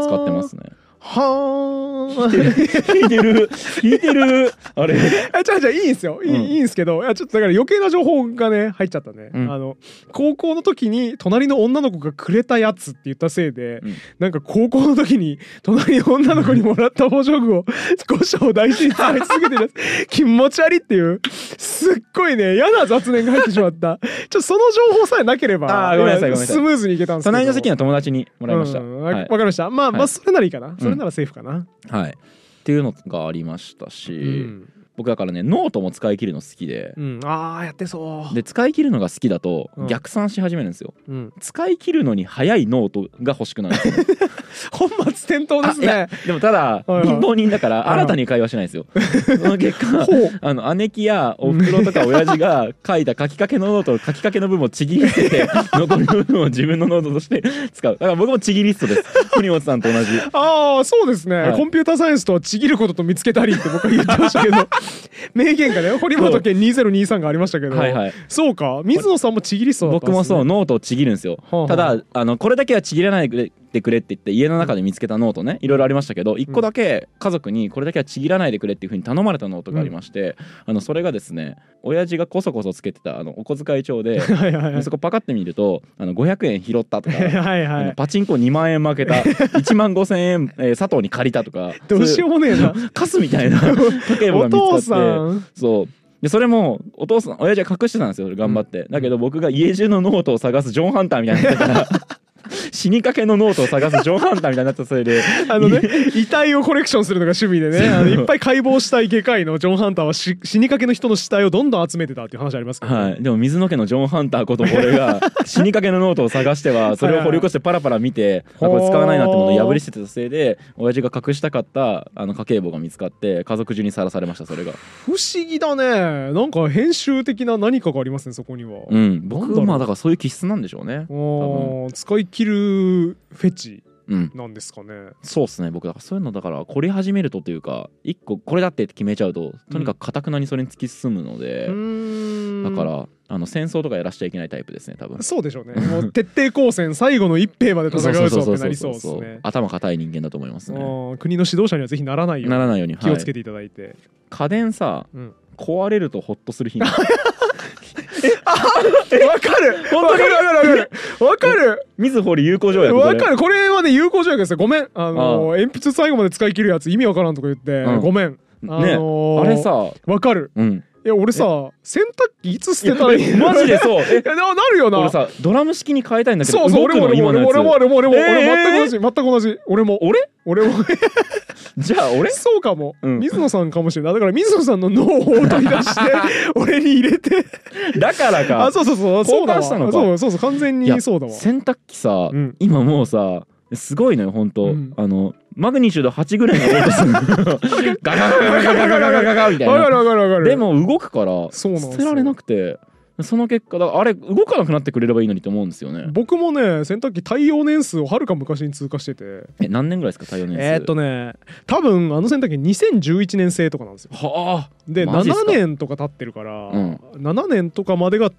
[SPEAKER 1] あ。
[SPEAKER 2] ど使ってま。 すね
[SPEAKER 1] はあ。
[SPEAKER 2] 引いてる引い てるあれ
[SPEAKER 1] あ、じゃあじゃあいいんですよ。いい、
[SPEAKER 2] うん
[SPEAKER 1] ん、いいんですけど、いやちょっとだから余計な情報がね入っちゃったね。
[SPEAKER 2] うん
[SPEAKER 1] あの高校の時に隣の女の子がくれたやつって言ったせいで、
[SPEAKER 2] うん
[SPEAKER 1] なんか高校の時に隣の女の子にもらった補助具を少しを大事に使い続けてるや つ気持ち悪いっていうすっごいね嫌な雑念が入ってしまった。 ちょっとその情報さえなければ
[SPEAKER 2] あーごめんなさいごめんなさい
[SPEAKER 1] スムーズにいけたんですけど。
[SPEAKER 2] 隣の席の友達にもらいました、
[SPEAKER 1] うんわ、
[SPEAKER 2] は
[SPEAKER 1] わ
[SPEAKER 2] い
[SPEAKER 1] かりました。まあ、ま
[SPEAKER 2] は
[SPEAKER 1] あ
[SPEAKER 2] い
[SPEAKER 1] それならいいかな。それならセーフかな。
[SPEAKER 2] はい、っていうのがありましたし、
[SPEAKER 1] うん。
[SPEAKER 2] 僕だからねノートも使い切るの好きで、
[SPEAKER 1] うんああやってそう。
[SPEAKER 2] で使い切るのが好きだと
[SPEAKER 1] うん
[SPEAKER 2] 逆算し始めるんですよ、
[SPEAKER 1] うん。
[SPEAKER 2] 使い切るのに早いノートが欲しくなるん ですよ
[SPEAKER 1] 本末転倒です
[SPEAKER 2] あいや
[SPEAKER 1] ね。
[SPEAKER 2] でもただ
[SPEAKER 1] はいはい
[SPEAKER 2] 貧乏人だから新たに会話しない んですよその結果
[SPEAKER 1] ほう。
[SPEAKER 2] あの姉貴やおふくろとか親 父が書いた書きかけのノートを書きかけの部分をちぎり捨てて残りの部分を自分のノートとして 使うだから僕もちぎりストです国本さん と同じ
[SPEAKER 1] ああそうですね、
[SPEAKER 2] はい
[SPEAKER 1] コンピューターサイエンスとはちぎることと見つけたりって僕は言ってましたけど 名言がね堀本家2023がありましたけど
[SPEAKER 2] はいはい
[SPEAKER 1] そうか水野さんもちぎりそうだったん
[SPEAKER 2] 僕
[SPEAKER 1] で
[SPEAKER 2] も
[SPEAKER 1] すね
[SPEAKER 2] そうノートをちぎるんですよ
[SPEAKER 1] ほうほう
[SPEAKER 2] ただあのこれだけはちぎらないでくれって言って家の中で見つけたノートねいろいろありましたけど一個だけ家族にこれだけはちぎらないでくれっていうふうに頼まれたノートがありましてあのそれがですね親父がこそこそつけてたあのお小遣い帳 で
[SPEAKER 1] はいはいはい
[SPEAKER 2] そこパカって見るとあの500円拾ったとか
[SPEAKER 1] はい
[SPEAKER 2] あ
[SPEAKER 1] は
[SPEAKER 2] の
[SPEAKER 1] い
[SPEAKER 2] パチンコ2万円負け た1万5千円、えー佐藤に借りたとか
[SPEAKER 1] どうしようもねえな
[SPEAKER 2] うカスみたいな家計簿が
[SPEAKER 1] お
[SPEAKER 2] 見つか
[SPEAKER 1] 父さ
[SPEAKER 2] って
[SPEAKER 1] ん
[SPEAKER 2] そうでそれもお父さん親父は隠してたんですよ頑張って、だけど僕が家中のノートを探すジョン・ハンターみたいになってたから 死にかけのノートを探すジョン・ハンターみたいになったせいで
[SPEAKER 1] あのね、遺体をコレクションするのが趣味で ね、あのいっぱい解剖したい外科医のジョン・ハンターはし死にかけの人の死体をどんどん集めてたっていう話ありますけど、
[SPEAKER 2] はい、でも水野家のジョン・ハンターこと俺が死にかけのノートを探してはそれを掘り起こしてパラパラ見てあ
[SPEAKER 1] はい
[SPEAKER 2] これ使わないなってものを破り捨てたせいで親父が隠したかったあの家計簿が見つかって家族中にさらされましたそれが
[SPEAKER 1] 不思議だね。なんか編集的な何かがありますね、そこには。
[SPEAKER 2] うん僕
[SPEAKER 1] なんだろう
[SPEAKER 2] まあだからそういう気質なんでしょうね
[SPEAKER 1] あー使い切るフェチ
[SPEAKER 2] うん
[SPEAKER 1] なんですかね。
[SPEAKER 2] そうっすね僕だからそういうのだから凝り始めるとというか一個これだってって決めちゃうととにかくかたくなにそれに突き進むので、だ
[SPEAKER 1] だ
[SPEAKER 2] からあの戦争とかやらしちゃいけないタイプですね多分
[SPEAKER 1] そうでしょうね。もう徹底抗戦、最後の一兵まで戦うぞってなりそうですね。
[SPEAKER 2] 頭固い人間だと思います
[SPEAKER 1] う
[SPEAKER 2] ね
[SPEAKER 1] ん国の指導者にはぜひならないよ
[SPEAKER 2] な
[SPEAKER 1] う
[SPEAKER 2] らないように、
[SPEAKER 1] に気をつけ
[SPEAKER 2] て
[SPEAKER 1] ていただいて。
[SPEAKER 2] 家電さ
[SPEAKER 1] うん
[SPEAKER 2] 壊れるとホッとする日
[SPEAKER 1] えわかるわか
[SPEAKER 2] 本当に
[SPEAKER 1] るわかるわかる
[SPEAKER 2] 水堀友好条約こ
[SPEAKER 1] わ
[SPEAKER 2] れ
[SPEAKER 1] かるこれはね有効条約ですよごめんあの鉛筆最後まで使い切るやつ意味わからんとか言って、
[SPEAKER 2] うん
[SPEAKER 1] ごめんあの
[SPEAKER 2] ね、
[SPEAKER 1] ー
[SPEAKER 2] あれさ
[SPEAKER 1] わかる
[SPEAKER 2] うん
[SPEAKER 1] いや俺さ洗濯機いつ捨てたらいいの
[SPEAKER 2] マジでそうえ
[SPEAKER 1] いやななるよな
[SPEAKER 2] 俺さドラム式に変えたいんだけど
[SPEAKER 1] そうそう
[SPEAKER 2] 動
[SPEAKER 1] 俺
[SPEAKER 2] く
[SPEAKER 1] も
[SPEAKER 2] の
[SPEAKER 1] 俺も
[SPEAKER 2] 今のやつ
[SPEAKER 1] 俺も俺も俺も俺も
[SPEAKER 2] え
[SPEAKER 1] 全く同
[SPEAKER 2] ー
[SPEAKER 1] じ全く同じ俺も
[SPEAKER 2] 俺
[SPEAKER 1] 俺も
[SPEAKER 2] じゃあ俺
[SPEAKER 1] そうかも、
[SPEAKER 2] うん
[SPEAKER 1] 水野さんかもしれないだから水野さんの脳を取り出して 俺に入れて
[SPEAKER 2] だからか
[SPEAKER 1] あそうそうそうそうだわ
[SPEAKER 2] 交換したのか
[SPEAKER 1] そうそうそう完全
[SPEAKER 2] いや
[SPEAKER 1] にそうだわ
[SPEAKER 2] 洗濯機さ、
[SPEAKER 1] うん
[SPEAKER 2] 今もうさすごいのよ本当、
[SPEAKER 1] うん
[SPEAKER 2] あのマグニチュード8ぐらいの音するのガガガガガガガガガガガみたい
[SPEAKER 1] わか
[SPEAKER 2] な
[SPEAKER 1] るわかるわかる
[SPEAKER 2] でも動くから
[SPEAKER 1] そうなんです
[SPEAKER 2] 捨
[SPEAKER 1] よ
[SPEAKER 2] てられなくてその結果だからあれ動かなくなってくれればいいのにと思うんですよね
[SPEAKER 1] 僕もね洗濯機耐用年数をはるか昔に通過してて
[SPEAKER 2] え何年ぐらいですか対応年数
[SPEAKER 1] えーっとね多分あの洗濯機2011年製とかなんですよ
[SPEAKER 2] は
[SPEAKER 1] で
[SPEAKER 2] マジっす
[SPEAKER 1] 7
[SPEAKER 2] か
[SPEAKER 1] 年とか経ってるから、
[SPEAKER 2] うん
[SPEAKER 1] 7年とかまでが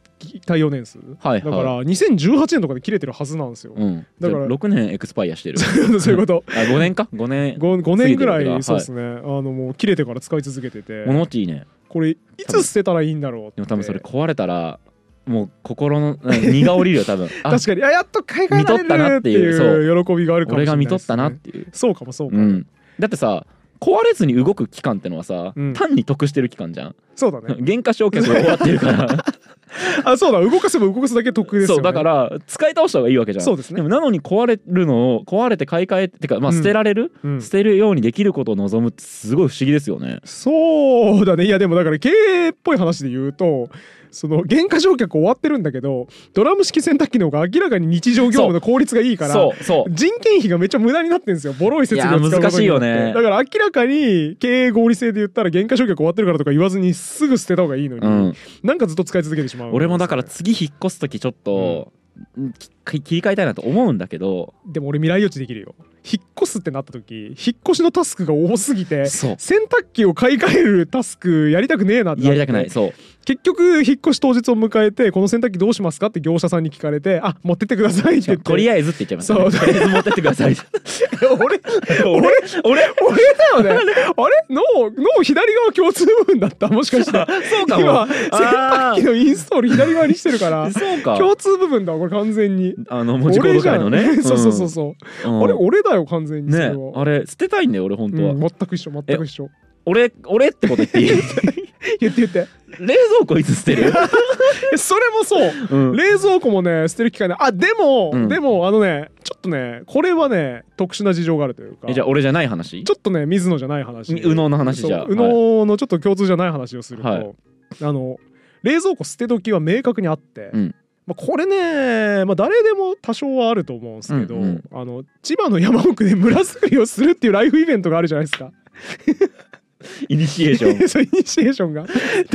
[SPEAKER 1] 対応年数
[SPEAKER 2] あはいはい
[SPEAKER 1] だから2018年とかで切れてるはずなんですよ、
[SPEAKER 2] うん、
[SPEAKER 1] だから
[SPEAKER 2] じゃあ6年エクスパイアしてる
[SPEAKER 1] そういうこと
[SPEAKER 2] あ5年か5年
[SPEAKER 1] 5, 年ぐら
[SPEAKER 2] 過ぎてるから
[SPEAKER 1] いそうですね、あのもう切れてから使い続けてて
[SPEAKER 2] 物持ちいいね
[SPEAKER 1] これいつ捨てたらいいんだろうって
[SPEAKER 2] でも多分それ壊れたらもう心のうん荷が降りるよ 多分あ
[SPEAKER 1] 確かにあやっと買い替えら
[SPEAKER 2] 見とった
[SPEAKER 1] れる
[SPEAKER 2] な
[SPEAKER 1] っ
[SPEAKER 2] ってて
[SPEAKER 1] い
[SPEAKER 2] いう
[SPEAKER 1] う喜びがあるかもしれ
[SPEAKER 2] 俺
[SPEAKER 1] な
[SPEAKER 2] が
[SPEAKER 1] い
[SPEAKER 2] 見
[SPEAKER 1] で
[SPEAKER 2] とっ
[SPEAKER 1] すね
[SPEAKER 2] たなっていう、
[SPEAKER 1] そうかもそうか
[SPEAKER 2] う
[SPEAKER 1] も、
[SPEAKER 2] ん、だってさ壊れずに動く期間ってのはさ、
[SPEAKER 1] うん
[SPEAKER 2] 単に得してる期間じゃん
[SPEAKER 1] そうだね
[SPEAKER 2] 減価償却が終わってるから
[SPEAKER 1] あそうだ動かせば動かすだけ得ですよ
[SPEAKER 2] そ
[SPEAKER 1] ね
[SPEAKER 2] うだから使い倒した方がいいわけじゃん
[SPEAKER 1] そうですね
[SPEAKER 2] もなのに壊れるのを壊れて買い替えってかまあ
[SPEAKER 1] うん
[SPEAKER 2] 捨てられる、
[SPEAKER 1] うん
[SPEAKER 2] 捨てるようにできることを望むってすごい不思議ですよね
[SPEAKER 1] そうだねいやでもだから経営っぽい話で言うとその原価償却終わってるんだけどドラム式洗濯機の方が明らかに日常業務の効率がいいから
[SPEAKER 2] そうそう
[SPEAKER 1] 人件費がめっちゃ無駄になってるんですよボロい設備を使うことによって
[SPEAKER 2] いや難しいよね
[SPEAKER 1] だから明らかに経営合理性で言ったら原価償却終わってるからとか言わずにすぐ捨てた方がいいのに、
[SPEAKER 2] うん、
[SPEAKER 1] なんかずっと使い続けてしまう
[SPEAKER 2] 俺もだから次引っ越す時ちょっと、き切り替えたいなと思うんだけど
[SPEAKER 1] でも俺未来予知できるよ引っ越すってなった時引っ越しのタスクが多すぎて
[SPEAKER 2] そう
[SPEAKER 1] 洗濯機を買い替えるタスクやりたくねえなってなって
[SPEAKER 2] やりたくな いそう
[SPEAKER 1] 結局引っ越し当日を迎えてこの洗濯機どうしますかって業者さんに聞かれてあ持ってってくださいって言って
[SPEAKER 2] とりあえずって言っちゃいます、ね、
[SPEAKER 1] そう
[SPEAKER 2] とりあえず持ってってください
[SPEAKER 1] 俺
[SPEAKER 2] 俺俺
[SPEAKER 1] 俺 だよねあれ脳脳左側共通部分だったもしかしたら
[SPEAKER 2] そうかも
[SPEAKER 1] 今洗濯
[SPEAKER 2] あ
[SPEAKER 1] 機のインストール左側にしてるから
[SPEAKER 2] そうか
[SPEAKER 1] 共通部分だわこれ完全に
[SPEAKER 2] あの文字コード界のね、
[SPEAKER 1] 俺じゃんそうそうそううそう、
[SPEAKER 2] ん、
[SPEAKER 1] あれ俺だよ完全にそれ
[SPEAKER 2] ね
[SPEAKER 1] は、
[SPEAKER 2] あれ捨てたいんだよ俺本当は、
[SPEAKER 1] うん、全く一緒全く一緒
[SPEAKER 2] 俺俺ってこと 言っていい冷
[SPEAKER 1] 言って言って
[SPEAKER 2] 蔵庫いつ捨てる、
[SPEAKER 1] えそれもそう
[SPEAKER 2] うん、
[SPEAKER 1] 冷蔵庫もね捨てる機会ないあでも、
[SPEAKER 2] うん
[SPEAKER 1] でもあのねちょっとねこれはね特殊な事情があるというか
[SPEAKER 2] えじゃあ俺じゃない話
[SPEAKER 1] ちょっとね水野じゃない話
[SPEAKER 2] み右脳の話じゃ
[SPEAKER 1] そ
[SPEAKER 2] あ
[SPEAKER 1] う右脳のちょっと共通じゃない話をすると、
[SPEAKER 2] はい
[SPEAKER 1] あの冷蔵庫捨て時は明確にあって、
[SPEAKER 2] うん
[SPEAKER 1] まあ、これね、まあ、誰でも多少はあると思うんですけど、
[SPEAKER 2] うんうん
[SPEAKER 1] あの千葉の山奥で村作りをするっていうライフイベントがあるじゃないですか
[SPEAKER 2] イニシエーショ ン
[SPEAKER 1] そうイニシエーションが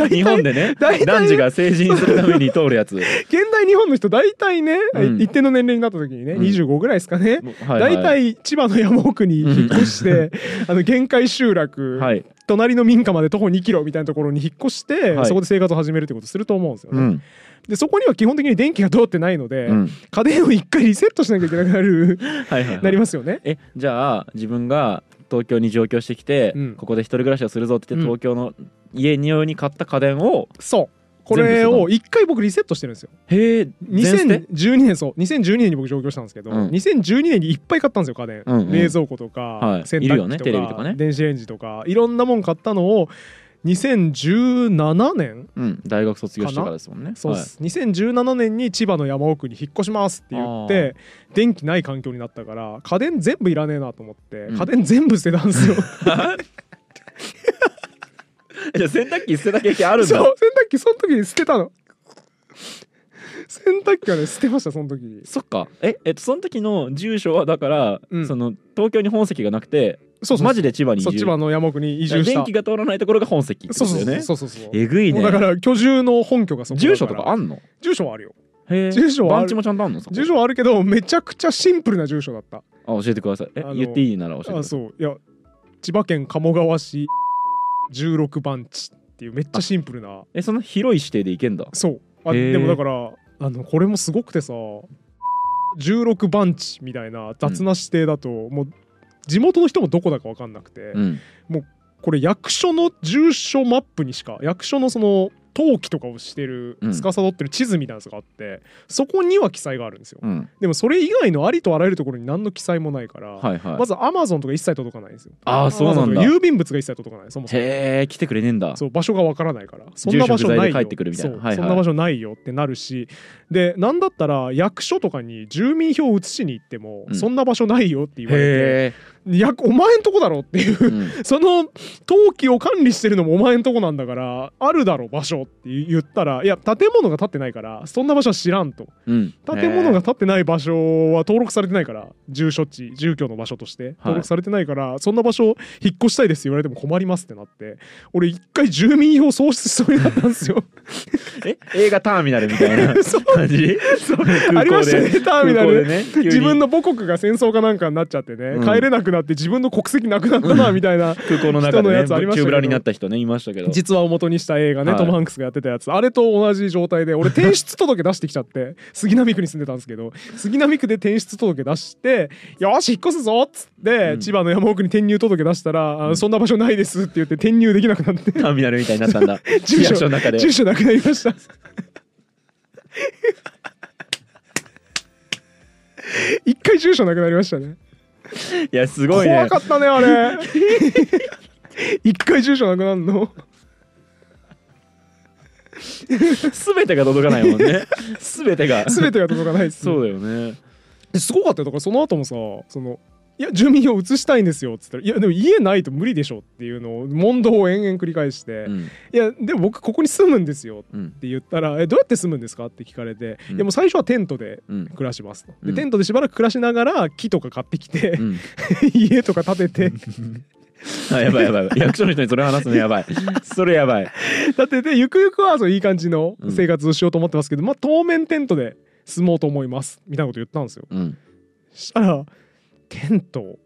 [SPEAKER 2] 日本でね
[SPEAKER 1] 大体
[SPEAKER 2] 男児が成人するために通る やつ
[SPEAKER 1] 現代日本の人大体ね、
[SPEAKER 2] うん
[SPEAKER 1] 一定の年齢になった時にね
[SPEAKER 2] うん
[SPEAKER 1] 25ぐらいですかね、
[SPEAKER 2] はいはい
[SPEAKER 1] 大体千葉の山奥に引っ越して、 あの限界集落、
[SPEAKER 2] はい、
[SPEAKER 1] 隣の民家まで徒歩2キロみたいなところに引っ越して、
[SPEAKER 2] はい
[SPEAKER 1] そこで生活を始めるってことすると思うんですよ
[SPEAKER 2] う
[SPEAKER 1] ね。
[SPEAKER 2] ん
[SPEAKER 1] でそこには基本的に電気が通ってないので、
[SPEAKER 2] うん、
[SPEAKER 1] 家電を一回リセットしなきゃいけなくな る
[SPEAKER 2] はいはい、
[SPEAKER 1] な
[SPEAKER 2] は
[SPEAKER 1] り
[SPEAKER 2] い、
[SPEAKER 1] ますよね。
[SPEAKER 2] えじゃあ自分が東京に上京してきて、
[SPEAKER 1] うん
[SPEAKER 2] ここで一人暮らしをするぞって言って、
[SPEAKER 1] うん
[SPEAKER 2] 東京の家に用に買った家電を
[SPEAKER 1] そうこれを一回僕リセットしてるんですよ。
[SPEAKER 2] へえ全捨て
[SPEAKER 1] 2012年そう2012年に僕上京したんですけど、
[SPEAKER 2] うん
[SPEAKER 1] 2012年にいっぱい買ったんですよ家電、
[SPEAKER 2] うんうん
[SPEAKER 1] 冷蔵庫とか、
[SPEAKER 2] はい
[SPEAKER 1] 洗
[SPEAKER 2] いるよ
[SPEAKER 1] 濯
[SPEAKER 2] ね
[SPEAKER 1] 機と
[SPEAKER 2] テレビ
[SPEAKER 1] か
[SPEAKER 2] とかね
[SPEAKER 1] 電子レンジとかいろんなもん買ったのを2017年
[SPEAKER 2] うん、大学卒業してからですもんね
[SPEAKER 1] そうです、2017年に千葉の山奥に引っ越しますって言って電気ない環境になったから家電全部いらねえなと思って、
[SPEAKER 2] うん
[SPEAKER 1] 家電全部捨てたんですよ
[SPEAKER 2] はい、じゃあ洗濯機捨てた経験あるん
[SPEAKER 1] そう洗
[SPEAKER 2] だ
[SPEAKER 1] 濯機その時に捨てたの洗濯機はね捨てましたその時に
[SPEAKER 2] そっかえ、えっと、その時の住所はだから、
[SPEAKER 1] うん
[SPEAKER 2] その東京に本籍がなくて
[SPEAKER 1] そうそう
[SPEAKER 2] マジで千葉に移
[SPEAKER 1] そっ
[SPEAKER 2] 住
[SPEAKER 1] ちはの山奥に移
[SPEAKER 2] だ
[SPEAKER 1] 住
[SPEAKER 2] から
[SPEAKER 1] した
[SPEAKER 2] 電気が通らないところが本籍ってこ
[SPEAKER 1] そうそ
[SPEAKER 2] とだ
[SPEAKER 1] う
[SPEAKER 2] よ
[SPEAKER 1] そ
[SPEAKER 2] ね
[SPEAKER 1] うそうそうそう
[SPEAKER 2] えぐい
[SPEAKER 1] も
[SPEAKER 2] ね
[SPEAKER 1] うだから居住の本拠がそこだら
[SPEAKER 2] 住所とかあんの
[SPEAKER 1] 住所はあるよ
[SPEAKER 2] へえ
[SPEAKER 1] 住所はある
[SPEAKER 2] 番地もちゃんとあんのそこ
[SPEAKER 1] 住所はあるけどめちゃくちゃシンプルな住所だった
[SPEAKER 2] あ教えてくださいえ
[SPEAKER 1] あの
[SPEAKER 2] 言っていいなら教えてくだ
[SPEAKER 1] あ
[SPEAKER 2] さい
[SPEAKER 1] そういや千葉県鴨川市16番地っていうめっちゃシンプルな
[SPEAKER 2] えその広い指定で行けんだ
[SPEAKER 1] そうあ
[SPEAKER 2] へー
[SPEAKER 1] でもだからあのこれもすごくてさ16番地みたいな雑な指定だと、もう地元の人もどこだか分かんなくて、
[SPEAKER 2] うん
[SPEAKER 1] これ役所の住所マップにしか役所のその登記とかをしてる
[SPEAKER 2] うん
[SPEAKER 1] 司ってる地図みたいなやつがあってそこには記載があるんですよ
[SPEAKER 2] うん
[SPEAKER 1] でもそれ以外のありとあらゆるところに何の記載もないから、
[SPEAKER 2] はいはい、
[SPEAKER 1] まずアマゾンとか一切届かないんですよ
[SPEAKER 2] ああそうな
[SPEAKER 1] Amazon
[SPEAKER 2] んだ
[SPEAKER 1] とか郵便物が一切届かないそもそも
[SPEAKER 2] へえ来てくれねえんだ
[SPEAKER 1] そう場所がわからないからそんな場所ない
[SPEAKER 2] 住所不在で
[SPEAKER 1] よ
[SPEAKER 2] 帰ってくるみたいな
[SPEAKER 1] そう
[SPEAKER 2] はいはい
[SPEAKER 1] そんな場所ないよってなるしでなんだったら役所とかに住民票を移しに行っても、
[SPEAKER 2] うん
[SPEAKER 1] そんな場所ないよって言われて
[SPEAKER 2] へ
[SPEAKER 1] いやお前んとこだろっていう
[SPEAKER 2] え、
[SPEAKER 1] その登記を管理してるのもお前んとこなんだからあるだろ場所っって言ったらいや建物が建ってないからそんな場所は知らんと
[SPEAKER 2] うん、
[SPEAKER 1] 建物が建ってない場所は登録されてないから住所地住居の場所として登録されてないから、そんな場所引っ越したいですって言われても困りますってなって俺一回住民票喪失しそうになったんです よ
[SPEAKER 2] え映画ターミナルみた い な
[SPEAKER 1] そう
[SPEAKER 2] 感じ
[SPEAKER 1] ありましたねターミナル
[SPEAKER 2] ね
[SPEAKER 1] 自分
[SPEAKER 2] の
[SPEAKER 1] の母国が戦争かなんかになっちゃってね、
[SPEAKER 2] うん
[SPEAKER 1] 帰れなくなって自分の国籍なくなったなみたいな、
[SPEAKER 2] 空港の中
[SPEAKER 1] 人の
[SPEAKER 2] で
[SPEAKER 1] や
[SPEAKER 2] ね
[SPEAKER 1] つありましたけど
[SPEAKER 2] 宙ぶらになった人ねいましたけど
[SPEAKER 1] 実話を元にした映画ね、
[SPEAKER 2] はい
[SPEAKER 1] トム・ハンクスがやってたやつあれと同じ状態で俺転出届出してきちゃって 杉並区に住んでたんですけど杉並区で転出届出して「よし引っ越すぞ」っつって、
[SPEAKER 2] うん
[SPEAKER 1] 千葉の山奥に転入届出したら、あ
[SPEAKER 2] うん
[SPEAKER 1] そんな場所ないです」って言って転入できなくな って
[SPEAKER 2] ターミナルみたいになったん だ市
[SPEAKER 1] 住
[SPEAKER 2] 役所
[SPEAKER 1] 所
[SPEAKER 2] の中で
[SPEAKER 1] 住所なくなりました。 一回住所なくなりましたね。
[SPEAKER 2] いやすごい
[SPEAKER 1] 怖
[SPEAKER 2] ね
[SPEAKER 1] かったねあれ 一回住所なくなるの
[SPEAKER 2] 全てが届かないもんね 全てが
[SPEAKER 1] 全てが届かないっすね
[SPEAKER 2] そうだよね
[SPEAKER 1] ですごかったよだからその後もさそのいや住民票移したいんですよっつったら「いやでも家ないと無理でしょ」っていうのを問答を延々繰り返して「
[SPEAKER 2] うん
[SPEAKER 1] いやでも僕ここに住むんですよ」
[SPEAKER 2] うん
[SPEAKER 1] って言ったら「えどうやって住むんですか?」って聞かれて「
[SPEAKER 2] うん
[SPEAKER 1] いやもう最初はテントで
[SPEAKER 2] うん
[SPEAKER 1] 暮らしますと」
[SPEAKER 2] う
[SPEAKER 1] で
[SPEAKER 2] ん
[SPEAKER 1] テントでしばらく暮らしながら木とか買ってきて、
[SPEAKER 2] うん
[SPEAKER 1] 家とか建てて
[SPEAKER 2] あやばいやばいやばい役所の人にそれ話すのやばいそれやばい
[SPEAKER 1] 建ててゆくゆくはそういい感じの
[SPEAKER 2] うん
[SPEAKER 1] 生活をしようと思ってますけど、まあ当面テントで住もうと思いますみたいなこと言ったんですよ。
[SPEAKER 2] うん
[SPEAKER 1] したらテント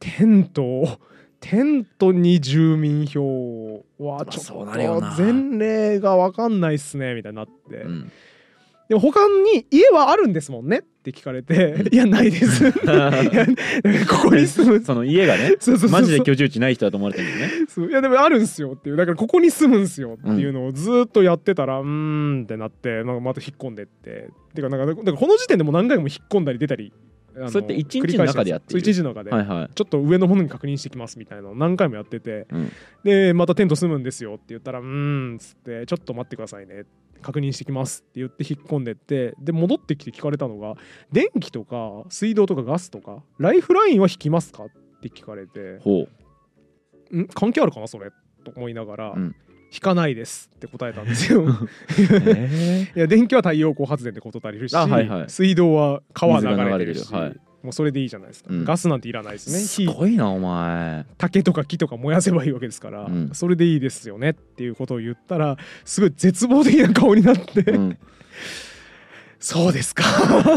[SPEAKER 1] テントテントに住民票は
[SPEAKER 2] まあ
[SPEAKER 1] ち
[SPEAKER 2] そ
[SPEAKER 1] ょ
[SPEAKER 2] う
[SPEAKER 1] っ
[SPEAKER 2] なるよ
[SPEAKER 1] と
[SPEAKER 2] な
[SPEAKER 1] 前例が分かんないっすねみたいになって、
[SPEAKER 2] うん
[SPEAKER 1] でも他に家はあるんですもんねって聞かれて、いやない ですいやここに住む
[SPEAKER 2] その家がね
[SPEAKER 1] そう そうそうそう
[SPEAKER 2] マジで居住地ない人だと思われてるんだよ ね
[SPEAKER 1] そういやでもあるんすよっていうだからここに住むんすよっていうのをずーっとやってたらうーんってなってなんかまた引っ込んでっててかなんかだからこの時点でもう何回も引っ込んだり出たりあの
[SPEAKER 2] それって一日の中でやって
[SPEAKER 1] 繰
[SPEAKER 2] る
[SPEAKER 1] り返しんですよそう一日の中で、
[SPEAKER 2] はいはい
[SPEAKER 1] ちょっと上のものに確認してきますみたいなのを何回もやってて、
[SPEAKER 2] うん
[SPEAKER 1] でまたテント住むんですよって言ったら「うーん」っつって「ちょっと待ってくださいね」確認してきますって言って引っ込んでってで戻ってきて聞かれたのが「電気とか水道とかガスとかライフラインは引きますか?」って聞かれて
[SPEAKER 2] ほ
[SPEAKER 1] 「ん関係あるかなそれ?」と思いながら「
[SPEAKER 2] うん
[SPEAKER 1] 引かないです」って答えたんですよ。
[SPEAKER 2] う え
[SPEAKER 1] いや電気は太陽光発電で事足りるし、
[SPEAKER 2] あはいはい
[SPEAKER 1] 水道は川流れてるし
[SPEAKER 2] 水が流れてる
[SPEAKER 1] もうそれでいいじゃないですか、
[SPEAKER 2] うん
[SPEAKER 1] ガスなんていらないですね
[SPEAKER 2] す
[SPEAKER 1] 火
[SPEAKER 2] ごいなお前
[SPEAKER 1] 竹とか木とか燃やせばいいわけですから、
[SPEAKER 2] うん
[SPEAKER 1] それでいいですよねっていうことを言ったらすごい絶望的な顔になって、
[SPEAKER 2] うん
[SPEAKER 1] そうですか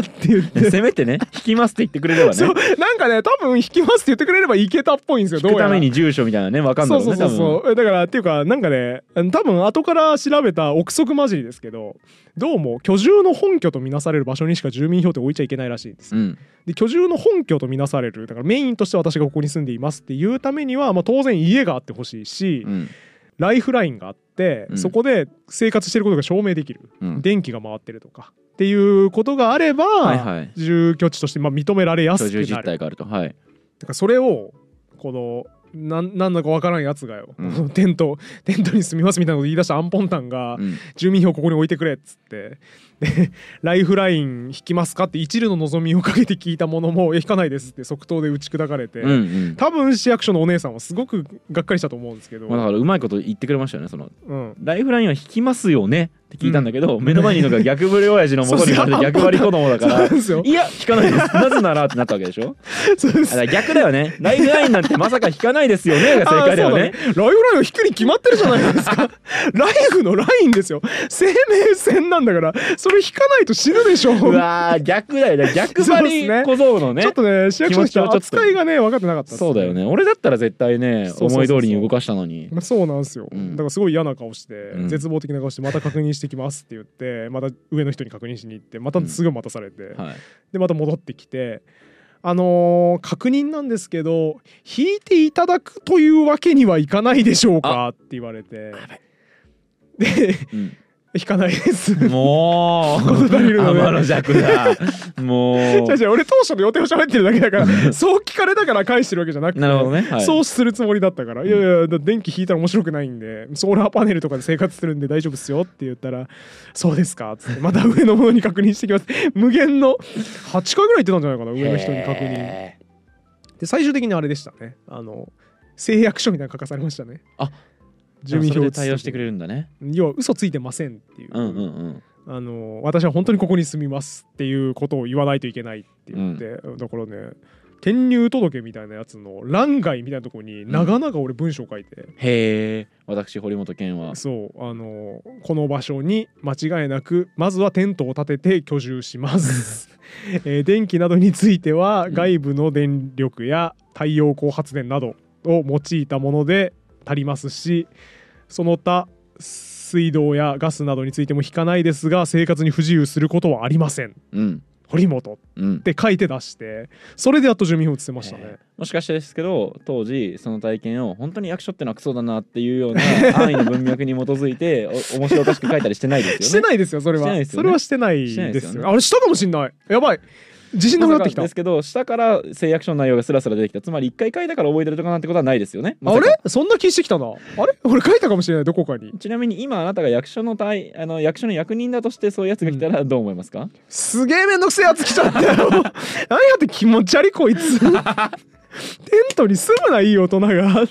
[SPEAKER 1] って言っ
[SPEAKER 2] いや
[SPEAKER 1] て。
[SPEAKER 2] せめ てね引きますって言ってくれれば
[SPEAKER 1] そう
[SPEAKER 2] ね
[SPEAKER 1] なんかね多分引きますって言ってくれればいけたっぽいんですよ
[SPEAKER 2] 聞
[SPEAKER 1] どう
[SPEAKER 2] く
[SPEAKER 1] や
[SPEAKER 2] た
[SPEAKER 1] ら
[SPEAKER 2] めに住所みたいなねわかんな
[SPEAKER 1] そ
[SPEAKER 2] いう
[SPEAKER 1] そうそうそうえだからっていうかなんかねあの多分後から調べた憶測混じりですけどどうも居住の本拠とみなされる場所にしか住民票って置いちゃいけないらしいんですよ
[SPEAKER 2] うん
[SPEAKER 1] で居住の本拠とみなされるだからメインとして私がここに住んでいますっていうためには、まあ、当然家があってほしいし、
[SPEAKER 2] うん
[SPEAKER 1] ライフラインがあって、
[SPEAKER 2] うん
[SPEAKER 1] そこで生活してることが証明できる、
[SPEAKER 2] うん
[SPEAKER 1] 電気が回ってるとかっていうことがあれば、
[SPEAKER 2] はいはい
[SPEAKER 1] 住居地としてまあ認められやすくな
[SPEAKER 2] 居住
[SPEAKER 1] る
[SPEAKER 2] 実態があるとはい
[SPEAKER 1] だからそれをこのなんなんだかわからんやつがよ、
[SPEAKER 2] うん
[SPEAKER 1] このテントテントに住みますみたいなこと言い出したアンポンタンが、
[SPEAKER 2] うん
[SPEAKER 1] 住民票ここに置いてくれっつってでライフライン引きますかって一縷の望みをかけて聞いたものもいや引かないですって即答で打ち砕かれて、
[SPEAKER 2] うんうん
[SPEAKER 1] 多分市役所のお姉さんはすごくがっかりしたと思うんですけど、
[SPEAKER 2] まあだからうまいこと言ってくれましたよねその
[SPEAKER 1] うん、
[SPEAKER 2] ライフラインは引きますよねって聞いたんだけど、目の前にいるのが逆ブレ親父の元に生まれた逆張り子供 だ
[SPEAKER 1] そ
[SPEAKER 2] か
[SPEAKER 1] うな
[SPEAKER 2] ら
[SPEAKER 1] ん。ですよ
[SPEAKER 2] いや引かないですなぜならってなったわけでしょ
[SPEAKER 1] そうで
[SPEAKER 2] だか
[SPEAKER 1] す
[SPEAKER 2] ら逆だよねライフラインなんてまさか引かないですよねが正解だよね
[SPEAKER 1] あーそうだライフラインを引くに決まってるじゃない ですかライフのラインですよ生命線なんだからそれ引かないと死ぬでしょ
[SPEAKER 2] うわー逆だ よね逆張り小僧のね
[SPEAKER 1] ちょっとね市役所の
[SPEAKER 2] 気持ちをちょ
[SPEAKER 1] 人
[SPEAKER 2] っと
[SPEAKER 1] 扱いがね分かってなかったっす
[SPEAKER 2] そうだよね俺だったら絶対
[SPEAKER 1] そうそう
[SPEAKER 2] ね
[SPEAKER 1] そうそう
[SPEAKER 2] 思い通りに動かしたのに
[SPEAKER 1] まあ、そうなんですよ、
[SPEAKER 2] うん
[SPEAKER 1] だからすごい嫌な顔して、
[SPEAKER 2] ん
[SPEAKER 1] 絶望的な顔してまた確認してきますって言ってまた上の人に確認しに行ってまたすぐ待たされて、
[SPEAKER 2] はい
[SPEAKER 1] でまた戻ってきてあのー確認なんですけど引いていただくというわけにはいかないでしょうかって言われてで引かないです
[SPEAKER 2] もう
[SPEAKER 1] 事足りるのね
[SPEAKER 2] 天の弱 だもう
[SPEAKER 1] じゃじゃ俺当初の予定を喋ってるだけだからそう聞かれたから返してるわけじゃなくて
[SPEAKER 2] なるほどねはい
[SPEAKER 1] そうするつもりだったから「いやいやだ電気引いたら面白くないんでソーラーパネルとかで生活するんで大丈夫っすよ」って言ったら「そうですか」っつってまた上のものに確認してきます無限の8回ぐらい行ってたんじゃないかな上の人に確認
[SPEAKER 2] へー
[SPEAKER 1] で最終的にあれでしたねあの誓約書みたいなの書かされましたね住民票
[SPEAKER 2] それ
[SPEAKER 1] 移
[SPEAKER 2] で対応してく
[SPEAKER 1] る
[SPEAKER 2] れるんだね
[SPEAKER 1] 要は嘘ついてませんっていう、
[SPEAKER 2] うんうんうん
[SPEAKER 1] あの私は本当にここに住みますっていうことを言わないといけないって言って、だからね転入届みたいなやつの欄外みたいなところに長々俺文章書いて、
[SPEAKER 2] へえ私堀本健は
[SPEAKER 1] そうあのこの場所に間違いなくまずはテントを建てて居住し ます、えー電気などについては
[SPEAKER 2] うん
[SPEAKER 1] 外部の電力や太陽光発電などを用いたもので足りますしその他水道やガスなどについても引かないですが生活に不自由することはありません
[SPEAKER 2] うん
[SPEAKER 1] 堀本っ
[SPEAKER 2] うん
[SPEAKER 1] て書いて出してそれでやっと住民票移せましたね、
[SPEAKER 2] えーもしかしてですけど当時その体験を本当に役所ってのはクソだなっていうよ うな安易な文脈に基づいてお面白おかしく書いたりしてないですよね。
[SPEAKER 1] してないですよそれ
[SPEAKER 2] して
[SPEAKER 1] は、
[SPEAKER 2] ないですよね
[SPEAKER 1] それはしてないです
[SPEAKER 2] し
[SPEAKER 1] よ
[SPEAKER 2] てないですよね
[SPEAKER 1] あれしたかもしんないやばい自信なくなってきた
[SPEAKER 2] まさかですけど下から誓約書の内容がスラスラ出てきたつまり一回書いたから覚えてるとかなんてことはないですよね。ま
[SPEAKER 1] あ
[SPEAKER 2] さか
[SPEAKER 1] れそんな気してきたな。あれ俺書いたかもしれない、どこかに。
[SPEAKER 2] ちなみに今あなたが役所の対あの役所の役人だとしてそういうやつが来たらどう思いますか、
[SPEAKER 1] すげえめんどくせえやつ来ちゃったよ。何やって気持ち悪いこいつ。テントに住むないい大人が。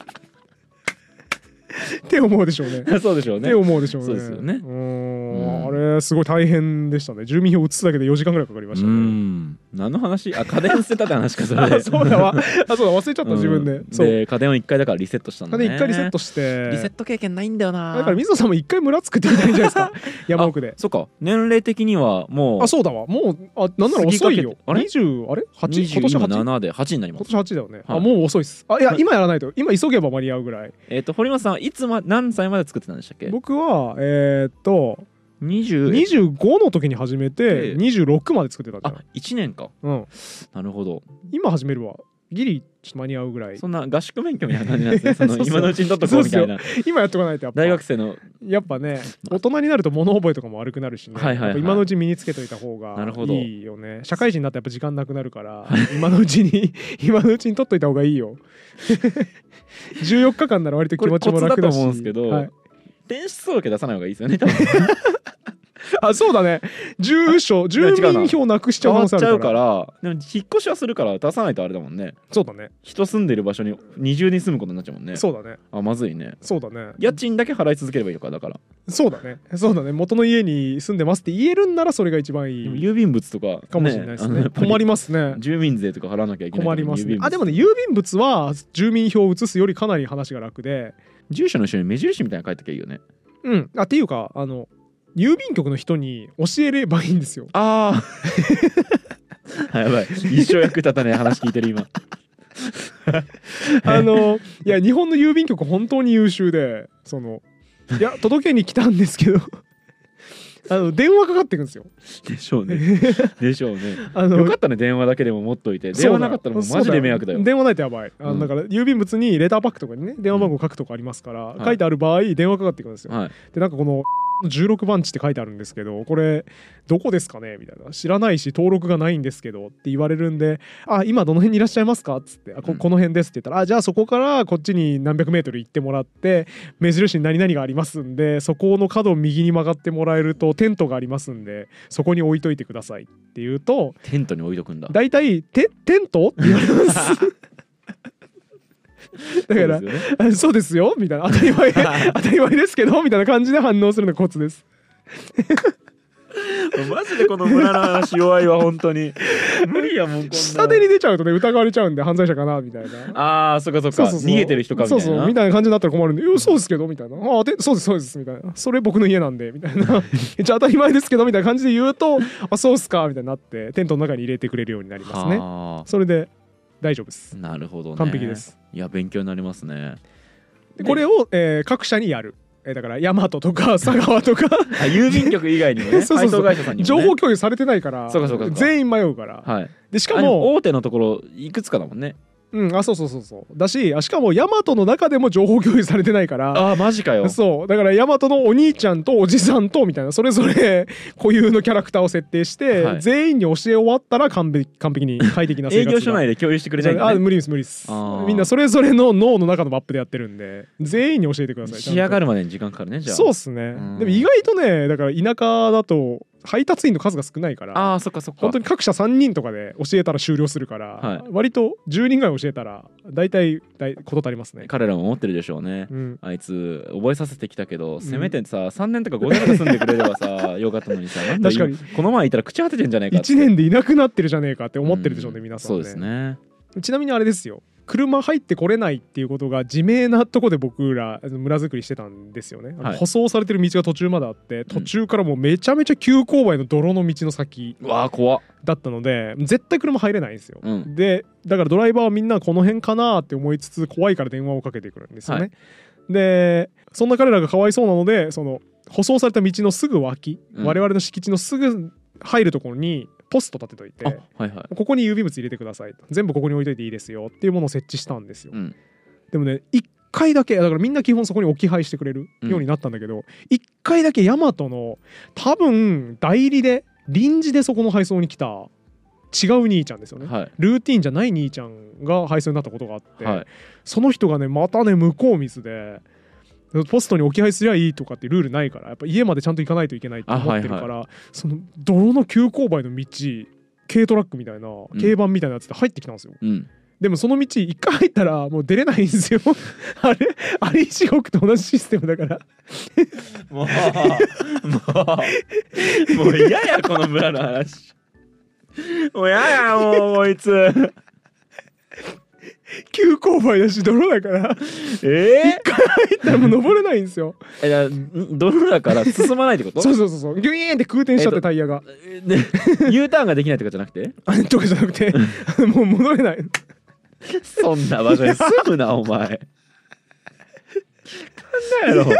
[SPEAKER 1] って思うでしょうね。っ
[SPEAKER 2] そうでしょうね
[SPEAKER 1] て。思うでしょうね。
[SPEAKER 2] そうですよね
[SPEAKER 1] うーん
[SPEAKER 2] うん
[SPEAKER 1] あれ、すごい大変でしたね。住民票移すだけで4時間ぐらいかかりましたね。
[SPEAKER 2] ん何の話あ家電捨てたって話かそ れ
[SPEAKER 1] あ
[SPEAKER 2] で
[SPEAKER 1] そうだわ。あ、そうだ、忘れちゃった、自分で。
[SPEAKER 2] うん
[SPEAKER 1] そう。
[SPEAKER 2] で家電を一回だからリセットしたんだ
[SPEAKER 1] で、
[SPEAKER 2] ね
[SPEAKER 1] 一回リセットして。
[SPEAKER 2] リセット経験ないんだよな
[SPEAKER 1] だから、水野さんも一回村作ってみたらいいんじゃないです か。山奥で。
[SPEAKER 2] そっか年齢的にはもう
[SPEAKER 1] あそうだわもうあなんなら遅いよ
[SPEAKER 2] 過ぎかけ
[SPEAKER 1] 20あれ 8? 今年 8? 今
[SPEAKER 2] 27で8になります
[SPEAKER 1] 年8だよね、
[SPEAKER 2] は
[SPEAKER 1] あ
[SPEAKER 2] い
[SPEAKER 1] もう遅いっすあいや
[SPEAKER 2] はい
[SPEAKER 1] 今やらないと今急げば間に合うぐらい
[SPEAKER 2] えっ、と堀本さんはいつま何歳まで作ってたんでしたっけ
[SPEAKER 1] 僕はえーっと
[SPEAKER 2] 20,
[SPEAKER 1] 25の時に始め
[SPEAKER 2] え
[SPEAKER 1] て
[SPEAKER 2] え
[SPEAKER 1] 26まで作ってたん
[SPEAKER 2] あ
[SPEAKER 1] だよ、
[SPEAKER 2] 1年か
[SPEAKER 1] うん、
[SPEAKER 2] なるほど
[SPEAKER 1] 今始めるわギリちょっと間に合うぐらい
[SPEAKER 2] そんな合宿免許みたいな感じなん ですねその
[SPEAKER 1] そうそう
[SPEAKER 2] 今のうちに取っとこうみたいな
[SPEAKER 1] 今やっとかないとやっぱ
[SPEAKER 2] 大学生の
[SPEAKER 1] やっぱね大人になると物覚えとかも悪くなるしね、
[SPEAKER 2] はいはいはい
[SPEAKER 1] やっぱ今のうち身につけといた方が
[SPEAKER 2] なるほど
[SPEAKER 1] いいよね社会人になったらやっぱ時間なくなるから今のうちに 今のうちに取っといた方がいいよ 14日間なら割と気持ちも楽だし
[SPEAKER 2] これコツだと思うんですけど
[SPEAKER 1] はい
[SPEAKER 2] 転出届出さない方がいいですよね多分
[SPEAKER 1] あそうだね住所
[SPEAKER 2] や違
[SPEAKER 1] 住
[SPEAKER 2] うな
[SPEAKER 1] 民票なくしちゃ
[SPEAKER 2] 変
[SPEAKER 1] う可能
[SPEAKER 2] わっち
[SPEAKER 1] 性あ
[SPEAKER 2] ゃう
[SPEAKER 1] るか
[SPEAKER 2] かららでも引っ越しはするから出さないとあれだもんね
[SPEAKER 1] そうだね
[SPEAKER 2] 人住んでる場所に二重に住むことになっちゃうもんね
[SPEAKER 1] そうだね
[SPEAKER 2] あまずいね
[SPEAKER 1] そうだね
[SPEAKER 2] 家賃だけ払い続ければいいのかだから
[SPEAKER 1] そうだねそうだね元の家に住んでますって言えるんならそれが一番い
[SPEAKER 2] でも
[SPEAKER 1] い
[SPEAKER 2] 郵便物とか
[SPEAKER 1] かもしれないです
[SPEAKER 2] あの
[SPEAKER 1] ね
[SPEAKER 2] やっぱ
[SPEAKER 1] 困りますね
[SPEAKER 2] 住民税とか払わなきゃいけないか
[SPEAKER 1] 困
[SPEAKER 2] ら
[SPEAKER 1] りますね
[SPEAKER 2] 郵便物
[SPEAKER 1] あでもね郵便物は住民票を移すよりかなり話が楽で
[SPEAKER 2] 住所の後ろに目印みたいなの書いてきゃいいよね
[SPEAKER 1] うん、あっていうかあの郵便局の人に教えればいいんですよ。
[SPEAKER 2] ああ やばい一生役立たねえ話聞いてる今
[SPEAKER 1] あのいや日本の郵便局本当に優秀でそのいや届けに来たんですけど あの電話かかってくん ですよ。
[SPEAKER 2] でしょうねでしょうね
[SPEAKER 1] あ
[SPEAKER 2] よ
[SPEAKER 1] の
[SPEAKER 2] かったね電話だけでも持っといて
[SPEAKER 1] そう
[SPEAKER 2] 電話なかったらもうマジで迷惑だよ
[SPEAKER 1] そう電話ないとやばい。あの
[SPEAKER 2] うん
[SPEAKER 1] だから郵便物にレターパックとかにね電話番号書くとかありますから、
[SPEAKER 2] はい
[SPEAKER 1] 書いてある場合電話かかってくるんですよ。
[SPEAKER 2] はい
[SPEAKER 1] でなんかこの16番地って書いてあるんですけどこれどこですかねみたいな知らないし登録がないんですけどって言われるんで「あ今どの辺にいらっしゃいますか?」っつってあこ
[SPEAKER 2] うん
[SPEAKER 1] この辺です」って言ったら「あじゃあそこからこっちに何百メートル行ってもらって目印に何々がありますんでそこの角を右に曲がってもらえるとテントがありますんでそこに置いといてください」って言うと
[SPEAKER 2] テントに置いとくんだ
[SPEAKER 1] 大体「テテント?」って言われ ますだから
[SPEAKER 2] そうですよね
[SPEAKER 1] あ そうですよみたいな当たり前当たり前ですけどみたいな感じで反応するのがコツ です
[SPEAKER 2] マジでこの村の話弱いわ本当に 無理やもんこんな
[SPEAKER 1] 下手に出ちゃうとね疑われちゃうんで犯罪者かなみたいな
[SPEAKER 2] ああそっかそっか逃げてる人かみたいな
[SPEAKER 1] そうそうみたいな感じになったら困るんで「いやそうですけど」みたいな「あでそうですそうです」みたいな「それ僕の家なんで」み たいな「じゃあ当たり前ですけど」みたいな感じで言うと「あそうっすか」みたいになってテントの中に入れてくれるようになりますね
[SPEAKER 2] は
[SPEAKER 1] それで大丈夫です
[SPEAKER 2] あなるほどね
[SPEAKER 1] 完璧です
[SPEAKER 2] いや勉強になりますね
[SPEAKER 1] でこれを、えー各社にやる、えーだから大和とか佐川とか
[SPEAKER 2] あ郵便局以外にもね
[SPEAKER 1] そうそうそう
[SPEAKER 2] 配送会社さんにも、ね、
[SPEAKER 1] 情報共有されてないから
[SPEAKER 2] そうかそうかそうか
[SPEAKER 1] 全員迷うから
[SPEAKER 2] はい
[SPEAKER 1] でし
[SPEAKER 2] あ
[SPEAKER 1] か
[SPEAKER 2] で
[SPEAKER 1] も
[SPEAKER 2] も大手のところいくつかだもんね
[SPEAKER 1] うん、あそうそうそうそうだしあしかもヤマトの中でも情報共有されてないから
[SPEAKER 2] ああマジかよ
[SPEAKER 1] そうだからヤマトのお兄ちゃんとおじさんとみたいなそれぞれ 固有のキャラクターを設定して、
[SPEAKER 2] はい
[SPEAKER 1] 全員に教え終わったら完璧完璧に快適な生
[SPEAKER 2] 営
[SPEAKER 1] 活が
[SPEAKER 2] 業所内で共有してくれないん
[SPEAKER 1] あ
[SPEAKER 2] だ、ね、
[SPEAKER 1] 無理です無理です
[SPEAKER 2] あー
[SPEAKER 1] みんなそれぞれの脳の中のマップでやってるんで全員に教えてください
[SPEAKER 2] 仕上が
[SPEAKER 1] る
[SPEAKER 2] るまでに時間かかるねじゃあ
[SPEAKER 1] そうっすね
[SPEAKER 2] ん
[SPEAKER 1] でも意外とねだから田舎だと配達員の数が少ないから
[SPEAKER 2] ああそっかそっか
[SPEAKER 1] 本当に各社3人とかで教えたら終了するから、
[SPEAKER 2] はい
[SPEAKER 1] 割と10人ぐらい教えたら大体大こと足りますね。
[SPEAKER 2] 彼らも思ってるでしょうね
[SPEAKER 1] うん、
[SPEAKER 2] あいつ覚えさせてきたけどせめてさ3年とか5年とか住んでくれれ ばさよかったのにさなんだ
[SPEAKER 1] 確かに
[SPEAKER 2] この前いたら朽ち果ててんじゃないかって
[SPEAKER 1] 1年でいなくなってるじゃねえかって思ってるでしょうね、
[SPEAKER 2] ん
[SPEAKER 1] 皆さん
[SPEAKER 2] そうですね
[SPEAKER 1] ちなみにあれですよ車入ってこれないっていうことが自明なとこで僕らあの村づくりしてたんですよね、あの
[SPEAKER 2] はい
[SPEAKER 1] 舗装されてる道が途中まであって途中からもうめちゃめちゃ急勾配の泥の道の先
[SPEAKER 2] うわあ怖っ
[SPEAKER 1] だったので絶対車入れないんですよ、
[SPEAKER 2] うん
[SPEAKER 1] でだからドライバーはみんなこの辺かなって思いつつ怖いから電話をかけてくるんですよね、
[SPEAKER 2] は
[SPEAKER 1] でそんな彼らがかわいそうなのでその舗装された道のすぐ脇、
[SPEAKER 2] うん
[SPEAKER 1] 我々の敷地のすぐ入るところにポスト立てといて
[SPEAKER 2] あはいはい
[SPEAKER 1] ここに郵便物入れてくださいと全部ここに置いといていいですよっていうものを設置したんですよ、
[SPEAKER 2] うん
[SPEAKER 1] でもね1回だけだからみんな基本そこに置き配してくれる
[SPEAKER 2] うん
[SPEAKER 1] ようになったんだけど、1回だけヤマトの多分代理で臨時でそこの配送に来た違う兄ちゃんですよね、
[SPEAKER 2] はい
[SPEAKER 1] ルーティンじゃない兄ちゃんが配送になったことがあって、
[SPEAKER 2] はい
[SPEAKER 1] その人がねまたね向こうミスでポストに置き配すりゃいいとかってルールないからやっぱ家までちゃんと行かないといけないって思ってるから、
[SPEAKER 2] あ
[SPEAKER 1] その泥の急勾配の道軽トラックみたいな軽バンみたいなやつで入ってきたんですよ、
[SPEAKER 2] うん
[SPEAKER 1] でもその道一回入ったらもう出れないんですよ あれあれ地獄と同じシステムだから
[SPEAKER 2] もうもうもう嫌やこの村の話もう嫌やもうこいつ
[SPEAKER 1] 急勾配だし泥だから
[SPEAKER 2] え
[SPEAKER 1] 入ったらもう登れないん ですよ
[SPEAKER 2] ー、えだ泥だから進まないってこと
[SPEAKER 1] そうそうそうそうギュイーンって空転しちゃっ
[SPEAKER 2] え
[SPEAKER 1] て
[SPEAKER 2] っと
[SPEAKER 1] タイヤが、
[SPEAKER 2] で U ターンができないとかじゃなくて
[SPEAKER 1] あとかじゃなくてもう戻れない
[SPEAKER 2] そんな場所に住むなお前考えろ危ね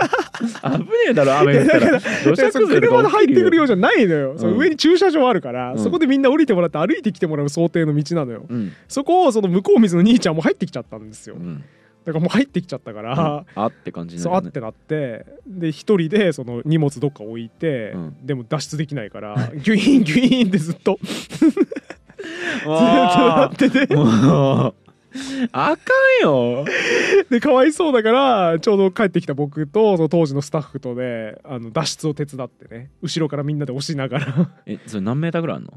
[SPEAKER 2] えだろ雨降ったら土
[SPEAKER 1] いや
[SPEAKER 2] 砂
[SPEAKER 1] その
[SPEAKER 2] 崩れと
[SPEAKER 1] 車で
[SPEAKER 2] か
[SPEAKER 1] 入っ
[SPEAKER 2] 起き
[SPEAKER 1] て
[SPEAKER 2] る
[SPEAKER 1] くるよ
[SPEAKER 2] よ
[SPEAKER 1] うじゃないのよ、その
[SPEAKER 2] うん
[SPEAKER 1] 上に駐車場あるから、
[SPEAKER 2] うん
[SPEAKER 1] そこでみんな降りてもらって歩いてきてもらう想定の道なのよ、
[SPEAKER 2] うん
[SPEAKER 1] そこをその向こう水の兄ちゃんも入ってきちゃったんですよ、
[SPEAKER 2] う
[SPEAKER 1] だ
[SPEAKER 2] ん
[SPEAKER 1] からもう入ってきちゃったから、
[SPEAKER 2] あって感じに
[SPEAKER 1] そうあ
[SPEAKER 2] な
[SPEAKER 1] っ
[SPEAKER 2] るよね
[SPEAKER 1] てなってで一人でその荷物どっか置いて、
[SPEAKER 2] うん
[SPEAKER 1] でも脱出できないからギュイーンギュイーンってずっとず
[SPEAKER 2] う
[SPEAKER 1] っとな
[SPEAKER 2] わ
[SPEAKER 1] っ
[SPEAKER 2] ー
[SPEAKER 1] てて
[SPEAKER 2] もうあかんよ
[SPEAKER 1] でかわいそうだからちょうど帰ってきた僕とその当時のスタッフとであの脱出を手伝ってね後ろからみんなで押しながら。
[SPEAKER 2] えそれ何メーターぐらいあんの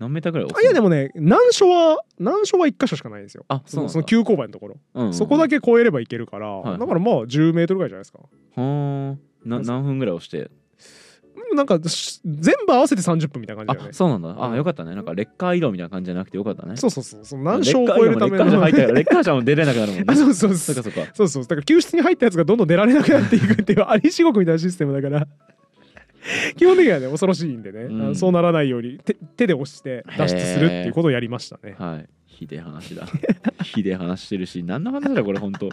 [SPEAKER 2] 何メーターぐらい
[SPEAKER 1] あいやでもね難所は難所は1箇所しかないんですよ
[SPEAKER 2] あ
[SPEAKER 1] そ
[SPEAKER 2] そう
[SPEAKER 1] の
[SPEAKER 2] なん
[SPEAKER 1] そ
[SPEAKER 2] だ
[SPEAKER 1] の急勾配のところ、
[SPEAKER 2] うんうん
[SPEAKER 1] そこだけ越えればいけるから、
[SPEAKER 2] はい
[SPEAKER 1] だからまあ10メートルぐらいじゃないですか
[SPEAKER 2] はあな何分ぐらい押して
[SPEAKER 1] なんかし全部合わせて30分みたいな感じ
[SPEAKER 2] あ
[SPEAKER 1] だよね
[SPEAKER 2] そうなんだあよかったねなんかレッカー移動みたいな感じじゃなくてよかったね
[SPEAKER 1] そうそうそうその難所を越えるため
[SPEAKER 2] レッカー移動も
[SPEAKER 1] の
[SPEAKER 2] レッカーじゃ入ったらレッカーじゃもう出れなくなるもんね
[SPEAKER 1] あそうそうそ
[SPEAKER 2] そううかそうか
[SPEAKER 1] そうそうだから救出に入ったやつがどんどん出られなくなっていくっていうあり地獄みたいなシステムだから 基本的にはね恐ろしいんでね、
[SPEAKER 2] うん
[SPEAKER 1] あのそうならないように手手で押して脱出するっていうことをやりましたね
[SPEAKER 2] はい。ひでえ話だ。ひでえ話してるし、何の話だこれ本当。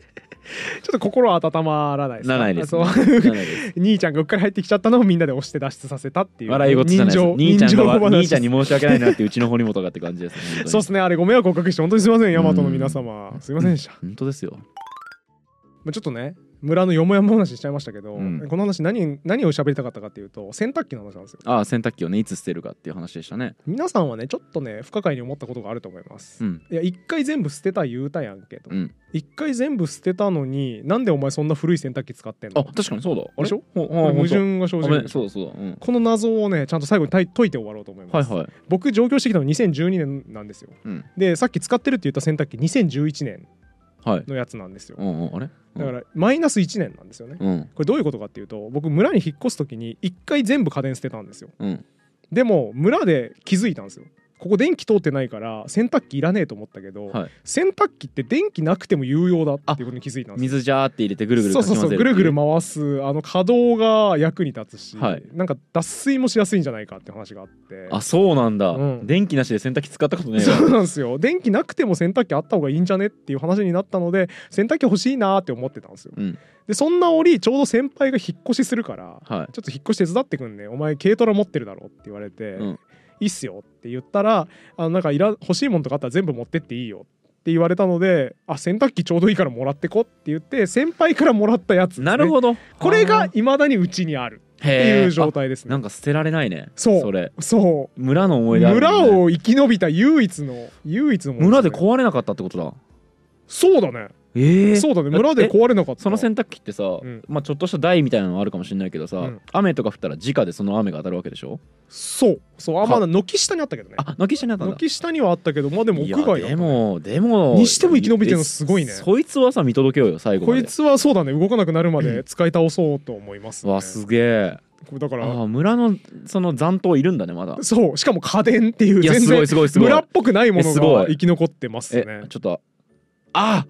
[SPEAKER 1] ちょっと心温まらないですか
[SPEAKER 2] ならないです、ね。
[SPEAKER 1] あ
[SPEAKER 2] な
[SPEAKER 1] そう
[SPEAKER 2] らないです
[SPEAKER 1] 兄ちゃんがうっかり入ってきちゃったのをみんなで押して脱出させたっていう
[SPEAKER 2] 笑い事じゃないです。兄ちゃん
[SPEAKER 1] 人情
[SPEAKER 2] が
[SPEAKER 1] 話
[SPEAKER 2] 兄ちゃんに申し訳ないなってうちの堀本がって感じですね。本当に
[SPEAKER 1] そうですねあれご迷惑をおかけして本当にすいません大和の皆様すいませんでした、
[SPEAKER 2] 本当ですよ。
[SPEAKER 1] まあ、ちょっとね村のよもやま話しちゃいましたけど、
[SPEAKER 2] うん
[SPEAKER 1] この話何何を喋りたかったかっていうと洗濯機の話なんですよ
[SPEAKER 2] ああ、洗濯機をね、いつ捨てるかっていう話でしたね。
[SPEAKER 1] 皆さんはねちょっとね不可解に思ったことがあると思います、
[SPEAKER 2] うん。
[SPEAKER 1] いや一回全部捨てた言うたやんけと
[SPEAKER 2] うん。
[SPEAKER 1] 一回全部捨てたのになんでお前そんな古い洗濯機使ってんの
[SPEAKER 2] あ、確かにそうだ。あれ
[SPEAKER 1] でしょこ
[SPEAKER 2] ほあ
[SPEAKER 1] れ
[SPEAKER 2] あ
[SPEAKER 1] 矛盾が生
[SPEAKER 2] 本
[SPEAKER 1] じ
[SPEAKER 2] 当
[SPEAKER 1] る
[SPEAKER 2] あ
[SPEAKER 1] ん
[SPEAKER 2] ね
[SPEAKER 1] ですよ
[SPEAKER 2] そうそう。うん。
[SPEAKER 1] この謎をねちゃんと最後に解い解いて終わろうと思います、
[SPEAKER 2] はいはい。
[SPEAKER 1] 僕上京してきたの2012年なんですよ
[SPEAKER 2] うん。
[SPEAKER 1] でさっき使ってるって言った洗濯機2011年
[SPEAKER 2] はい。
[SPEAKER 1] のやつなんですよ
[SPEAKER 2] うんうん。あれ
[SPEAKER 1] だからマイナス1年なんですよね
[SPEAKER 2] うん。うん。
[SPEAKER 1] これどういうことかっていうと僕村に引っ越す時に1回全部家電捨てたんですよ
[SPEAKER 2] うん。
[SPEAKER 1] でも村で気づいたんですよここ電気通ってないから洗濯機いらねえと思ったけど、
[SPEAKER 2] はい
[SPEAKER 1] 洗濯機って電気なくても有用だっていうことに気づいたんですよ
[SPEAKER 2] 水ジャーって入れてぐるぐる
[SPEAKER 1] そうそうそうぐるぐる
[SPEAKER 2] 回
[SPEAKER 1] 回すあの可動が役に立つし、
[SPEAKER 2] はい
[SPEAKER 1] なんか脱水もしやすいんじゃないかって話があって
[SPEAKER 2] あ、そうなんだ
[SPEAKER 1] う。ん
[SPEAKER 2] 電気なしで洗濯機使ったことねえ
[SPEAKER 1] そ
[SPEAKER 2] わ。
[SPEAKER 1] うなんですよ電気なくても洗濯機あった方がいいんじゃねっていう話になったので洗濯機欲しいなーって思ってたんですよ、
[SPEAKER 2] うん
[SPEAKER 1] でそんな折ちょうど先輩が引っ越しするから
[SPEAKER 2] は
[SPEAKER 1] ちょっと引っ越し手伝ってくんねお前軽トラ持ってるだろって言われて、
[SPEAKER 2] うん
[SPEAKER 1] いいっすよって言ったらあのなんかいら欲しいもんとかあったら全部持ってっていいよって言われたのであ洗濯機ちょうどいいからもらってこって言って先輩からもらったやつです
[SPEAKER 2] い。
[SPEAKER 1] ね、
[SPEAKER 2] なるほど。
[SPEAKER 1] これ
[SPEAKER 2] はあ
[SPEAKER 1] がいまだにうちにある
[SPEAKER 2] って
[SPEAKER 1] っていう状態ですね
[SPEAKER 2] なんか捨てられないね
[SPEAKER 1] そう
[SPEAKER 2] それ
[SPEAKER 1] そう
[SPEAKER 2] 村の思い出ある
[SPEAKER 1] 村
[SPEAKER 2] もんね
[SPEAKER 1] を生き延びた唯一の唯一のもの
[SPEAKER 2] 村です
[SPEAKER 1] ね
[SPEAKER 2] 壊れなかったってことだ
[SPEAKER 1] そうだね
[SPEAKER 2] ええ
[SPEAKER 1] そうだね村で壊れなかった
[SPEAKER 2] その洗濯機ってさ、
[SPEAKER 1] ん
[SPEAKER 2] まあ、ちょっとした台みたいなのはあるかもしれないけどさ、
[SPEAKER 1] うん
[SPEAKER 2] 雨とか降ったら直でその雨が当たるわけでしょ
[SPEAKER 1] そうそうあまだ軒下にあったけどね
[SPEAKER 2] あ軒下にあったんだ
[SPEAKER 1] 軒下にはあったけどまあでも
[SPEAKER 2] い
[SPEAKER 1] 屋
[SPEAKER 2] や
[SPEAKER 1] 外だった
[SPEAKER 2] でもでも
[SPEAKER 1] にしても生き延びてるのすごいね
[SPEAKER 2] えそいつはさ見届けようよ最後ま
[SPEAKER 1] こ
[SPEAKER 2] で
[SPEAKER 1] いつはそうだね動かなくなるまで使い倒そうと思います、ね、
[SPEAKER 2] わすげえ
[SPEAKER 1] これだか
[SPEAKER 2] あ
[SPEAKER 1] ら
[SPEAKER 2] ー村のその残党いるんだねまだ
[SPEAKER 1] そうしかも家電っていう
[SPEAKER 2] いや
[SPEAKER 1] 全
[SPEAKER 2] すご
[SPEAKER 1] 然
[SPEAKER 2] いすごいすごい
[SPEAKER 1] 村っぽくないもの
[SPEAKER 2] えすご
[SPEAKER 1] が
[SPEAKER 2] い
[SPEAKER 1] 生き残ってます
[SPEAKER 2] え
[SPEAKER 1] ね
[SPEAKER 2] ちょっとあ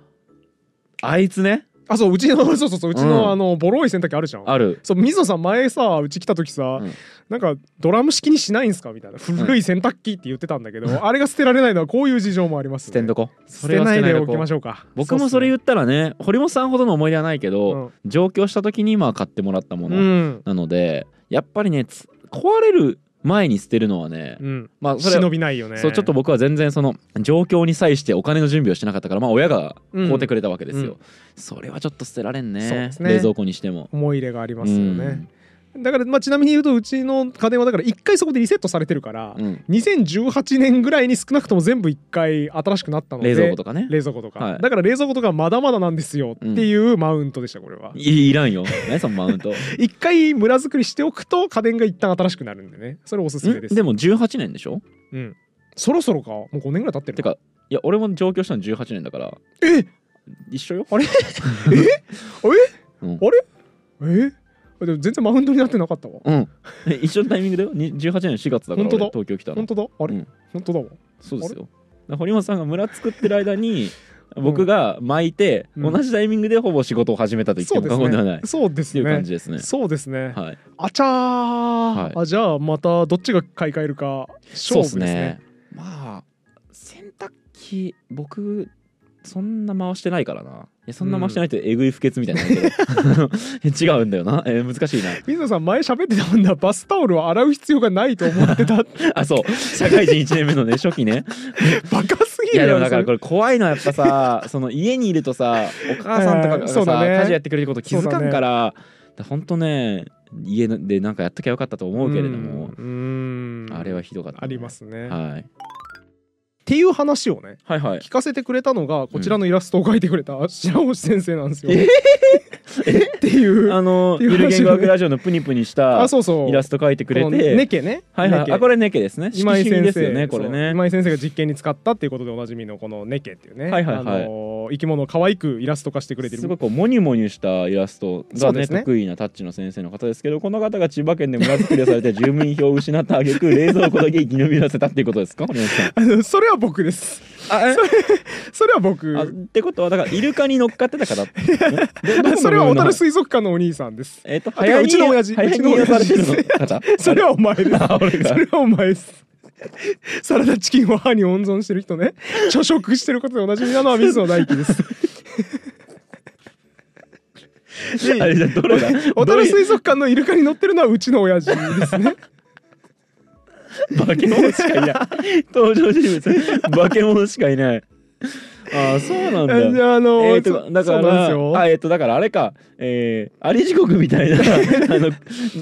[SPEAKER 2] あいつね
[SPEAKER 1] あそううちの そうそうそううち
[SPEAKER 2] うん
[SPEAKER 1] のあのボロい洗濯機あるじゃん
[SPEAKER 2] ある
[SPEAKER 1] そう水野さん前さうち来た時さ、
[SPEAKER 2] うん
[SPEAKER 1] なんかドラム式にしないんすかみたいな古い洗濯機って言ってたんだけど、あれが捨てられないのはこういう事情もあります、
[SPEAKER 2] 捨
[SPEAKER 1] ね、
[SPEAKER 2] てんとこ
[SPEAKER 1] 捨てないでおきま
[SPEAKER 2] し
[SPEAKER 1] しょうか
[SPEAKER 2] 僕もそれ言
[SPEAKER 1] う
[SPEAKER 2] ったらね堀本さんほどの思い出はないけ
[SPEAKER 1] と
[SPEAKER 2] ど、上京した時にまあ買ってもらったも
[SPEAKER 1] うん、
[SPEAKER 2] の、
[SPEAKER 1] うん
[SPEAKER 2] なのでやっぱりねつ壊れる前に捨てるのはね、
[SPEAKER 1] うん
[SPEAKER 2] まあそれ
[SPEAKER 1] 忍びないよね
[SPEAKER 2] そうちょっと僕は全然その状況に際してお金の準備をしてなかったからまあ親が買うてくれたわけですよ、
[SPEAKER 1] うんう
[SPEAKER 2] それはちょっと捨てられんね
[SPEAKER 1] そうですね
[SPEAKER 2] 冷蔵庫にしても
[SPEAKER 1] 思い入れがありますよね、だから、まあ、ちなみに言うとうちの家電はだから一回そこでリセットされてるから、
[SPEAKER 2] うんうん
[SPEAKER 1] 2018年ぐらいに少なくとも全部一回新しくなったので
[SPEAKER 2] 冷蔵庫とかね
[SPEAKER 1] 冷蔵庫とか、
[SPEAKER 2] はい
[SPEAKER 1] だから冷蔵庫とかまだまだなんですよっていうマウントでしたこれは、
[SPEAKER 2] いいらんよ何そのマウ ントん
[SPEAKER 1] 一回村作りしておくと家電が一旦新しくなるんでねそれおすすめです
[SPEAKER 2] でも18年でしょ
[SPEAKER 1] うん、そろそろかもう5年ぐらい経ってる
[SPEAKER 2] てかいや俺も上京したの18年だから
[SPEAKER 1] え
[SPEAKER 2] 一緒よ
[SPEAKER 1] あれええ、
[SPEAKER 2] うん
[SPEAKER 1] あれえでも全然マウントになってなかったわ
[SPEAKER 2] うん 一緒のタイミングだよに18年4月だから
[SPEAKER 1] 本当だ
[SPEAKER 2] 俺東京来たの
[SPEAKER 1] 本当だあれ、
[SPEAKER 2] うん
[SPEAKER 1] 本当だわ
[SPEAKER 2] そうですよだから堀本さんが村作ってる間に僕が巻いて、
[SPEAKER 1] うん
[SPEAKER 2] 同じタイミングでほぼ仕事を始めたと言って
[SPEAKER 1] そう
[SPEAKER 2] も
[SPEAKER 1] です
[SPEAKER 2] 過言ではない、
[SPEAKER 1] ねそうで
[SPEAKER 2] っ
[SPEAKER 1] す
[SPEAKER 2] ていう感
[SPEAKER 1] ね
[SPEAKER 2] じですね
[SPEAKER 1] そうですね
[SPEAKER 2] はい
[SPEAKER 1] あちゃー、
[SPEAKER 2] はい
[SPEAKER 1] あじゃあまたどっちが買い替えるか
[SPEAKER 2] そ
[SPEAKER 1] 勝負で
[SPEAKER 2] うで
[SPEAKER 1] す
[SPEAKER 2] す
[SPEAKER 1] ね
[SPEAKER 2] ねまあ洗濯機僕そんな回してないからないやそんな回してないとえぐい不潔みたいになるけど 違うんだよな、えー難しいな
[SPEAKER 1] 水野さん前喋ってたもんだバスタオルを洗う必要がないと思 ってたバ
[SPEAKER 2] あそう社会人1年目 のね初期ね
[SPEAKER 1] カす
[SPEAKER 2] い
[SPEAKER 1] ぎ
[SPEAKER 2] や
[SPEAKER 1] る
[SPEAKER 2] で
[SPEAKER 1] よ
[SPEAKER 2] もだか
[SPEAKER 1] そ
[SPEAKER 2] ら
[SPEAKER 1] れ
[SPEAKER 2] これ怖いのはやっ ぱさその家にいるとさお母さんとかが
[SPEAKER 1] えーそ
[SPEAKER 2] さ、
[SPEAKER 1] うだね
[SPEAKER 2] 家事やってくれること気づかんからだほんとね家でなんかやっときゃよかったと思うけれども、
[SPEAKER 1] うんうん
[SPEAKER 2] あれはひどかったね、
[SPEAKER 1] ありますね、っ
[SPEAKER 2] はい、
[SPEAKER 1] ていう話をね
[SPEAKER 2] はいはい
[SPEAKER 1] 聞かせてくれたのがこちらのイラストを描いてくれた白星先生なんですよ。
[SPEAKER 2] え
[SPEAKER 1] っていう
[SPEAKER 2] あの
[SPEAKER 1] ってい
[SPEAKER 2] ゆ
[SPEAKER 1] う話
[SPEAKER 2] る言語学
[SPEAKER 1] ね
[SPEAKER 2] ラジオのプニプニした
[SPEAKER 1] あそうそう
[SPEAKER 2] イラスト描いてくれ
[SPEAKER 1] この
[SPEAKER 2] て、
[SPEAKER 1] ネケね、
[SPEAKER 2] はいは
[SPEAKER 1] ネ
[SPEAKER 2] い、
[SPEAKER 1] ケ
[SPEAKER 2] あこれネケです ね。
[SPEAKER 1] 今井
[SPEAKER 2] 色紙
[SPEAKER 1] 先
[SPEAKER 2] です
[SPEAKER 1] 生
[SPEAKER 2] よねこれ
[SPEAKER 1] そう
[SPEAKER 2] ね。
[SPEAKER 1] 今井先生が実験に使ったっていうことでおなじみのこのネケっていうね、
[SPEAKER 2] はいはいはい
[SPEAKER 1] あのー生き物を可愛くイラスト化してくれてる
[SPEAKER 2] すごくこうモニュモニュしたイラスト
[SPEAKER 1] そ
[SPEAKER 2] が
[SPEAKER 1] う
[SPEAKER 2] ね
[SPEAKER 1] ですね
[SPEAKER 2] 得意なタッチの先生の方ですけどこの方が千葉県で村作りをされて住民票を失った挙句冷蔵庫だけ生き延びらせたっていうことですか堀本さん
[SPEAKER 1] あ のそれは僕です。
[SPEAKER 2] あえ
[SPEAKER 1] それは僕
[SPEAKER 2] あってことはだからイルカに乗っかってた方、ね、どどこの部分の
[SPEAKER 1] それは小樽水族館のお兄さん です。
[SPEAKER 2] えっと
[SPEAKER 1] あてか
[SPEAKER 2] 早
[SPEAKER 1] うちの親父
[SPEAKER 2] 早
[SPEAKER 1] うちの
[SPEAKER 2] に
[SPEAKER 1] 親父
[SPEAKER 2] 癒されてるの方
[SPEAKER 1] それはお前です。
[SPEAKER 2] あ俺が
[SPEAKER 1] それはお前です。サラダチキンを歯に温存してる人ね。著食してることでおなじみなのは水野大輝です。
[SPEAKER 2] あれじゃ どれだ
[SPEAKER 1] 小樽
[SPEAKER 2] どれ
[SPEAKER 1] 水族館のイルカに乗ってるのはうちの親父ですね。
[SPEAKER 2] 化け物しかいない登場人物化け物しかいないああそうなんだ
[SPEAKER 1] あ じゃああの
[SPEAKER 2] えー、とだから
[SPEAKER 1] そうなんですよ
[SPEAKER 2] あえー、とだからあれか、えー、アリ地獄 みたいなあの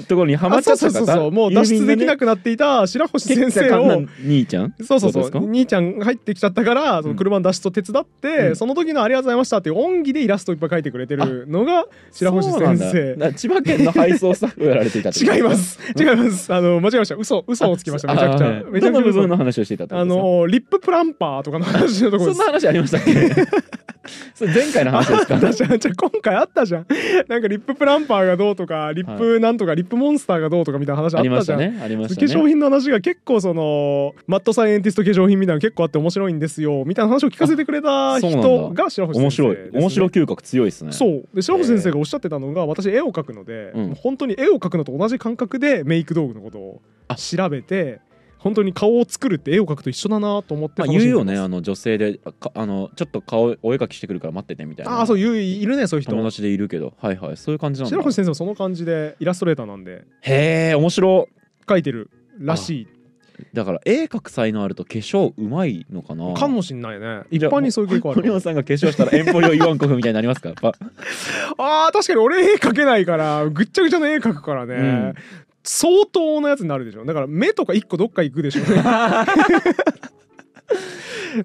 [SPEAKER 2] ところにはまっちゃ
[SPEAKER 1] あ
[SPEAKER 2] った
[SPEAKER 1] そう
[SPEAKER 2] 方
[SPEAKER 1] そうそうそうもう脱出できな
[SPEAKER 2] く
[SPEAKER 1] くなっていた白星先生を
[SPEAKER 2] 兄ちゃん
[SPEAKER 1] そうそう
[SPEAKER 2] ど
[SPEAKER 1] そう
[SPEAKER 2] ですか
[SPEAKER 1] 兄ちゃん入ってきちゃったからその車の脱出を手伝って、
[SPEAKER 2] うん
[SPEAKER 1] その時の「ありがとうございました」っていう恩義でイラストをいっぱい描いてくれてるのが白星
[SPEAKER 2] そうなん
[SPEAKER 1] 先
[SPEAKER 2] だ
[SPEAKER 1] 生
[SPEAKER 2] だから千葉県の配送スタッフをやられていたってこと
[SPEAKER 1] 違います違いますあの間違えました嘘嘘をつきました
[SPEAKER 2] あ
[SPEAKER 1] めちゃくち
[SPEAKER 2] あ
[SPEAKER 1] ゃ
[SPEAKER 2] はい
[SPEAKER 1] めちゃくち
[SPEAKER 2] どの
[SPEAKER 1] ゃ
[SPEAKER 2] 部分
[SPEAKER 1] 嘘
[SPEAKER 2] の話をしていたってこ
[SPEAKER 1] あ
[SPEAKER 2] とですか
[SPEAKER 1] のリッププランパーとかの話のところです
[SPEAKER 2] そんな話ありましたっけ それ前回の話ですか
[SPEAKER 1] 私はじ ゃあ今回あったじゃんなんかリッププランパーがどうとかリップなんとかリップモンスターがどうとかみたいな話あ
[SPEAKER 2] あ
[SPEAKER 1] っ
[SPEAKER 2] りま
[SPEAKER 1] た
[SPEAKER 2] し
[SPEAKER 1] じゃ
[SPEAKER 2] た
[SPEAKER 1] ん
[SPEAKER 2] ねありました
[SPEAKER 1] 化粧
[SPEAKER 2] ね
[SPEAKER 1] 品の話が結構そのマットサイエンティスト化粧品みたいなの結構あって面白いんですよみたいな話を聞かせてくれた
[SPEAKER 2] あそうな
[SPEAKER 1] 人
[SPEAKER 2] ん
[SPEAKER 1] が白星
[SPEAKER 2] 面
[SPEAKER 1] 先生
[SPEAKER 2] 白
[SPEAKER 1] です、
[SPEAKER 2] い
[SPEAKER 1] ね、
[SPEAKER 2] 面白嗅覚強いですね
[SPEAKER 1] そうで白星先生がおっしゃってたのが私絵を描くので、
[SPEAKER 2] うん
[SPEAKER 1] 本当に絵を描くのと同じ感覚でメイク道具のことを
[SPEAKER 2] あ
[SPEAKER 1] 調べて本当に顔を作るって絵を描くと一緒だなと思って
[SPEAKER 2] まあ、
[SPEAKER 1] 楽しんで
[SPEAKER 2] 言
[SPEAKER 1] ま
[SPEAKER 2] う
[SPEAKER 1] す
[SPEAKER 2] よねあの女性であかあのちょっと顔お絵描きしてくるから待っててみたいな
[SPEAKER 1] ああそう言ういるねそういう
[SPEAKER 2] 友
[SPEAKER 1] 人
[SPEAKER 2] 達でいるけどはいはいそういう感じなんだ
[SPEAKER 1] 白星先生もその感じでイラストレーターなんで
[SPEAKER 2] へえ面白
[SPEAKER 1] 描いてるらしい
[SPEAKER 2] いだから絵描く才能あると化粧うまいのかな
[SPEAKER 1] かもしんないね一
[SPEAKER 2] じゃあ
[SPEAKER 1] 般にそういう傾向あ
[SPEAKER 2] 堀
[SPEAKER 1] る
[SPEAKER 2] 本さんが化粧したらエンポリオイワンコフみたいにな りますかば
[SPEAKER 1] あー確かに俺絵描けないからぐっちゃぐちゃの絵描くからね、
[SPEAKER 2] うん
[SPEAKER 1] 相当なやつになるでしょだから目とか一個どっか行くでしょうね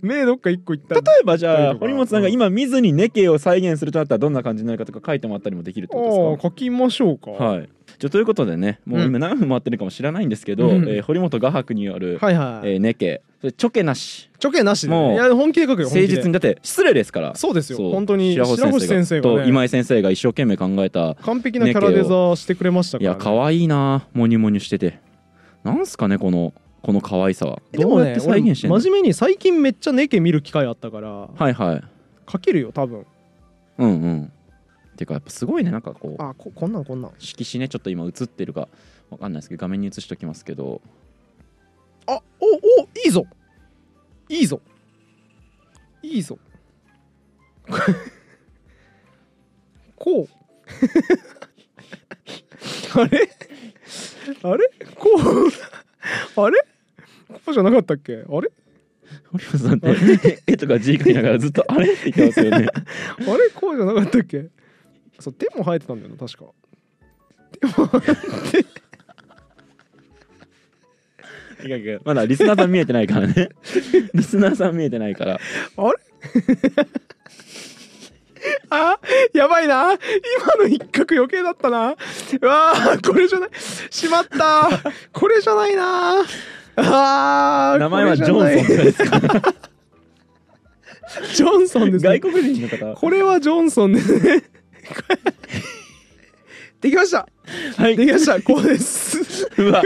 [SPEAKER 1] 目どっか一個いった
[SPEAKER 2] 例えばじゃあ
[SPEAKER 1] どういうのかな
[SPEAKER 2] 堀本さんが今見ずに根形を再現するとなったらどんな感じになるかとか書いてもらったりもできるってことですか
[SPEAKER 1] ああ書きましょうか、
[SPEAKER 2] はい。じゃあということでね、もう今何分回ってるかも知らないんですけど、
[SPEAKER 1] うん
[SPEAKER 2] えー堀本画伯による、
[SPEAKER 1] はいはい
[SPEAKER 2] えー、ネケ、それチョケなし、
[SPEAKER 1] ちょけなしでね、
[SPEAKER 2] もう
[SPEAKER 1] いや本気で書くよ
[SPEAKER 2] 誠
[SPEAKER 1] 本気で
[SPEAKER 2] 実にだって失礼ですから。
[SPEAKER 1] そうですよ
[SPEAKER 2] そう
[SPEAKER 1] 本当に白星先生が
[SPEAKER 2] と
[SPEAKER 1] ね
[SPEAKER 2] 今井先生が一生懸命考えた。
[SPEAKER 1] 完璧なキャラデザしてくれました
[SPEAKER 2] い
[SPEAKER 1] から、
[SPEAKER 2] や
[SPEAKER 1] ね、
[SPEAKER 2] 可愛いな、モニュモニュしてて。なんすかねこのこの可愛さは。
[SPEAKER 1] で
[SPEAKER 2] ど
[SPEAKER 1] も
[SPEAKER 2] うやっ
[SPEAKER 1] ね
[SPEAKER 2] て再現してんの？
[SPEAKER 1] 俺真面目に最近めっちゃネケ見る機会あったから
[SPEAKER 2] はいはい。
[SPEAKER 1] 書けるよ多分
[SPEAKER 2] うんうん。てかやっぱすごいねなんかこう。
[SPEAKER 1] あここんなんこんなん
[SPEAKER 2] 色紙ねちょっと今映ってるかわかんないですけど画面に映しときますけど
[SPEAKER 1] あおおいいぞいいぞいいぞ こう あれあれこうあれこうじゃなかったっけあれ
[SPEAKER 2] 堀本さんって 絵とか字書きながらずっとあれって言ってますよ
[SPEAKER 1] あれ
[SPEAKER 2] ね
[SPEAKER 1] こうじゃなかったっけそう手も生えてたんだよな確か
[SPEAKER 2] いやいやまだリスナーさん見えてないからねリスナーさん見えてないから
[SPEAKER 1] あれ あやばいな今の一角余計だったなうわあこれじゃないしまったこれじゃないなあー
[SPEAKER 2] 名前は
[SPEAKER 1] これ
[SPEAKER 2] ジ
[SPEAKER 1] じゃな
[SPEAKER 2] ョ
[SPEAKER 1] い
[SPEAKER 2] ンソンです か
[SPEAKER 1] ジョンソンです、ね
[SPEAKER 2] 外、国人の方
[SPEAKER 1] これはジョンソンですね できました
[SPEAKER 2] はい
[SPEAKER 1] できましたこうです
[SPEAKER 2] うわ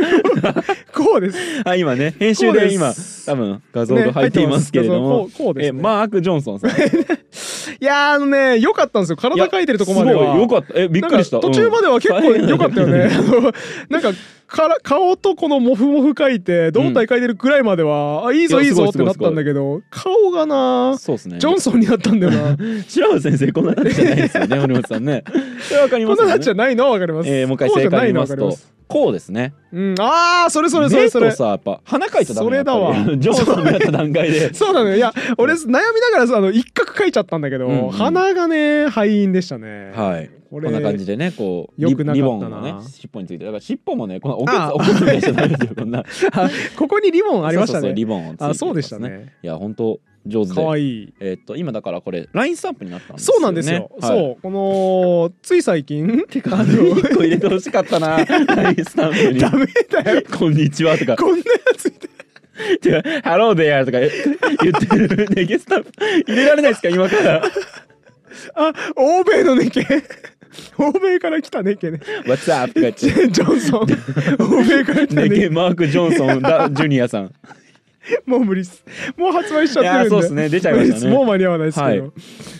[SPEAKER 1] こうです
[SPEAKER 2] はい今ね編集で
[SPEAKER 1] こう
[SPEAKER 2] 今
[SPEAKER 1] です
[SPEAKER 2] 多分画像が入っていますけれど
[SPEAKER 1] ね入
[SPEAKER 2] も
[SPEAKER 1] ってます画像こうこうですね
[SPEAKER 2] えマーク・ジョンソンさん
[SPEAKER 1] いやーあのね良かったんですよ体描いてるとこまでは
[SPEAKER 2] すごいよかったえびっくりした
[SPEAKER 1] なんか途中までは結構良かったよね、
[SPEAKER 2] うん
[SPEAKER 1] あのなんかから顔とこのモフモフ描いて胴体描いてるくらいまでは、あいいぞ
[SPEAKER 2] い
[SPEAKER 1] い
[SPEAKER 2] や
[SPEAKER 1] い
[SPEAKER 2] すご
[SPEAKER 1] ぞっ
[SPEAKER 2] い
[SPEAKER 1] てなったんだけど顔がな
[SPEAKER 2] そうですね
[SPEAKER 1] ジョンソンになったんだよな
[SPEAKER 2] 白羽先生こんな感じじゃないですよね堀本さんねそれわかり
[SPEAKER 1] こ
[SPEAKER 2] ま
[SPEAKER 1] ん
[SPEAKER 2] す
[SPEAKER 1] な
[SPEAKER 2] よ
[SPEAKER 1] な
[SPEAKER 2] ね
[SPEAKER 1] っちゃないのは分かります、
[SPEAKER 2] えーもう一回正解見ますとこうですね
[SPEAKER 1] うん、ああそれそれそれそ
[SPEAKER 2] 目
[SPEAKER 1] れ
[SPEAKER 2] とさやっぱ花書いたダメよ
[SPEAKER 1] それだわ
[SPEAKER 2] やっぱ りジョンソンになった段階で
[SPEAKER 1] そうなのよいや俺悩みながらさあの一角描いちゃったんだけど、
[SPEAKER 2] うんうん
[SPEAKER 1] 鼻がね敗因でしたね、
[SPEAKER 2] はい、
[SPEAKER 1] こ
[SPEAKER 2] こ
[SPEAKER 1] れ
[SPEAKER 2] んな感じでねこうリ
[SPEAKER 1] 良くなか
[SPEAKER 2] リボ
[SPEAKER 1] っ
[SPEAKER 2] ン
[SPEAKER 1] たな
[SPEAKER 2] のね尻尾についてだから尻尾もねこのおけつ
[SPEAKER 1] ああ
[SPEAKER 2] おけつみたいじゃないですよこんな
[SPEAKER 1] ここにリボンありました
[SPEAKER 2] そうそうそう
[SPEAKER 1] ね
[SPEAKER 2] リボンをついてます
[SPEAKER 1] あそうでしたね
[SPEAKER 2] いや本当上手で
[SPEAKER 1] 可愛いい
[SPEAKER 2] えーっと今だからこれラインスタンプになったんですよ、ね、
[SPEAKER 1] そうなんですよ。
[SPEAKER 2] はい
[SPEAKER 1] そう、このつい最 近てかあの
[SPEAKER 2] 1個入れてほしかったなラインスタンプに
[SPEAKER 1] ダメだよ。
[SPEAKER 2] 「こんにちは」とか
[SPEAKER 1] こんなやついて。
[SPEAKER 2] 「てかハローデア」とか言ってるネゲスタンプ入れられないですか今から
[SPEAKER 1] あ、欧米のネケ。欧米から来たネケね。
[SPEAKER 2] 「What's up」とか言っ
[SPEAKER 1] ジ
[SPEAKER 2] て
[SPEAKER 1] ョンソン。欧米から来た
[SPEAKER 2] ネ
[SPEAKER 1] ネ
[SPEAKER 2] ゲ
[SPEAKER 1] ケ。
[SPEAKER 2] マーク・ジョンソンだジュニアさん
[SPEAKER 1] もう無理っす。もう発売しちゃってるんで。
[SPEAKER 2] いやそうっすね出ちゃいまし
[SPEAKER 1] 無
[SPEAKER 2] たね
[SPEAKER 1] 理っすもう間に合わないですけ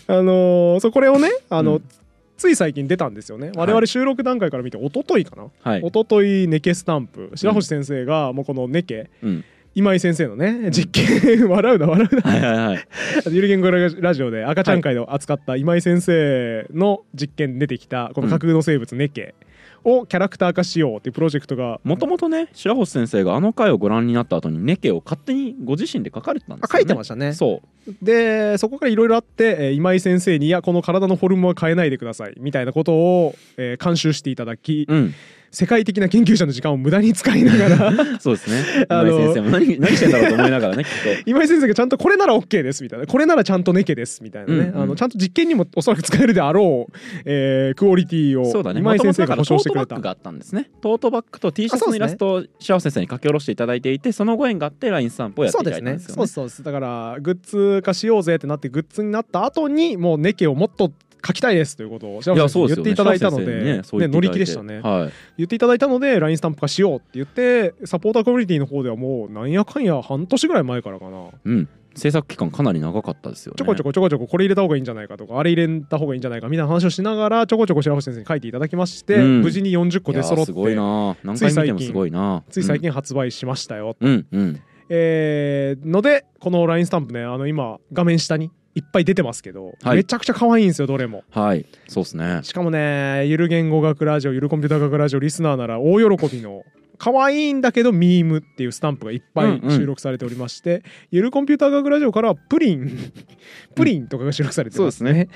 [SPEAKER 1] ど。
[SPEAKER 2] は
[SPEAKER 1] あのーそうこれをね、あの、
[SPEAKER 2] うん
[SPEAKER 1] つい最近出たんですよね我
[SPEAKER 2] は
[SPEAKER 1] 々
[SPEAKER 2] い
[SPEAKER 1] 収録段階から見て一昨日かな、
[SPEAKER 2] はい
[SPEAKER 1] 一昨日ネケスタンプ白星先生がもうこのネケ
[SPEAKER 2] うん
[SPEAKER 1] 今井先生のね実験笑うな笑うな
[SPEAKER 2] はいはいはい
[SPEAKER 1] ゆる言語ラジオで赤ちゃん会で扱った今井先生の実験に出てきたこの架空の生物ネケをキャラクター化しようっていうプロジェクトが
[SPEAKER 2] もともとね白星先生があの回をご覧になった後にネケを勝手にご自身で書かれてたんですよ、ね、し
[SPEAKER 1] した
[SPEAKER 2] た
[SPEAKER 1] ね
[SPEAKER 2] そ
[SPEAKER 1] でそこからいろいろあって、えー今井先生に「いやこの体のフォルムは変えないでください」みたいなことを、えー監修していただき、
[SPEAKER 2] ううん
[SPEAKER 1] 世界的な研究者の時間を無駄に使いなが ら
[SPEAKER 2] そうですね
[SPEAKER 1] あ
[SPEAKER 2] 今井
[SPEAKER 1] の
[SPEAKER 2] 先生 も何何してんだろうと思いながらねきっ
[SPEAKER 1] 今井先生がちゃんと「これなら OK です」みたいな「これならちゃんとネケです」みたいなね、
[SPEAKER 2] うんうん
[SPEAKER 1] あのちゃんと実験にもおそらく使えるであろう、えークオリティ
[SPEAKER 2] と
[SPEAKER 1] を
[SPEAKER 2] そうだね
[SPEAKER 1] 今井先生が
[SPEAKER 2] 元
[SPEAKER 1] 保証
[SPEAKER 2] 々
[SPEAKER 1] して
[SPEAKER 2] だ
[SPEAKER 1] くれた
[SPEAKER 2] からトートバッグ。があったんですねトートバッグと T シャ
[SPEAKER 1] あそ
[SPEAKER 2] ツ
[SPEAKER 1] うで
[SPEAKER 2] のイ
[SPEAKER 1] すね
[SPEAKER 2] ラストを白星先生に書き下ろしていただいていてそのご縁があってラインスタンプをやって
[SPEAKER 1] そ
[SPEAKER 2] いうただ
[SPEAKER 1] で
[SPEAKER 2] い
[SPEAKER 1] すね
[SPEAKER 2] たんですよ
[SPEAKER 1] そうですそう
[SPEAKER 2] ね
[SPEAKER 1] ですだからグッズ化しようぜってなってグッズになった後にもうネケをもっと書きたいですということを
[SPEAKER 2] い
[SPEAKER 1] 白
[SPEAKER 2] や
[SPEAKER 1] 石さ
[SPEAKER 2] そ
[SPEAKER 1] ん
[SPEAKER 2] う
[SPEAKER 1] に言
[SPEAKER 2] です
[SPEAKER 1] っ
[SPEAKER 2] よ
[SPEAKER 1] てい
[SPEAKER 2] ね
[SPEAKER 1] ただいたので
[SPEAKER 2] 白星先生にねそう言っていただいて
[SPEAKER 1] 乗り気でしたね
[SPEAKER 2] はい
[SPEAKER 1] 言っていただいたので LINE スタンプ化しようって言ってサポーターコミュニティの方ではもうなんやかんや半年ぐらい前からかな
[SPEAKER 2] うん制作期間かなり長かったですよね
[SPEAKER 1] ちょこちょこちょこちょここれ入れた方がいいんじゃないかとかあれ入れた方がいいんじゃないかみたいな話をしながらちょこちょこ白星先生に書いていただきまして、
[SPEAKER 2] うん
[SPEAKER 1] 無事に40個
[SPEAKER 2] いや
[SPEAKER 1] で揃っ
[SPEAKER 2] すごい
[SPEAKER 1] て
[SPEAKER 2] な何回見てもすごいな
[SPEAKER 1] つい最近発売しましたよ、
[SPEAKER 2] うんうん、うん
[SPEAKER 1] えーのでこの LINE スタンプねあの今画面下にいっぱい出てますけど、
[SPEAKER 2] はい
[SPEAKER 1] めちゃくちゃ可愛いんですよどれも。
[SPEAKER 2] はいそうですね
[SPEAKER 1] しかもねゆる言語学ラジオゆるコンピューター学ラジオリスナーなら大喜びの可愛いんだけどミームっていうスタンプがいっぱ
[SPEAKER 2] う
[SPEAKER 1] い
[SPEAKER 2] んうん
[SPEAKER 1] 収録されておりまして、 ゆるコンピューター学ラジオからはプリンプリンとかが収録されてます、
[SPEAKER 2] ね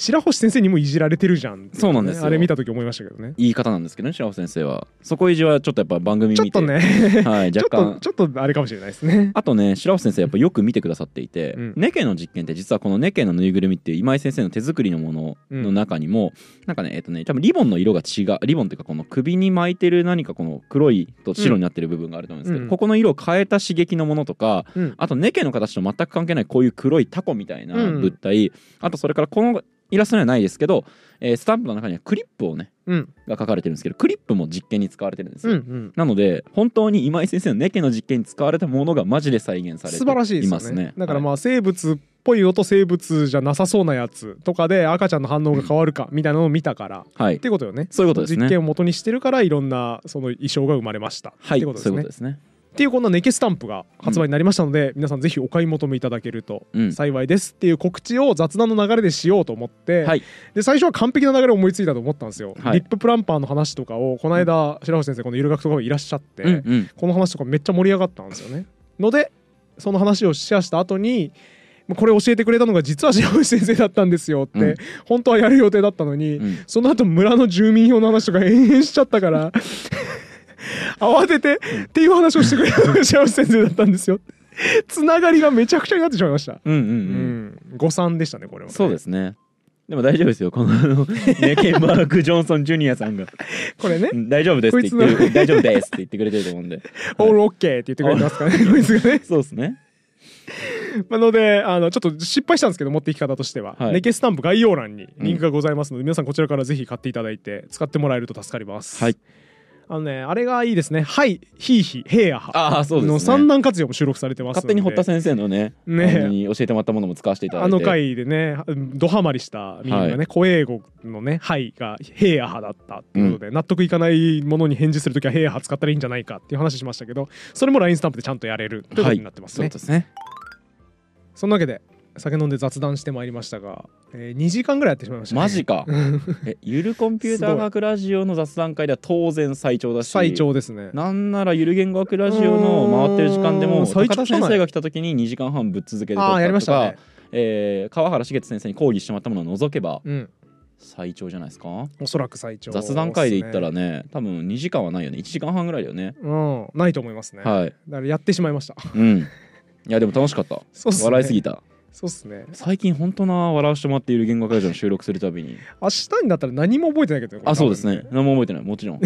[SPEAKER 1] 白星先生にもいじられてるじゃんっていね
[SPEAKER 2] そうなんですよ
[SPEAKER 1] あれ見た時思いましたけどね
[SPEAKER 2] 言い方なんですけどね白尾先生はそこいじはちょっとやっぱ番組見
[SPEAKER 1] ち
[SPEAKER 2] て
[SPEAKER 1] ょっと ね
[SPEAKER 2] はい
[SPEAKER 1] ちょっ
[SPEAKER 2] 若
[SPEAKER 1] と
[SPEAKER 2] 干
[SPEAKER 1] ちょっとあれかもしれないですね
[SPEAKER 2] あとね白尾先生やっぱよく見てくださっていて、
[SPEAKER 1] うん
[SPEAKER 2] ネケの実験って実はこのネケのぬいぐるみっていう今井先生の手作りのものの中にも、なんかねえっとね多分リボンの色が違うリボンっていうかこの首に巻いてる何かこの黒いと白になってる部分があると思うんですけど、
[SPEAKER 1] うん
[SPEAKER 2] ここの色を変えた刺激のものとか、
[SPEAKER 1] うん
[SPEAKER 2] あとネケの形と全く関係ないこういう黒いタコみたいな物体、あとそれからこのイラストにはないですけど、えースタンプの中にはクリップをね
[SPEAKER 1] うん
[SPEAKER 2] が書かれてるんですけどクリップも実験に使われてるんです
[SPEAKER 1] うん
[SPEAKER 2] よ、
[SPEAKER 1] うん
[SPEAKER 2] なので本当に今井先生のネケの実験に使われたものがマジで再現されて
[SPEAKER 1] 素晴らしいですよ
[SPEAKER 2] いま
[SPEAKER 1] ね
[SPEAKER 2] すね
[SPEAKER 1] だから
[SPEAKER 2] はい
[SPEAKER 1] まあ生物っぽいのと生物じゃなさそうなやつとかで赤ちゃんの反応が変わるかみたいなのを見たから、っ
[SPEAKER 2] はい、
[SPEAKER 1] てことよね
[SPEAKER 2] そういうことです
[SPEAKER 1] 実
[SPEAKER 2] ね
[SPEAKER 1] 験を元にしてるからいろんなその意匠が生まれました、
[SPEAKER 2] はい
[SPEAKER 1] って
[SPEAKER 2] そう
[SPEAKER 1] こ
[SPEAKER 2] いう
[SPEAKER 1] とですね
[SPEAKER 2] ことですね
[SPEAKER 1] っていうこんなネケスタンプが発売になりましたので、皆さんぜひお買い求めいただけると
[SPEAKER 2] うん
[SPEAKER 1] 幸いですっていう告知を雑談の流れでしようと思って、
[SPEAKER 2] はい
[SPEAKER 1] で最初は完璧な流れを思いついたと思ったんですよ、
[SPEAKER 2] はい
[SPEAKER 1] リッププランパーの話とかをこの間白星先生このゆる学とかもいらっしゃって、
[SPEAKER 2] うんうん
[SPEAKER 1] この話とかめっちゃ盛り上がったんですよねのでその話をシェアした後にまあこれ教えてくれたのが実は白星先生だったんですよって、
[SPEAKER 2] うん
[SPEAKER 1] 本当はやる予定だったのに、
[SPEAKER 2] うん
[SPEAKER 1] その後村の住民票の話とか延々しちゃったから 慌ててっていう話をしてくれたのが幸せ先生だったんですよつながりがめちゃくちゃになってしまいました
[SPEAKER 2] うんうんう
[SPEAKER 1] うんん誤算でしたねこれはね、
[SPEAKER 2] そうですねでも大丈夫ですよこのあのネケンバーク・ジョンソン・ジュニアさんが
[SPEAKER 1] これね
[SPEAKER 2] うん大丈夫ですって言って
[SPEAKER 1] こいつ
[SPEAKER 2] る大丈夫ですって言ってくれてると思うんで
[SPEAKER 1] 「オールオッケー」って言ってくれてますからねこいつがね
[SPEAKER 2] そうですね
[SPEAKER 1] まあのであのちょっと失敗したんですけど持っていき方としては、
[SPEAKER 2] はい
[SPEAKER 1] ネケスタンプ概要欄にリンクがございますので、皆さんこちらからぜひ買っていただいて使ってもらえると助かります
[SPEAKER 2] はい
[SPEAKER 1] あのねあれがいいですね「はいひいひへいやは」
[SPEAKER 2] ああそうで
[SPEAKER 1] の
[SPEAKER 2] すね
[SPEAKER 1] 三段活用も収録されてますの
[SPEAKER 2] 勝
[SPEAKER 1] で
[SPEAKER 2] 手に堀田先生のね
[SPEAKER 1] ね
[SPEAKER 2] あのに教えてもらったものも使わせていただいて
[SPEAKER 1] あの回でねドハマりしたミームがね、
[SPEAKER 2] は
[SPEAKER 1] 小英語のね「はい」が「平野派」だったっていうことで、納得いかないものに返事するときは「平野派」使ったらいいんじゃないかっていう話しましたけどそれも LINE スタンプでちゃんとやれるということになってます
[SPEAKER 2] そう
[SPEAKER 1] ね。
[SPEAKER 2] いうことですね
[SPEAKER 1] そんなわけで酒飲んで雑談してまいりましたが、え2時間ぐらいやってしま いました、ね、
[SPEAKER 2] マジかえゆるコンピューター学ラジオの雑談会では当然最長だし
[SPEAKER 1] 最長ですね。
[SPEAKER 2] なんならゆる言語学ラジオの回ってる時間で
[SPEAKER 1] うーん
[SPEAKER 2] も
[SPEAKER 1] 最
[SPEAKER 2] 高
[SPEAKER 1] 長
[SPEAKER 2] 田
[SPEAKER 1] じゃ
[SPEAKER 2] 先
[SPEAKER 1] ない
[SPEAKER 2] 生が来た時に2時間半ぶっ続けて撮
[SPEAKER 1] ああーやりま
[SPEAKER 2] っ
[SPEAKER 1] した
[SPEAKER 2] とか、
[SPEAKER 1] たね。
[SPEAKER 2] えー川原茂先生に講義してもらったものを除けば
[SPEAKER 1] うん、
[SPEAKER 2] 最長じゃないですか
[SPEAKER 1] おそらく最長、
[SPEAKER 2] 雑談会で言ったら、ね多分2時間はないよね1時間半ぐらいだよね
[SPEAKER 1] うん、ないと思いますね。
[SPEAKER 2] はい
[SPEAKER 1] だからやってしまいました。
[SPEAKER 2] うんいやでも楽しかった
[SPEAKER 1] そうっすね
[SPEAKER 2] 笑いすぎた
[SPEAKER 1] そうっすね。
[SPEAKER 2] 最近本当な笑わしてもらってゆる言語学ラジオの収録するたびに
[SPEAKER 1] 明日になったら何も覚えてないけどね、これ
[SPEAKER 2] あそうですね。何も覚えてないもちろんい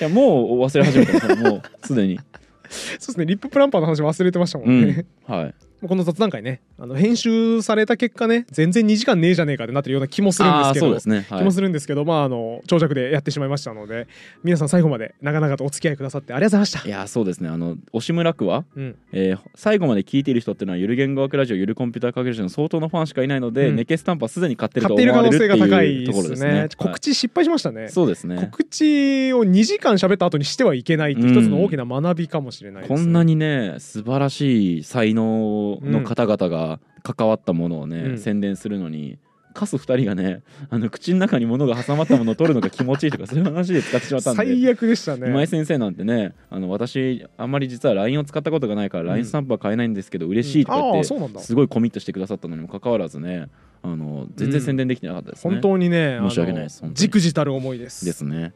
[SPEAKER 2] やもう忘れ始めてますもうすでに
[SPEAKER 1] そうですね。リッププランパーの話忘れてましたも
[SPEAKER 2] うん
[SPEAKER 1] ね。
[SPEAKER 2] んはい
[SPEAKER 1] もうこの雑談会ねあの編集された結果ね全然2時間ねえじゃねえかってなってるような気もするんで
[SPEAKER 2] あ
[SPEAKER 1] す
[SPEAKER 2] あ
[SPEAKER 1] けど
[SPEAKER 2] そうですねは
[SPEAKER 1] 気
[SPEAKER 2] い
[SPEAKER 1] もするんですけどまああの長尺でやってしまいましたので皆さん最後まで長々とお付き合いくださってありがとうございまし
[SPEAKER 2] い
[SPEAKER 1] た。
[SPEAKER 2] やーそうですねあの押村区は、
[SPEAKER 1] うん
[SPEAKER 2] えー最後まで聞いている人っていうのはゆる言語学ラジオゆるコンピューター学ラジオの相当のファンしかいないので、
[SPEAKER 1] うん
[SPEAKER 2] ネケスタンパすでに買ってる
[SPEAKER 1] 買
[SPEAKER 2] と
[SPEAKER 1] ってい
[SPEAKER 2] 思
[SPEAKER 1] る
[SPEAKER 2] わ
[SPEAKER 1] 可能
[SPEAKER 2] れるって
[SPEAKER 1] 性が高
[SPEAKER 2] い
[SPEAKER 1] いうで
[SPEAKER 2] とこ
[SPEAKER 1] すね
[SPEAKER 2] ろですね
[SPEAKER 1] 告知失敗しましたね
[SPEAKER 2] はい、そうですね
[SPEAKER 1] 告知を2時間喋った後にしてはいけないって一つの大きな学びかもしれないです、ね
[SPEAKER 2] こんなにね素晴らしい才能の方々が関わったものをね、
[SPEAKER 1] うん
[SPEAKER 2] 宣伝するのにカス2人がねあの口の中に物が挟まったものを取るのが気持ちいいとかそういう話で使ってしまったんで
[SPEAKER 1] 最悪でした
[SPEAKER 2] 今井
[SPEAKER 1] ね
[SPEAKER 2] 先生なんてねあの私あんまり実は LINE を使ったことがないから
[SPEAKER 1] うん
[SPEAKER 2] LINE スタンプは買えないんですけど嬉しいとか言って、
[SPEAKER 1] ああそうなんだ
[SPEAKER 2] すごいコミットしてくださったのにもかかわらずねあの全然宣伝できてなかったですね、
[SPEAKER 1] 本当にねあの
[SPEAKER 2] 申し訳ないです本当に
[SPEAKER 1] じくじたる思いです
[SPEAKER 2] ですね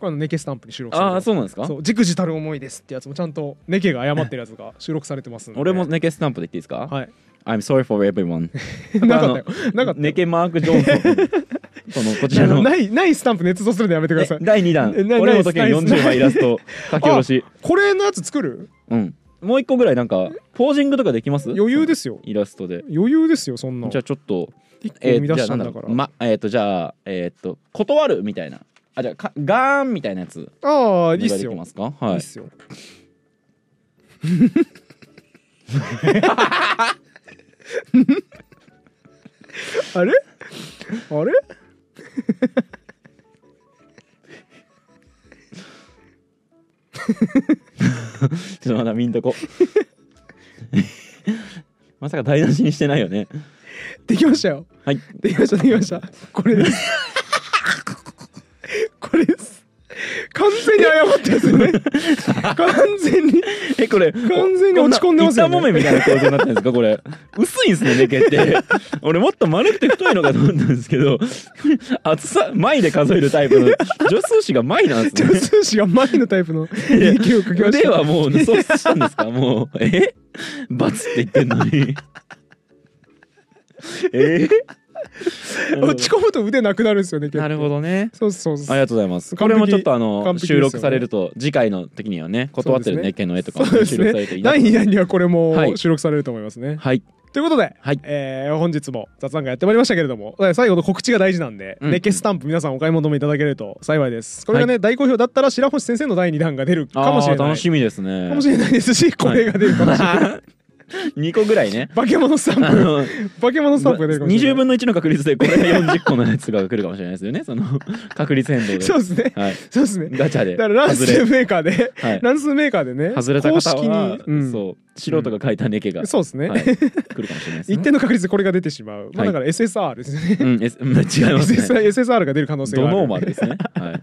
[SPEAKER 1] これあのネケスタンプに収録されて
[SPEAKER 2] あ
[SPEAKER 1] ま
[SPEAKER 2] あ
[SPEAKER 1] す
[SPEAKER 2] そうなんですか
[SPEAKER 1] そう、じくじたる思いですってやつもちゃんとネケが謝ってるやつ が収録されてますんで。
[SPEAKER 2] 俺もネケスタンプで言っていいですか、
[SPEAKER 1] はい。
[SPEAKER 2] I'm sorry for everyone
[SPEAKER 1] なかったよ。なかったよ。
[SPEAKER 2] ネケマーク・ジョンソンそのこちら
[SPEAKER 1] あの
[SPEAKER 2] の
[SPEAKER 1] ない、ないスタンプ捏造するのやめてください。
[SPEAKER 2] 第2弾
[SPEAKER 1] えな
[SPEAKER 2] 俺の時計
[SPEAKER 1] ナイスナイス
[SPEAKER 2] 40枚イラスト書き下ろし
[SPEAKER 1] これのやつ作る
[SPEAKER 2] うんもう一個ぐらいなんかポージングとかできます
[SPEAKER 1] 余裕ですよ。
[SPEAKER 2] イラストで
[SPEAKER 1] 余裕ですよ、そんなの。
[SPEAKER 2] じゃあちょっと
[SPEAKER 1] 一個
[SPEAKER 2] え
[SPEAKER 1] 生
[SPEAKER 2] ー
[SPEAKER 1] み
[SPEAKER 2] じ
[SPEAKER 1] 出
[SPEAKER 2] ゃ
[SPEAKER 1] し
[SPEAKER 2] あな
[SPEAKER 1] た
[SPEAKER 2] ん
[SPEAKER 1] んだ
[SPEAKER 2] だろ
[SPEAKER 1] から。
[SPEAKER 2] うまえっ、とじゃあえっ、と断るみたいなあじゃあかガーンみたいなやつ
[SPEAKER 1] ああ、
[SPEAKER 2] お
[SPEAKER 1] いいっ
[SPEAKER 2] 願い
[SPEAKER 1] す
[SPEAKER 2] でき
[SPEAKER 1] よ
[SPEAKER 2] ま。すか
[SPEAKER 1] いい
[SPEAKER 2] は
[SPEAKER 1] っ
[SPEAKER 2] い
[SPEAKER 1] すよ。あれあれ
[SPEAKER 2] ちょっとまだ見んとこ まさか台無しにしてないよね
[SPEAKER 1] できましたよ。
[SPEAKER 2] はい
[SPEAKER 1] できましたできましたこれですこれです完全に謝ってるんですよね完全に
[SPEAKER 2] えこれ
[SPEAKER 1] 完全に落ち込んでますよね
[SPEAKER 2] こな板もめみたいな構造になってるんです かこれ薄いんですね根毛って俺もっと丸くて太いのかと思ったんですけど 厚さ枚で数えるタイプの助数詞が枚なんです
[SPEAKER 1] 女
[SPEAKER 2] ね
[SPEAKER 1] 数詞が前のタイプの影響をかけまし
[SPEAKER 2] 腕
[SPEAKER 1] た
[SPEAKER 2] はもうそうしたんですかもうえバツって言ってんの にえ
[SPEAKER 1] 落ち込むと腕なくなるんですよね結構
[SPEAKER 2] なるほどね
[SPEAKER 1] そうそうそ
[SPEAKER 2] あり
[SPEAKER 1] う
[SPEAKER 2] がとうございます。こ
[SPEAKER 1] 完
[SPEAKER 2] れ
[SPEAKER 1] 璧
[SPEAKER 2] もちょっとあの、
[SPEAKER 1] 完璧ですよ
[SPEAKER 2] 収
[SPEAKER 1] ね
[SPEAKER 2] 録されると次回の時にはね断ってる
[SPEAKER 1] そうですね
[SPEAKER 2] ね県の絵とかも
[SPEAKER 1] そう
[SPEAKER 2] ね
[SPEAKER 1] で
[SPEAKER 2] 収
[SPEAKER 1] す
[SPEAKER 2] 録され
[SPEAKER 1] ね
[SPEAKER 2] ていいなと
[SPEAKER 1] 第2弾にはこれ
[SPEAKER 2] はい
[SPEAKER 1] も収録されると思いますね、
[SPEAKER 2] はい
[SPEAKER 1] ということで、
[SPEAKER 2] はい
[SPEAKER 1] えー本日も雑談会やってまいりましたけれども最後の告知が大事なんで、
[SPEAKER 2] うん
[SPEAKER 1] 熱血スタンプ皆さんお買い求めいただけると幸いですこれがね、大好評だったら白星先生の第2弾が出るかもしれ
[SPEAKER 2] あー
[SPEAKER 1] ない
[SPEAKER 2] 楽しみですね
[SPEAKER 1] かもしれないですしこれが出るかもしれない、
[SPEAKER 2] 2個ぐら いね
[SPEAKER 1] 化け物スタン
[SPEAKER 2] あ
[SPEAKER 1] プ
[SPEAKER 2] の
[SPEAKER 1] 化け物スタンプが出るかもしれ
[SPEAKER 2] 20
[SPEAKER 1] ない
[SPEAKER 2] 分の1の確率でこれが40個のやつが来るかもしれないですよねその 確率変動で
[SPEAKER 1] そうですね
[SPEAKER 2] はい
[SPEAKER 1] そうですね
[SPEAKER 2] ガチャ
[SPEAKER 1] だ
[SPEAKER 2] で
[SPEAKER 1] から乱
[SPEAKER 2] 外れ
[SPEAKER 1] 数メーカーで
[SPEAKER 2] はい
[SPEAKER 1] 乱数メーカーでね
[SPEAKER 2] 外れた
[SPEAKER 1] 公
[SPEAKER 2] 方
[SPEAKER 1] 式
[SPEAKER 2] は
[SPEAKER 1] に、うんそ
[SPEAKER 2] そう素人が書いたネケが
[SPEAKER 1] うですね、
[SPEAKER 2] はい来るかもしれないですね
[SPEAKER 1] 一定の確率でこれが出てしまう、まあ、
[SPEAKER 2] は
[SPEAKER 1] だ
[SPEAKER 2] い
[SPEAKER 1] から SSR ですね
[SPEAKER 2] うん S- うん違いますね
[SPEAKER 1] SSR, SSR が出る可能性が
[SPEAKER 2] ド
[SPEAKER 1] ある
[SPEAKER 2] ノーマルで すねはい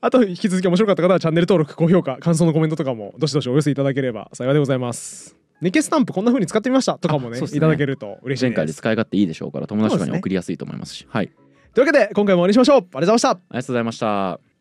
[SPEAKER 1] あと引き続き面白かった方はチャンネル登録、高評価、感想のコメントとかもどしどしお寄せいただければ幸いでございます。熱血スタンプこんな風に使ってみましたとかも
[SPEAKER 2] あ
[SPEAKER 1] ね
[SPEAKER 2] そうですね
[SPEAKER 1] いただけると嬉しい
[SPEAKER 2] 前回
[SPEAKER 1] で。
[SPEAKER 2] です使い勝手いいでしょうから友達とかに送りやすいと思いますしはい
[SPEAKER 1] というわけで今回も終わりにしましょう。ありがとうございました。
[SPEAKER 2] ありがとうございました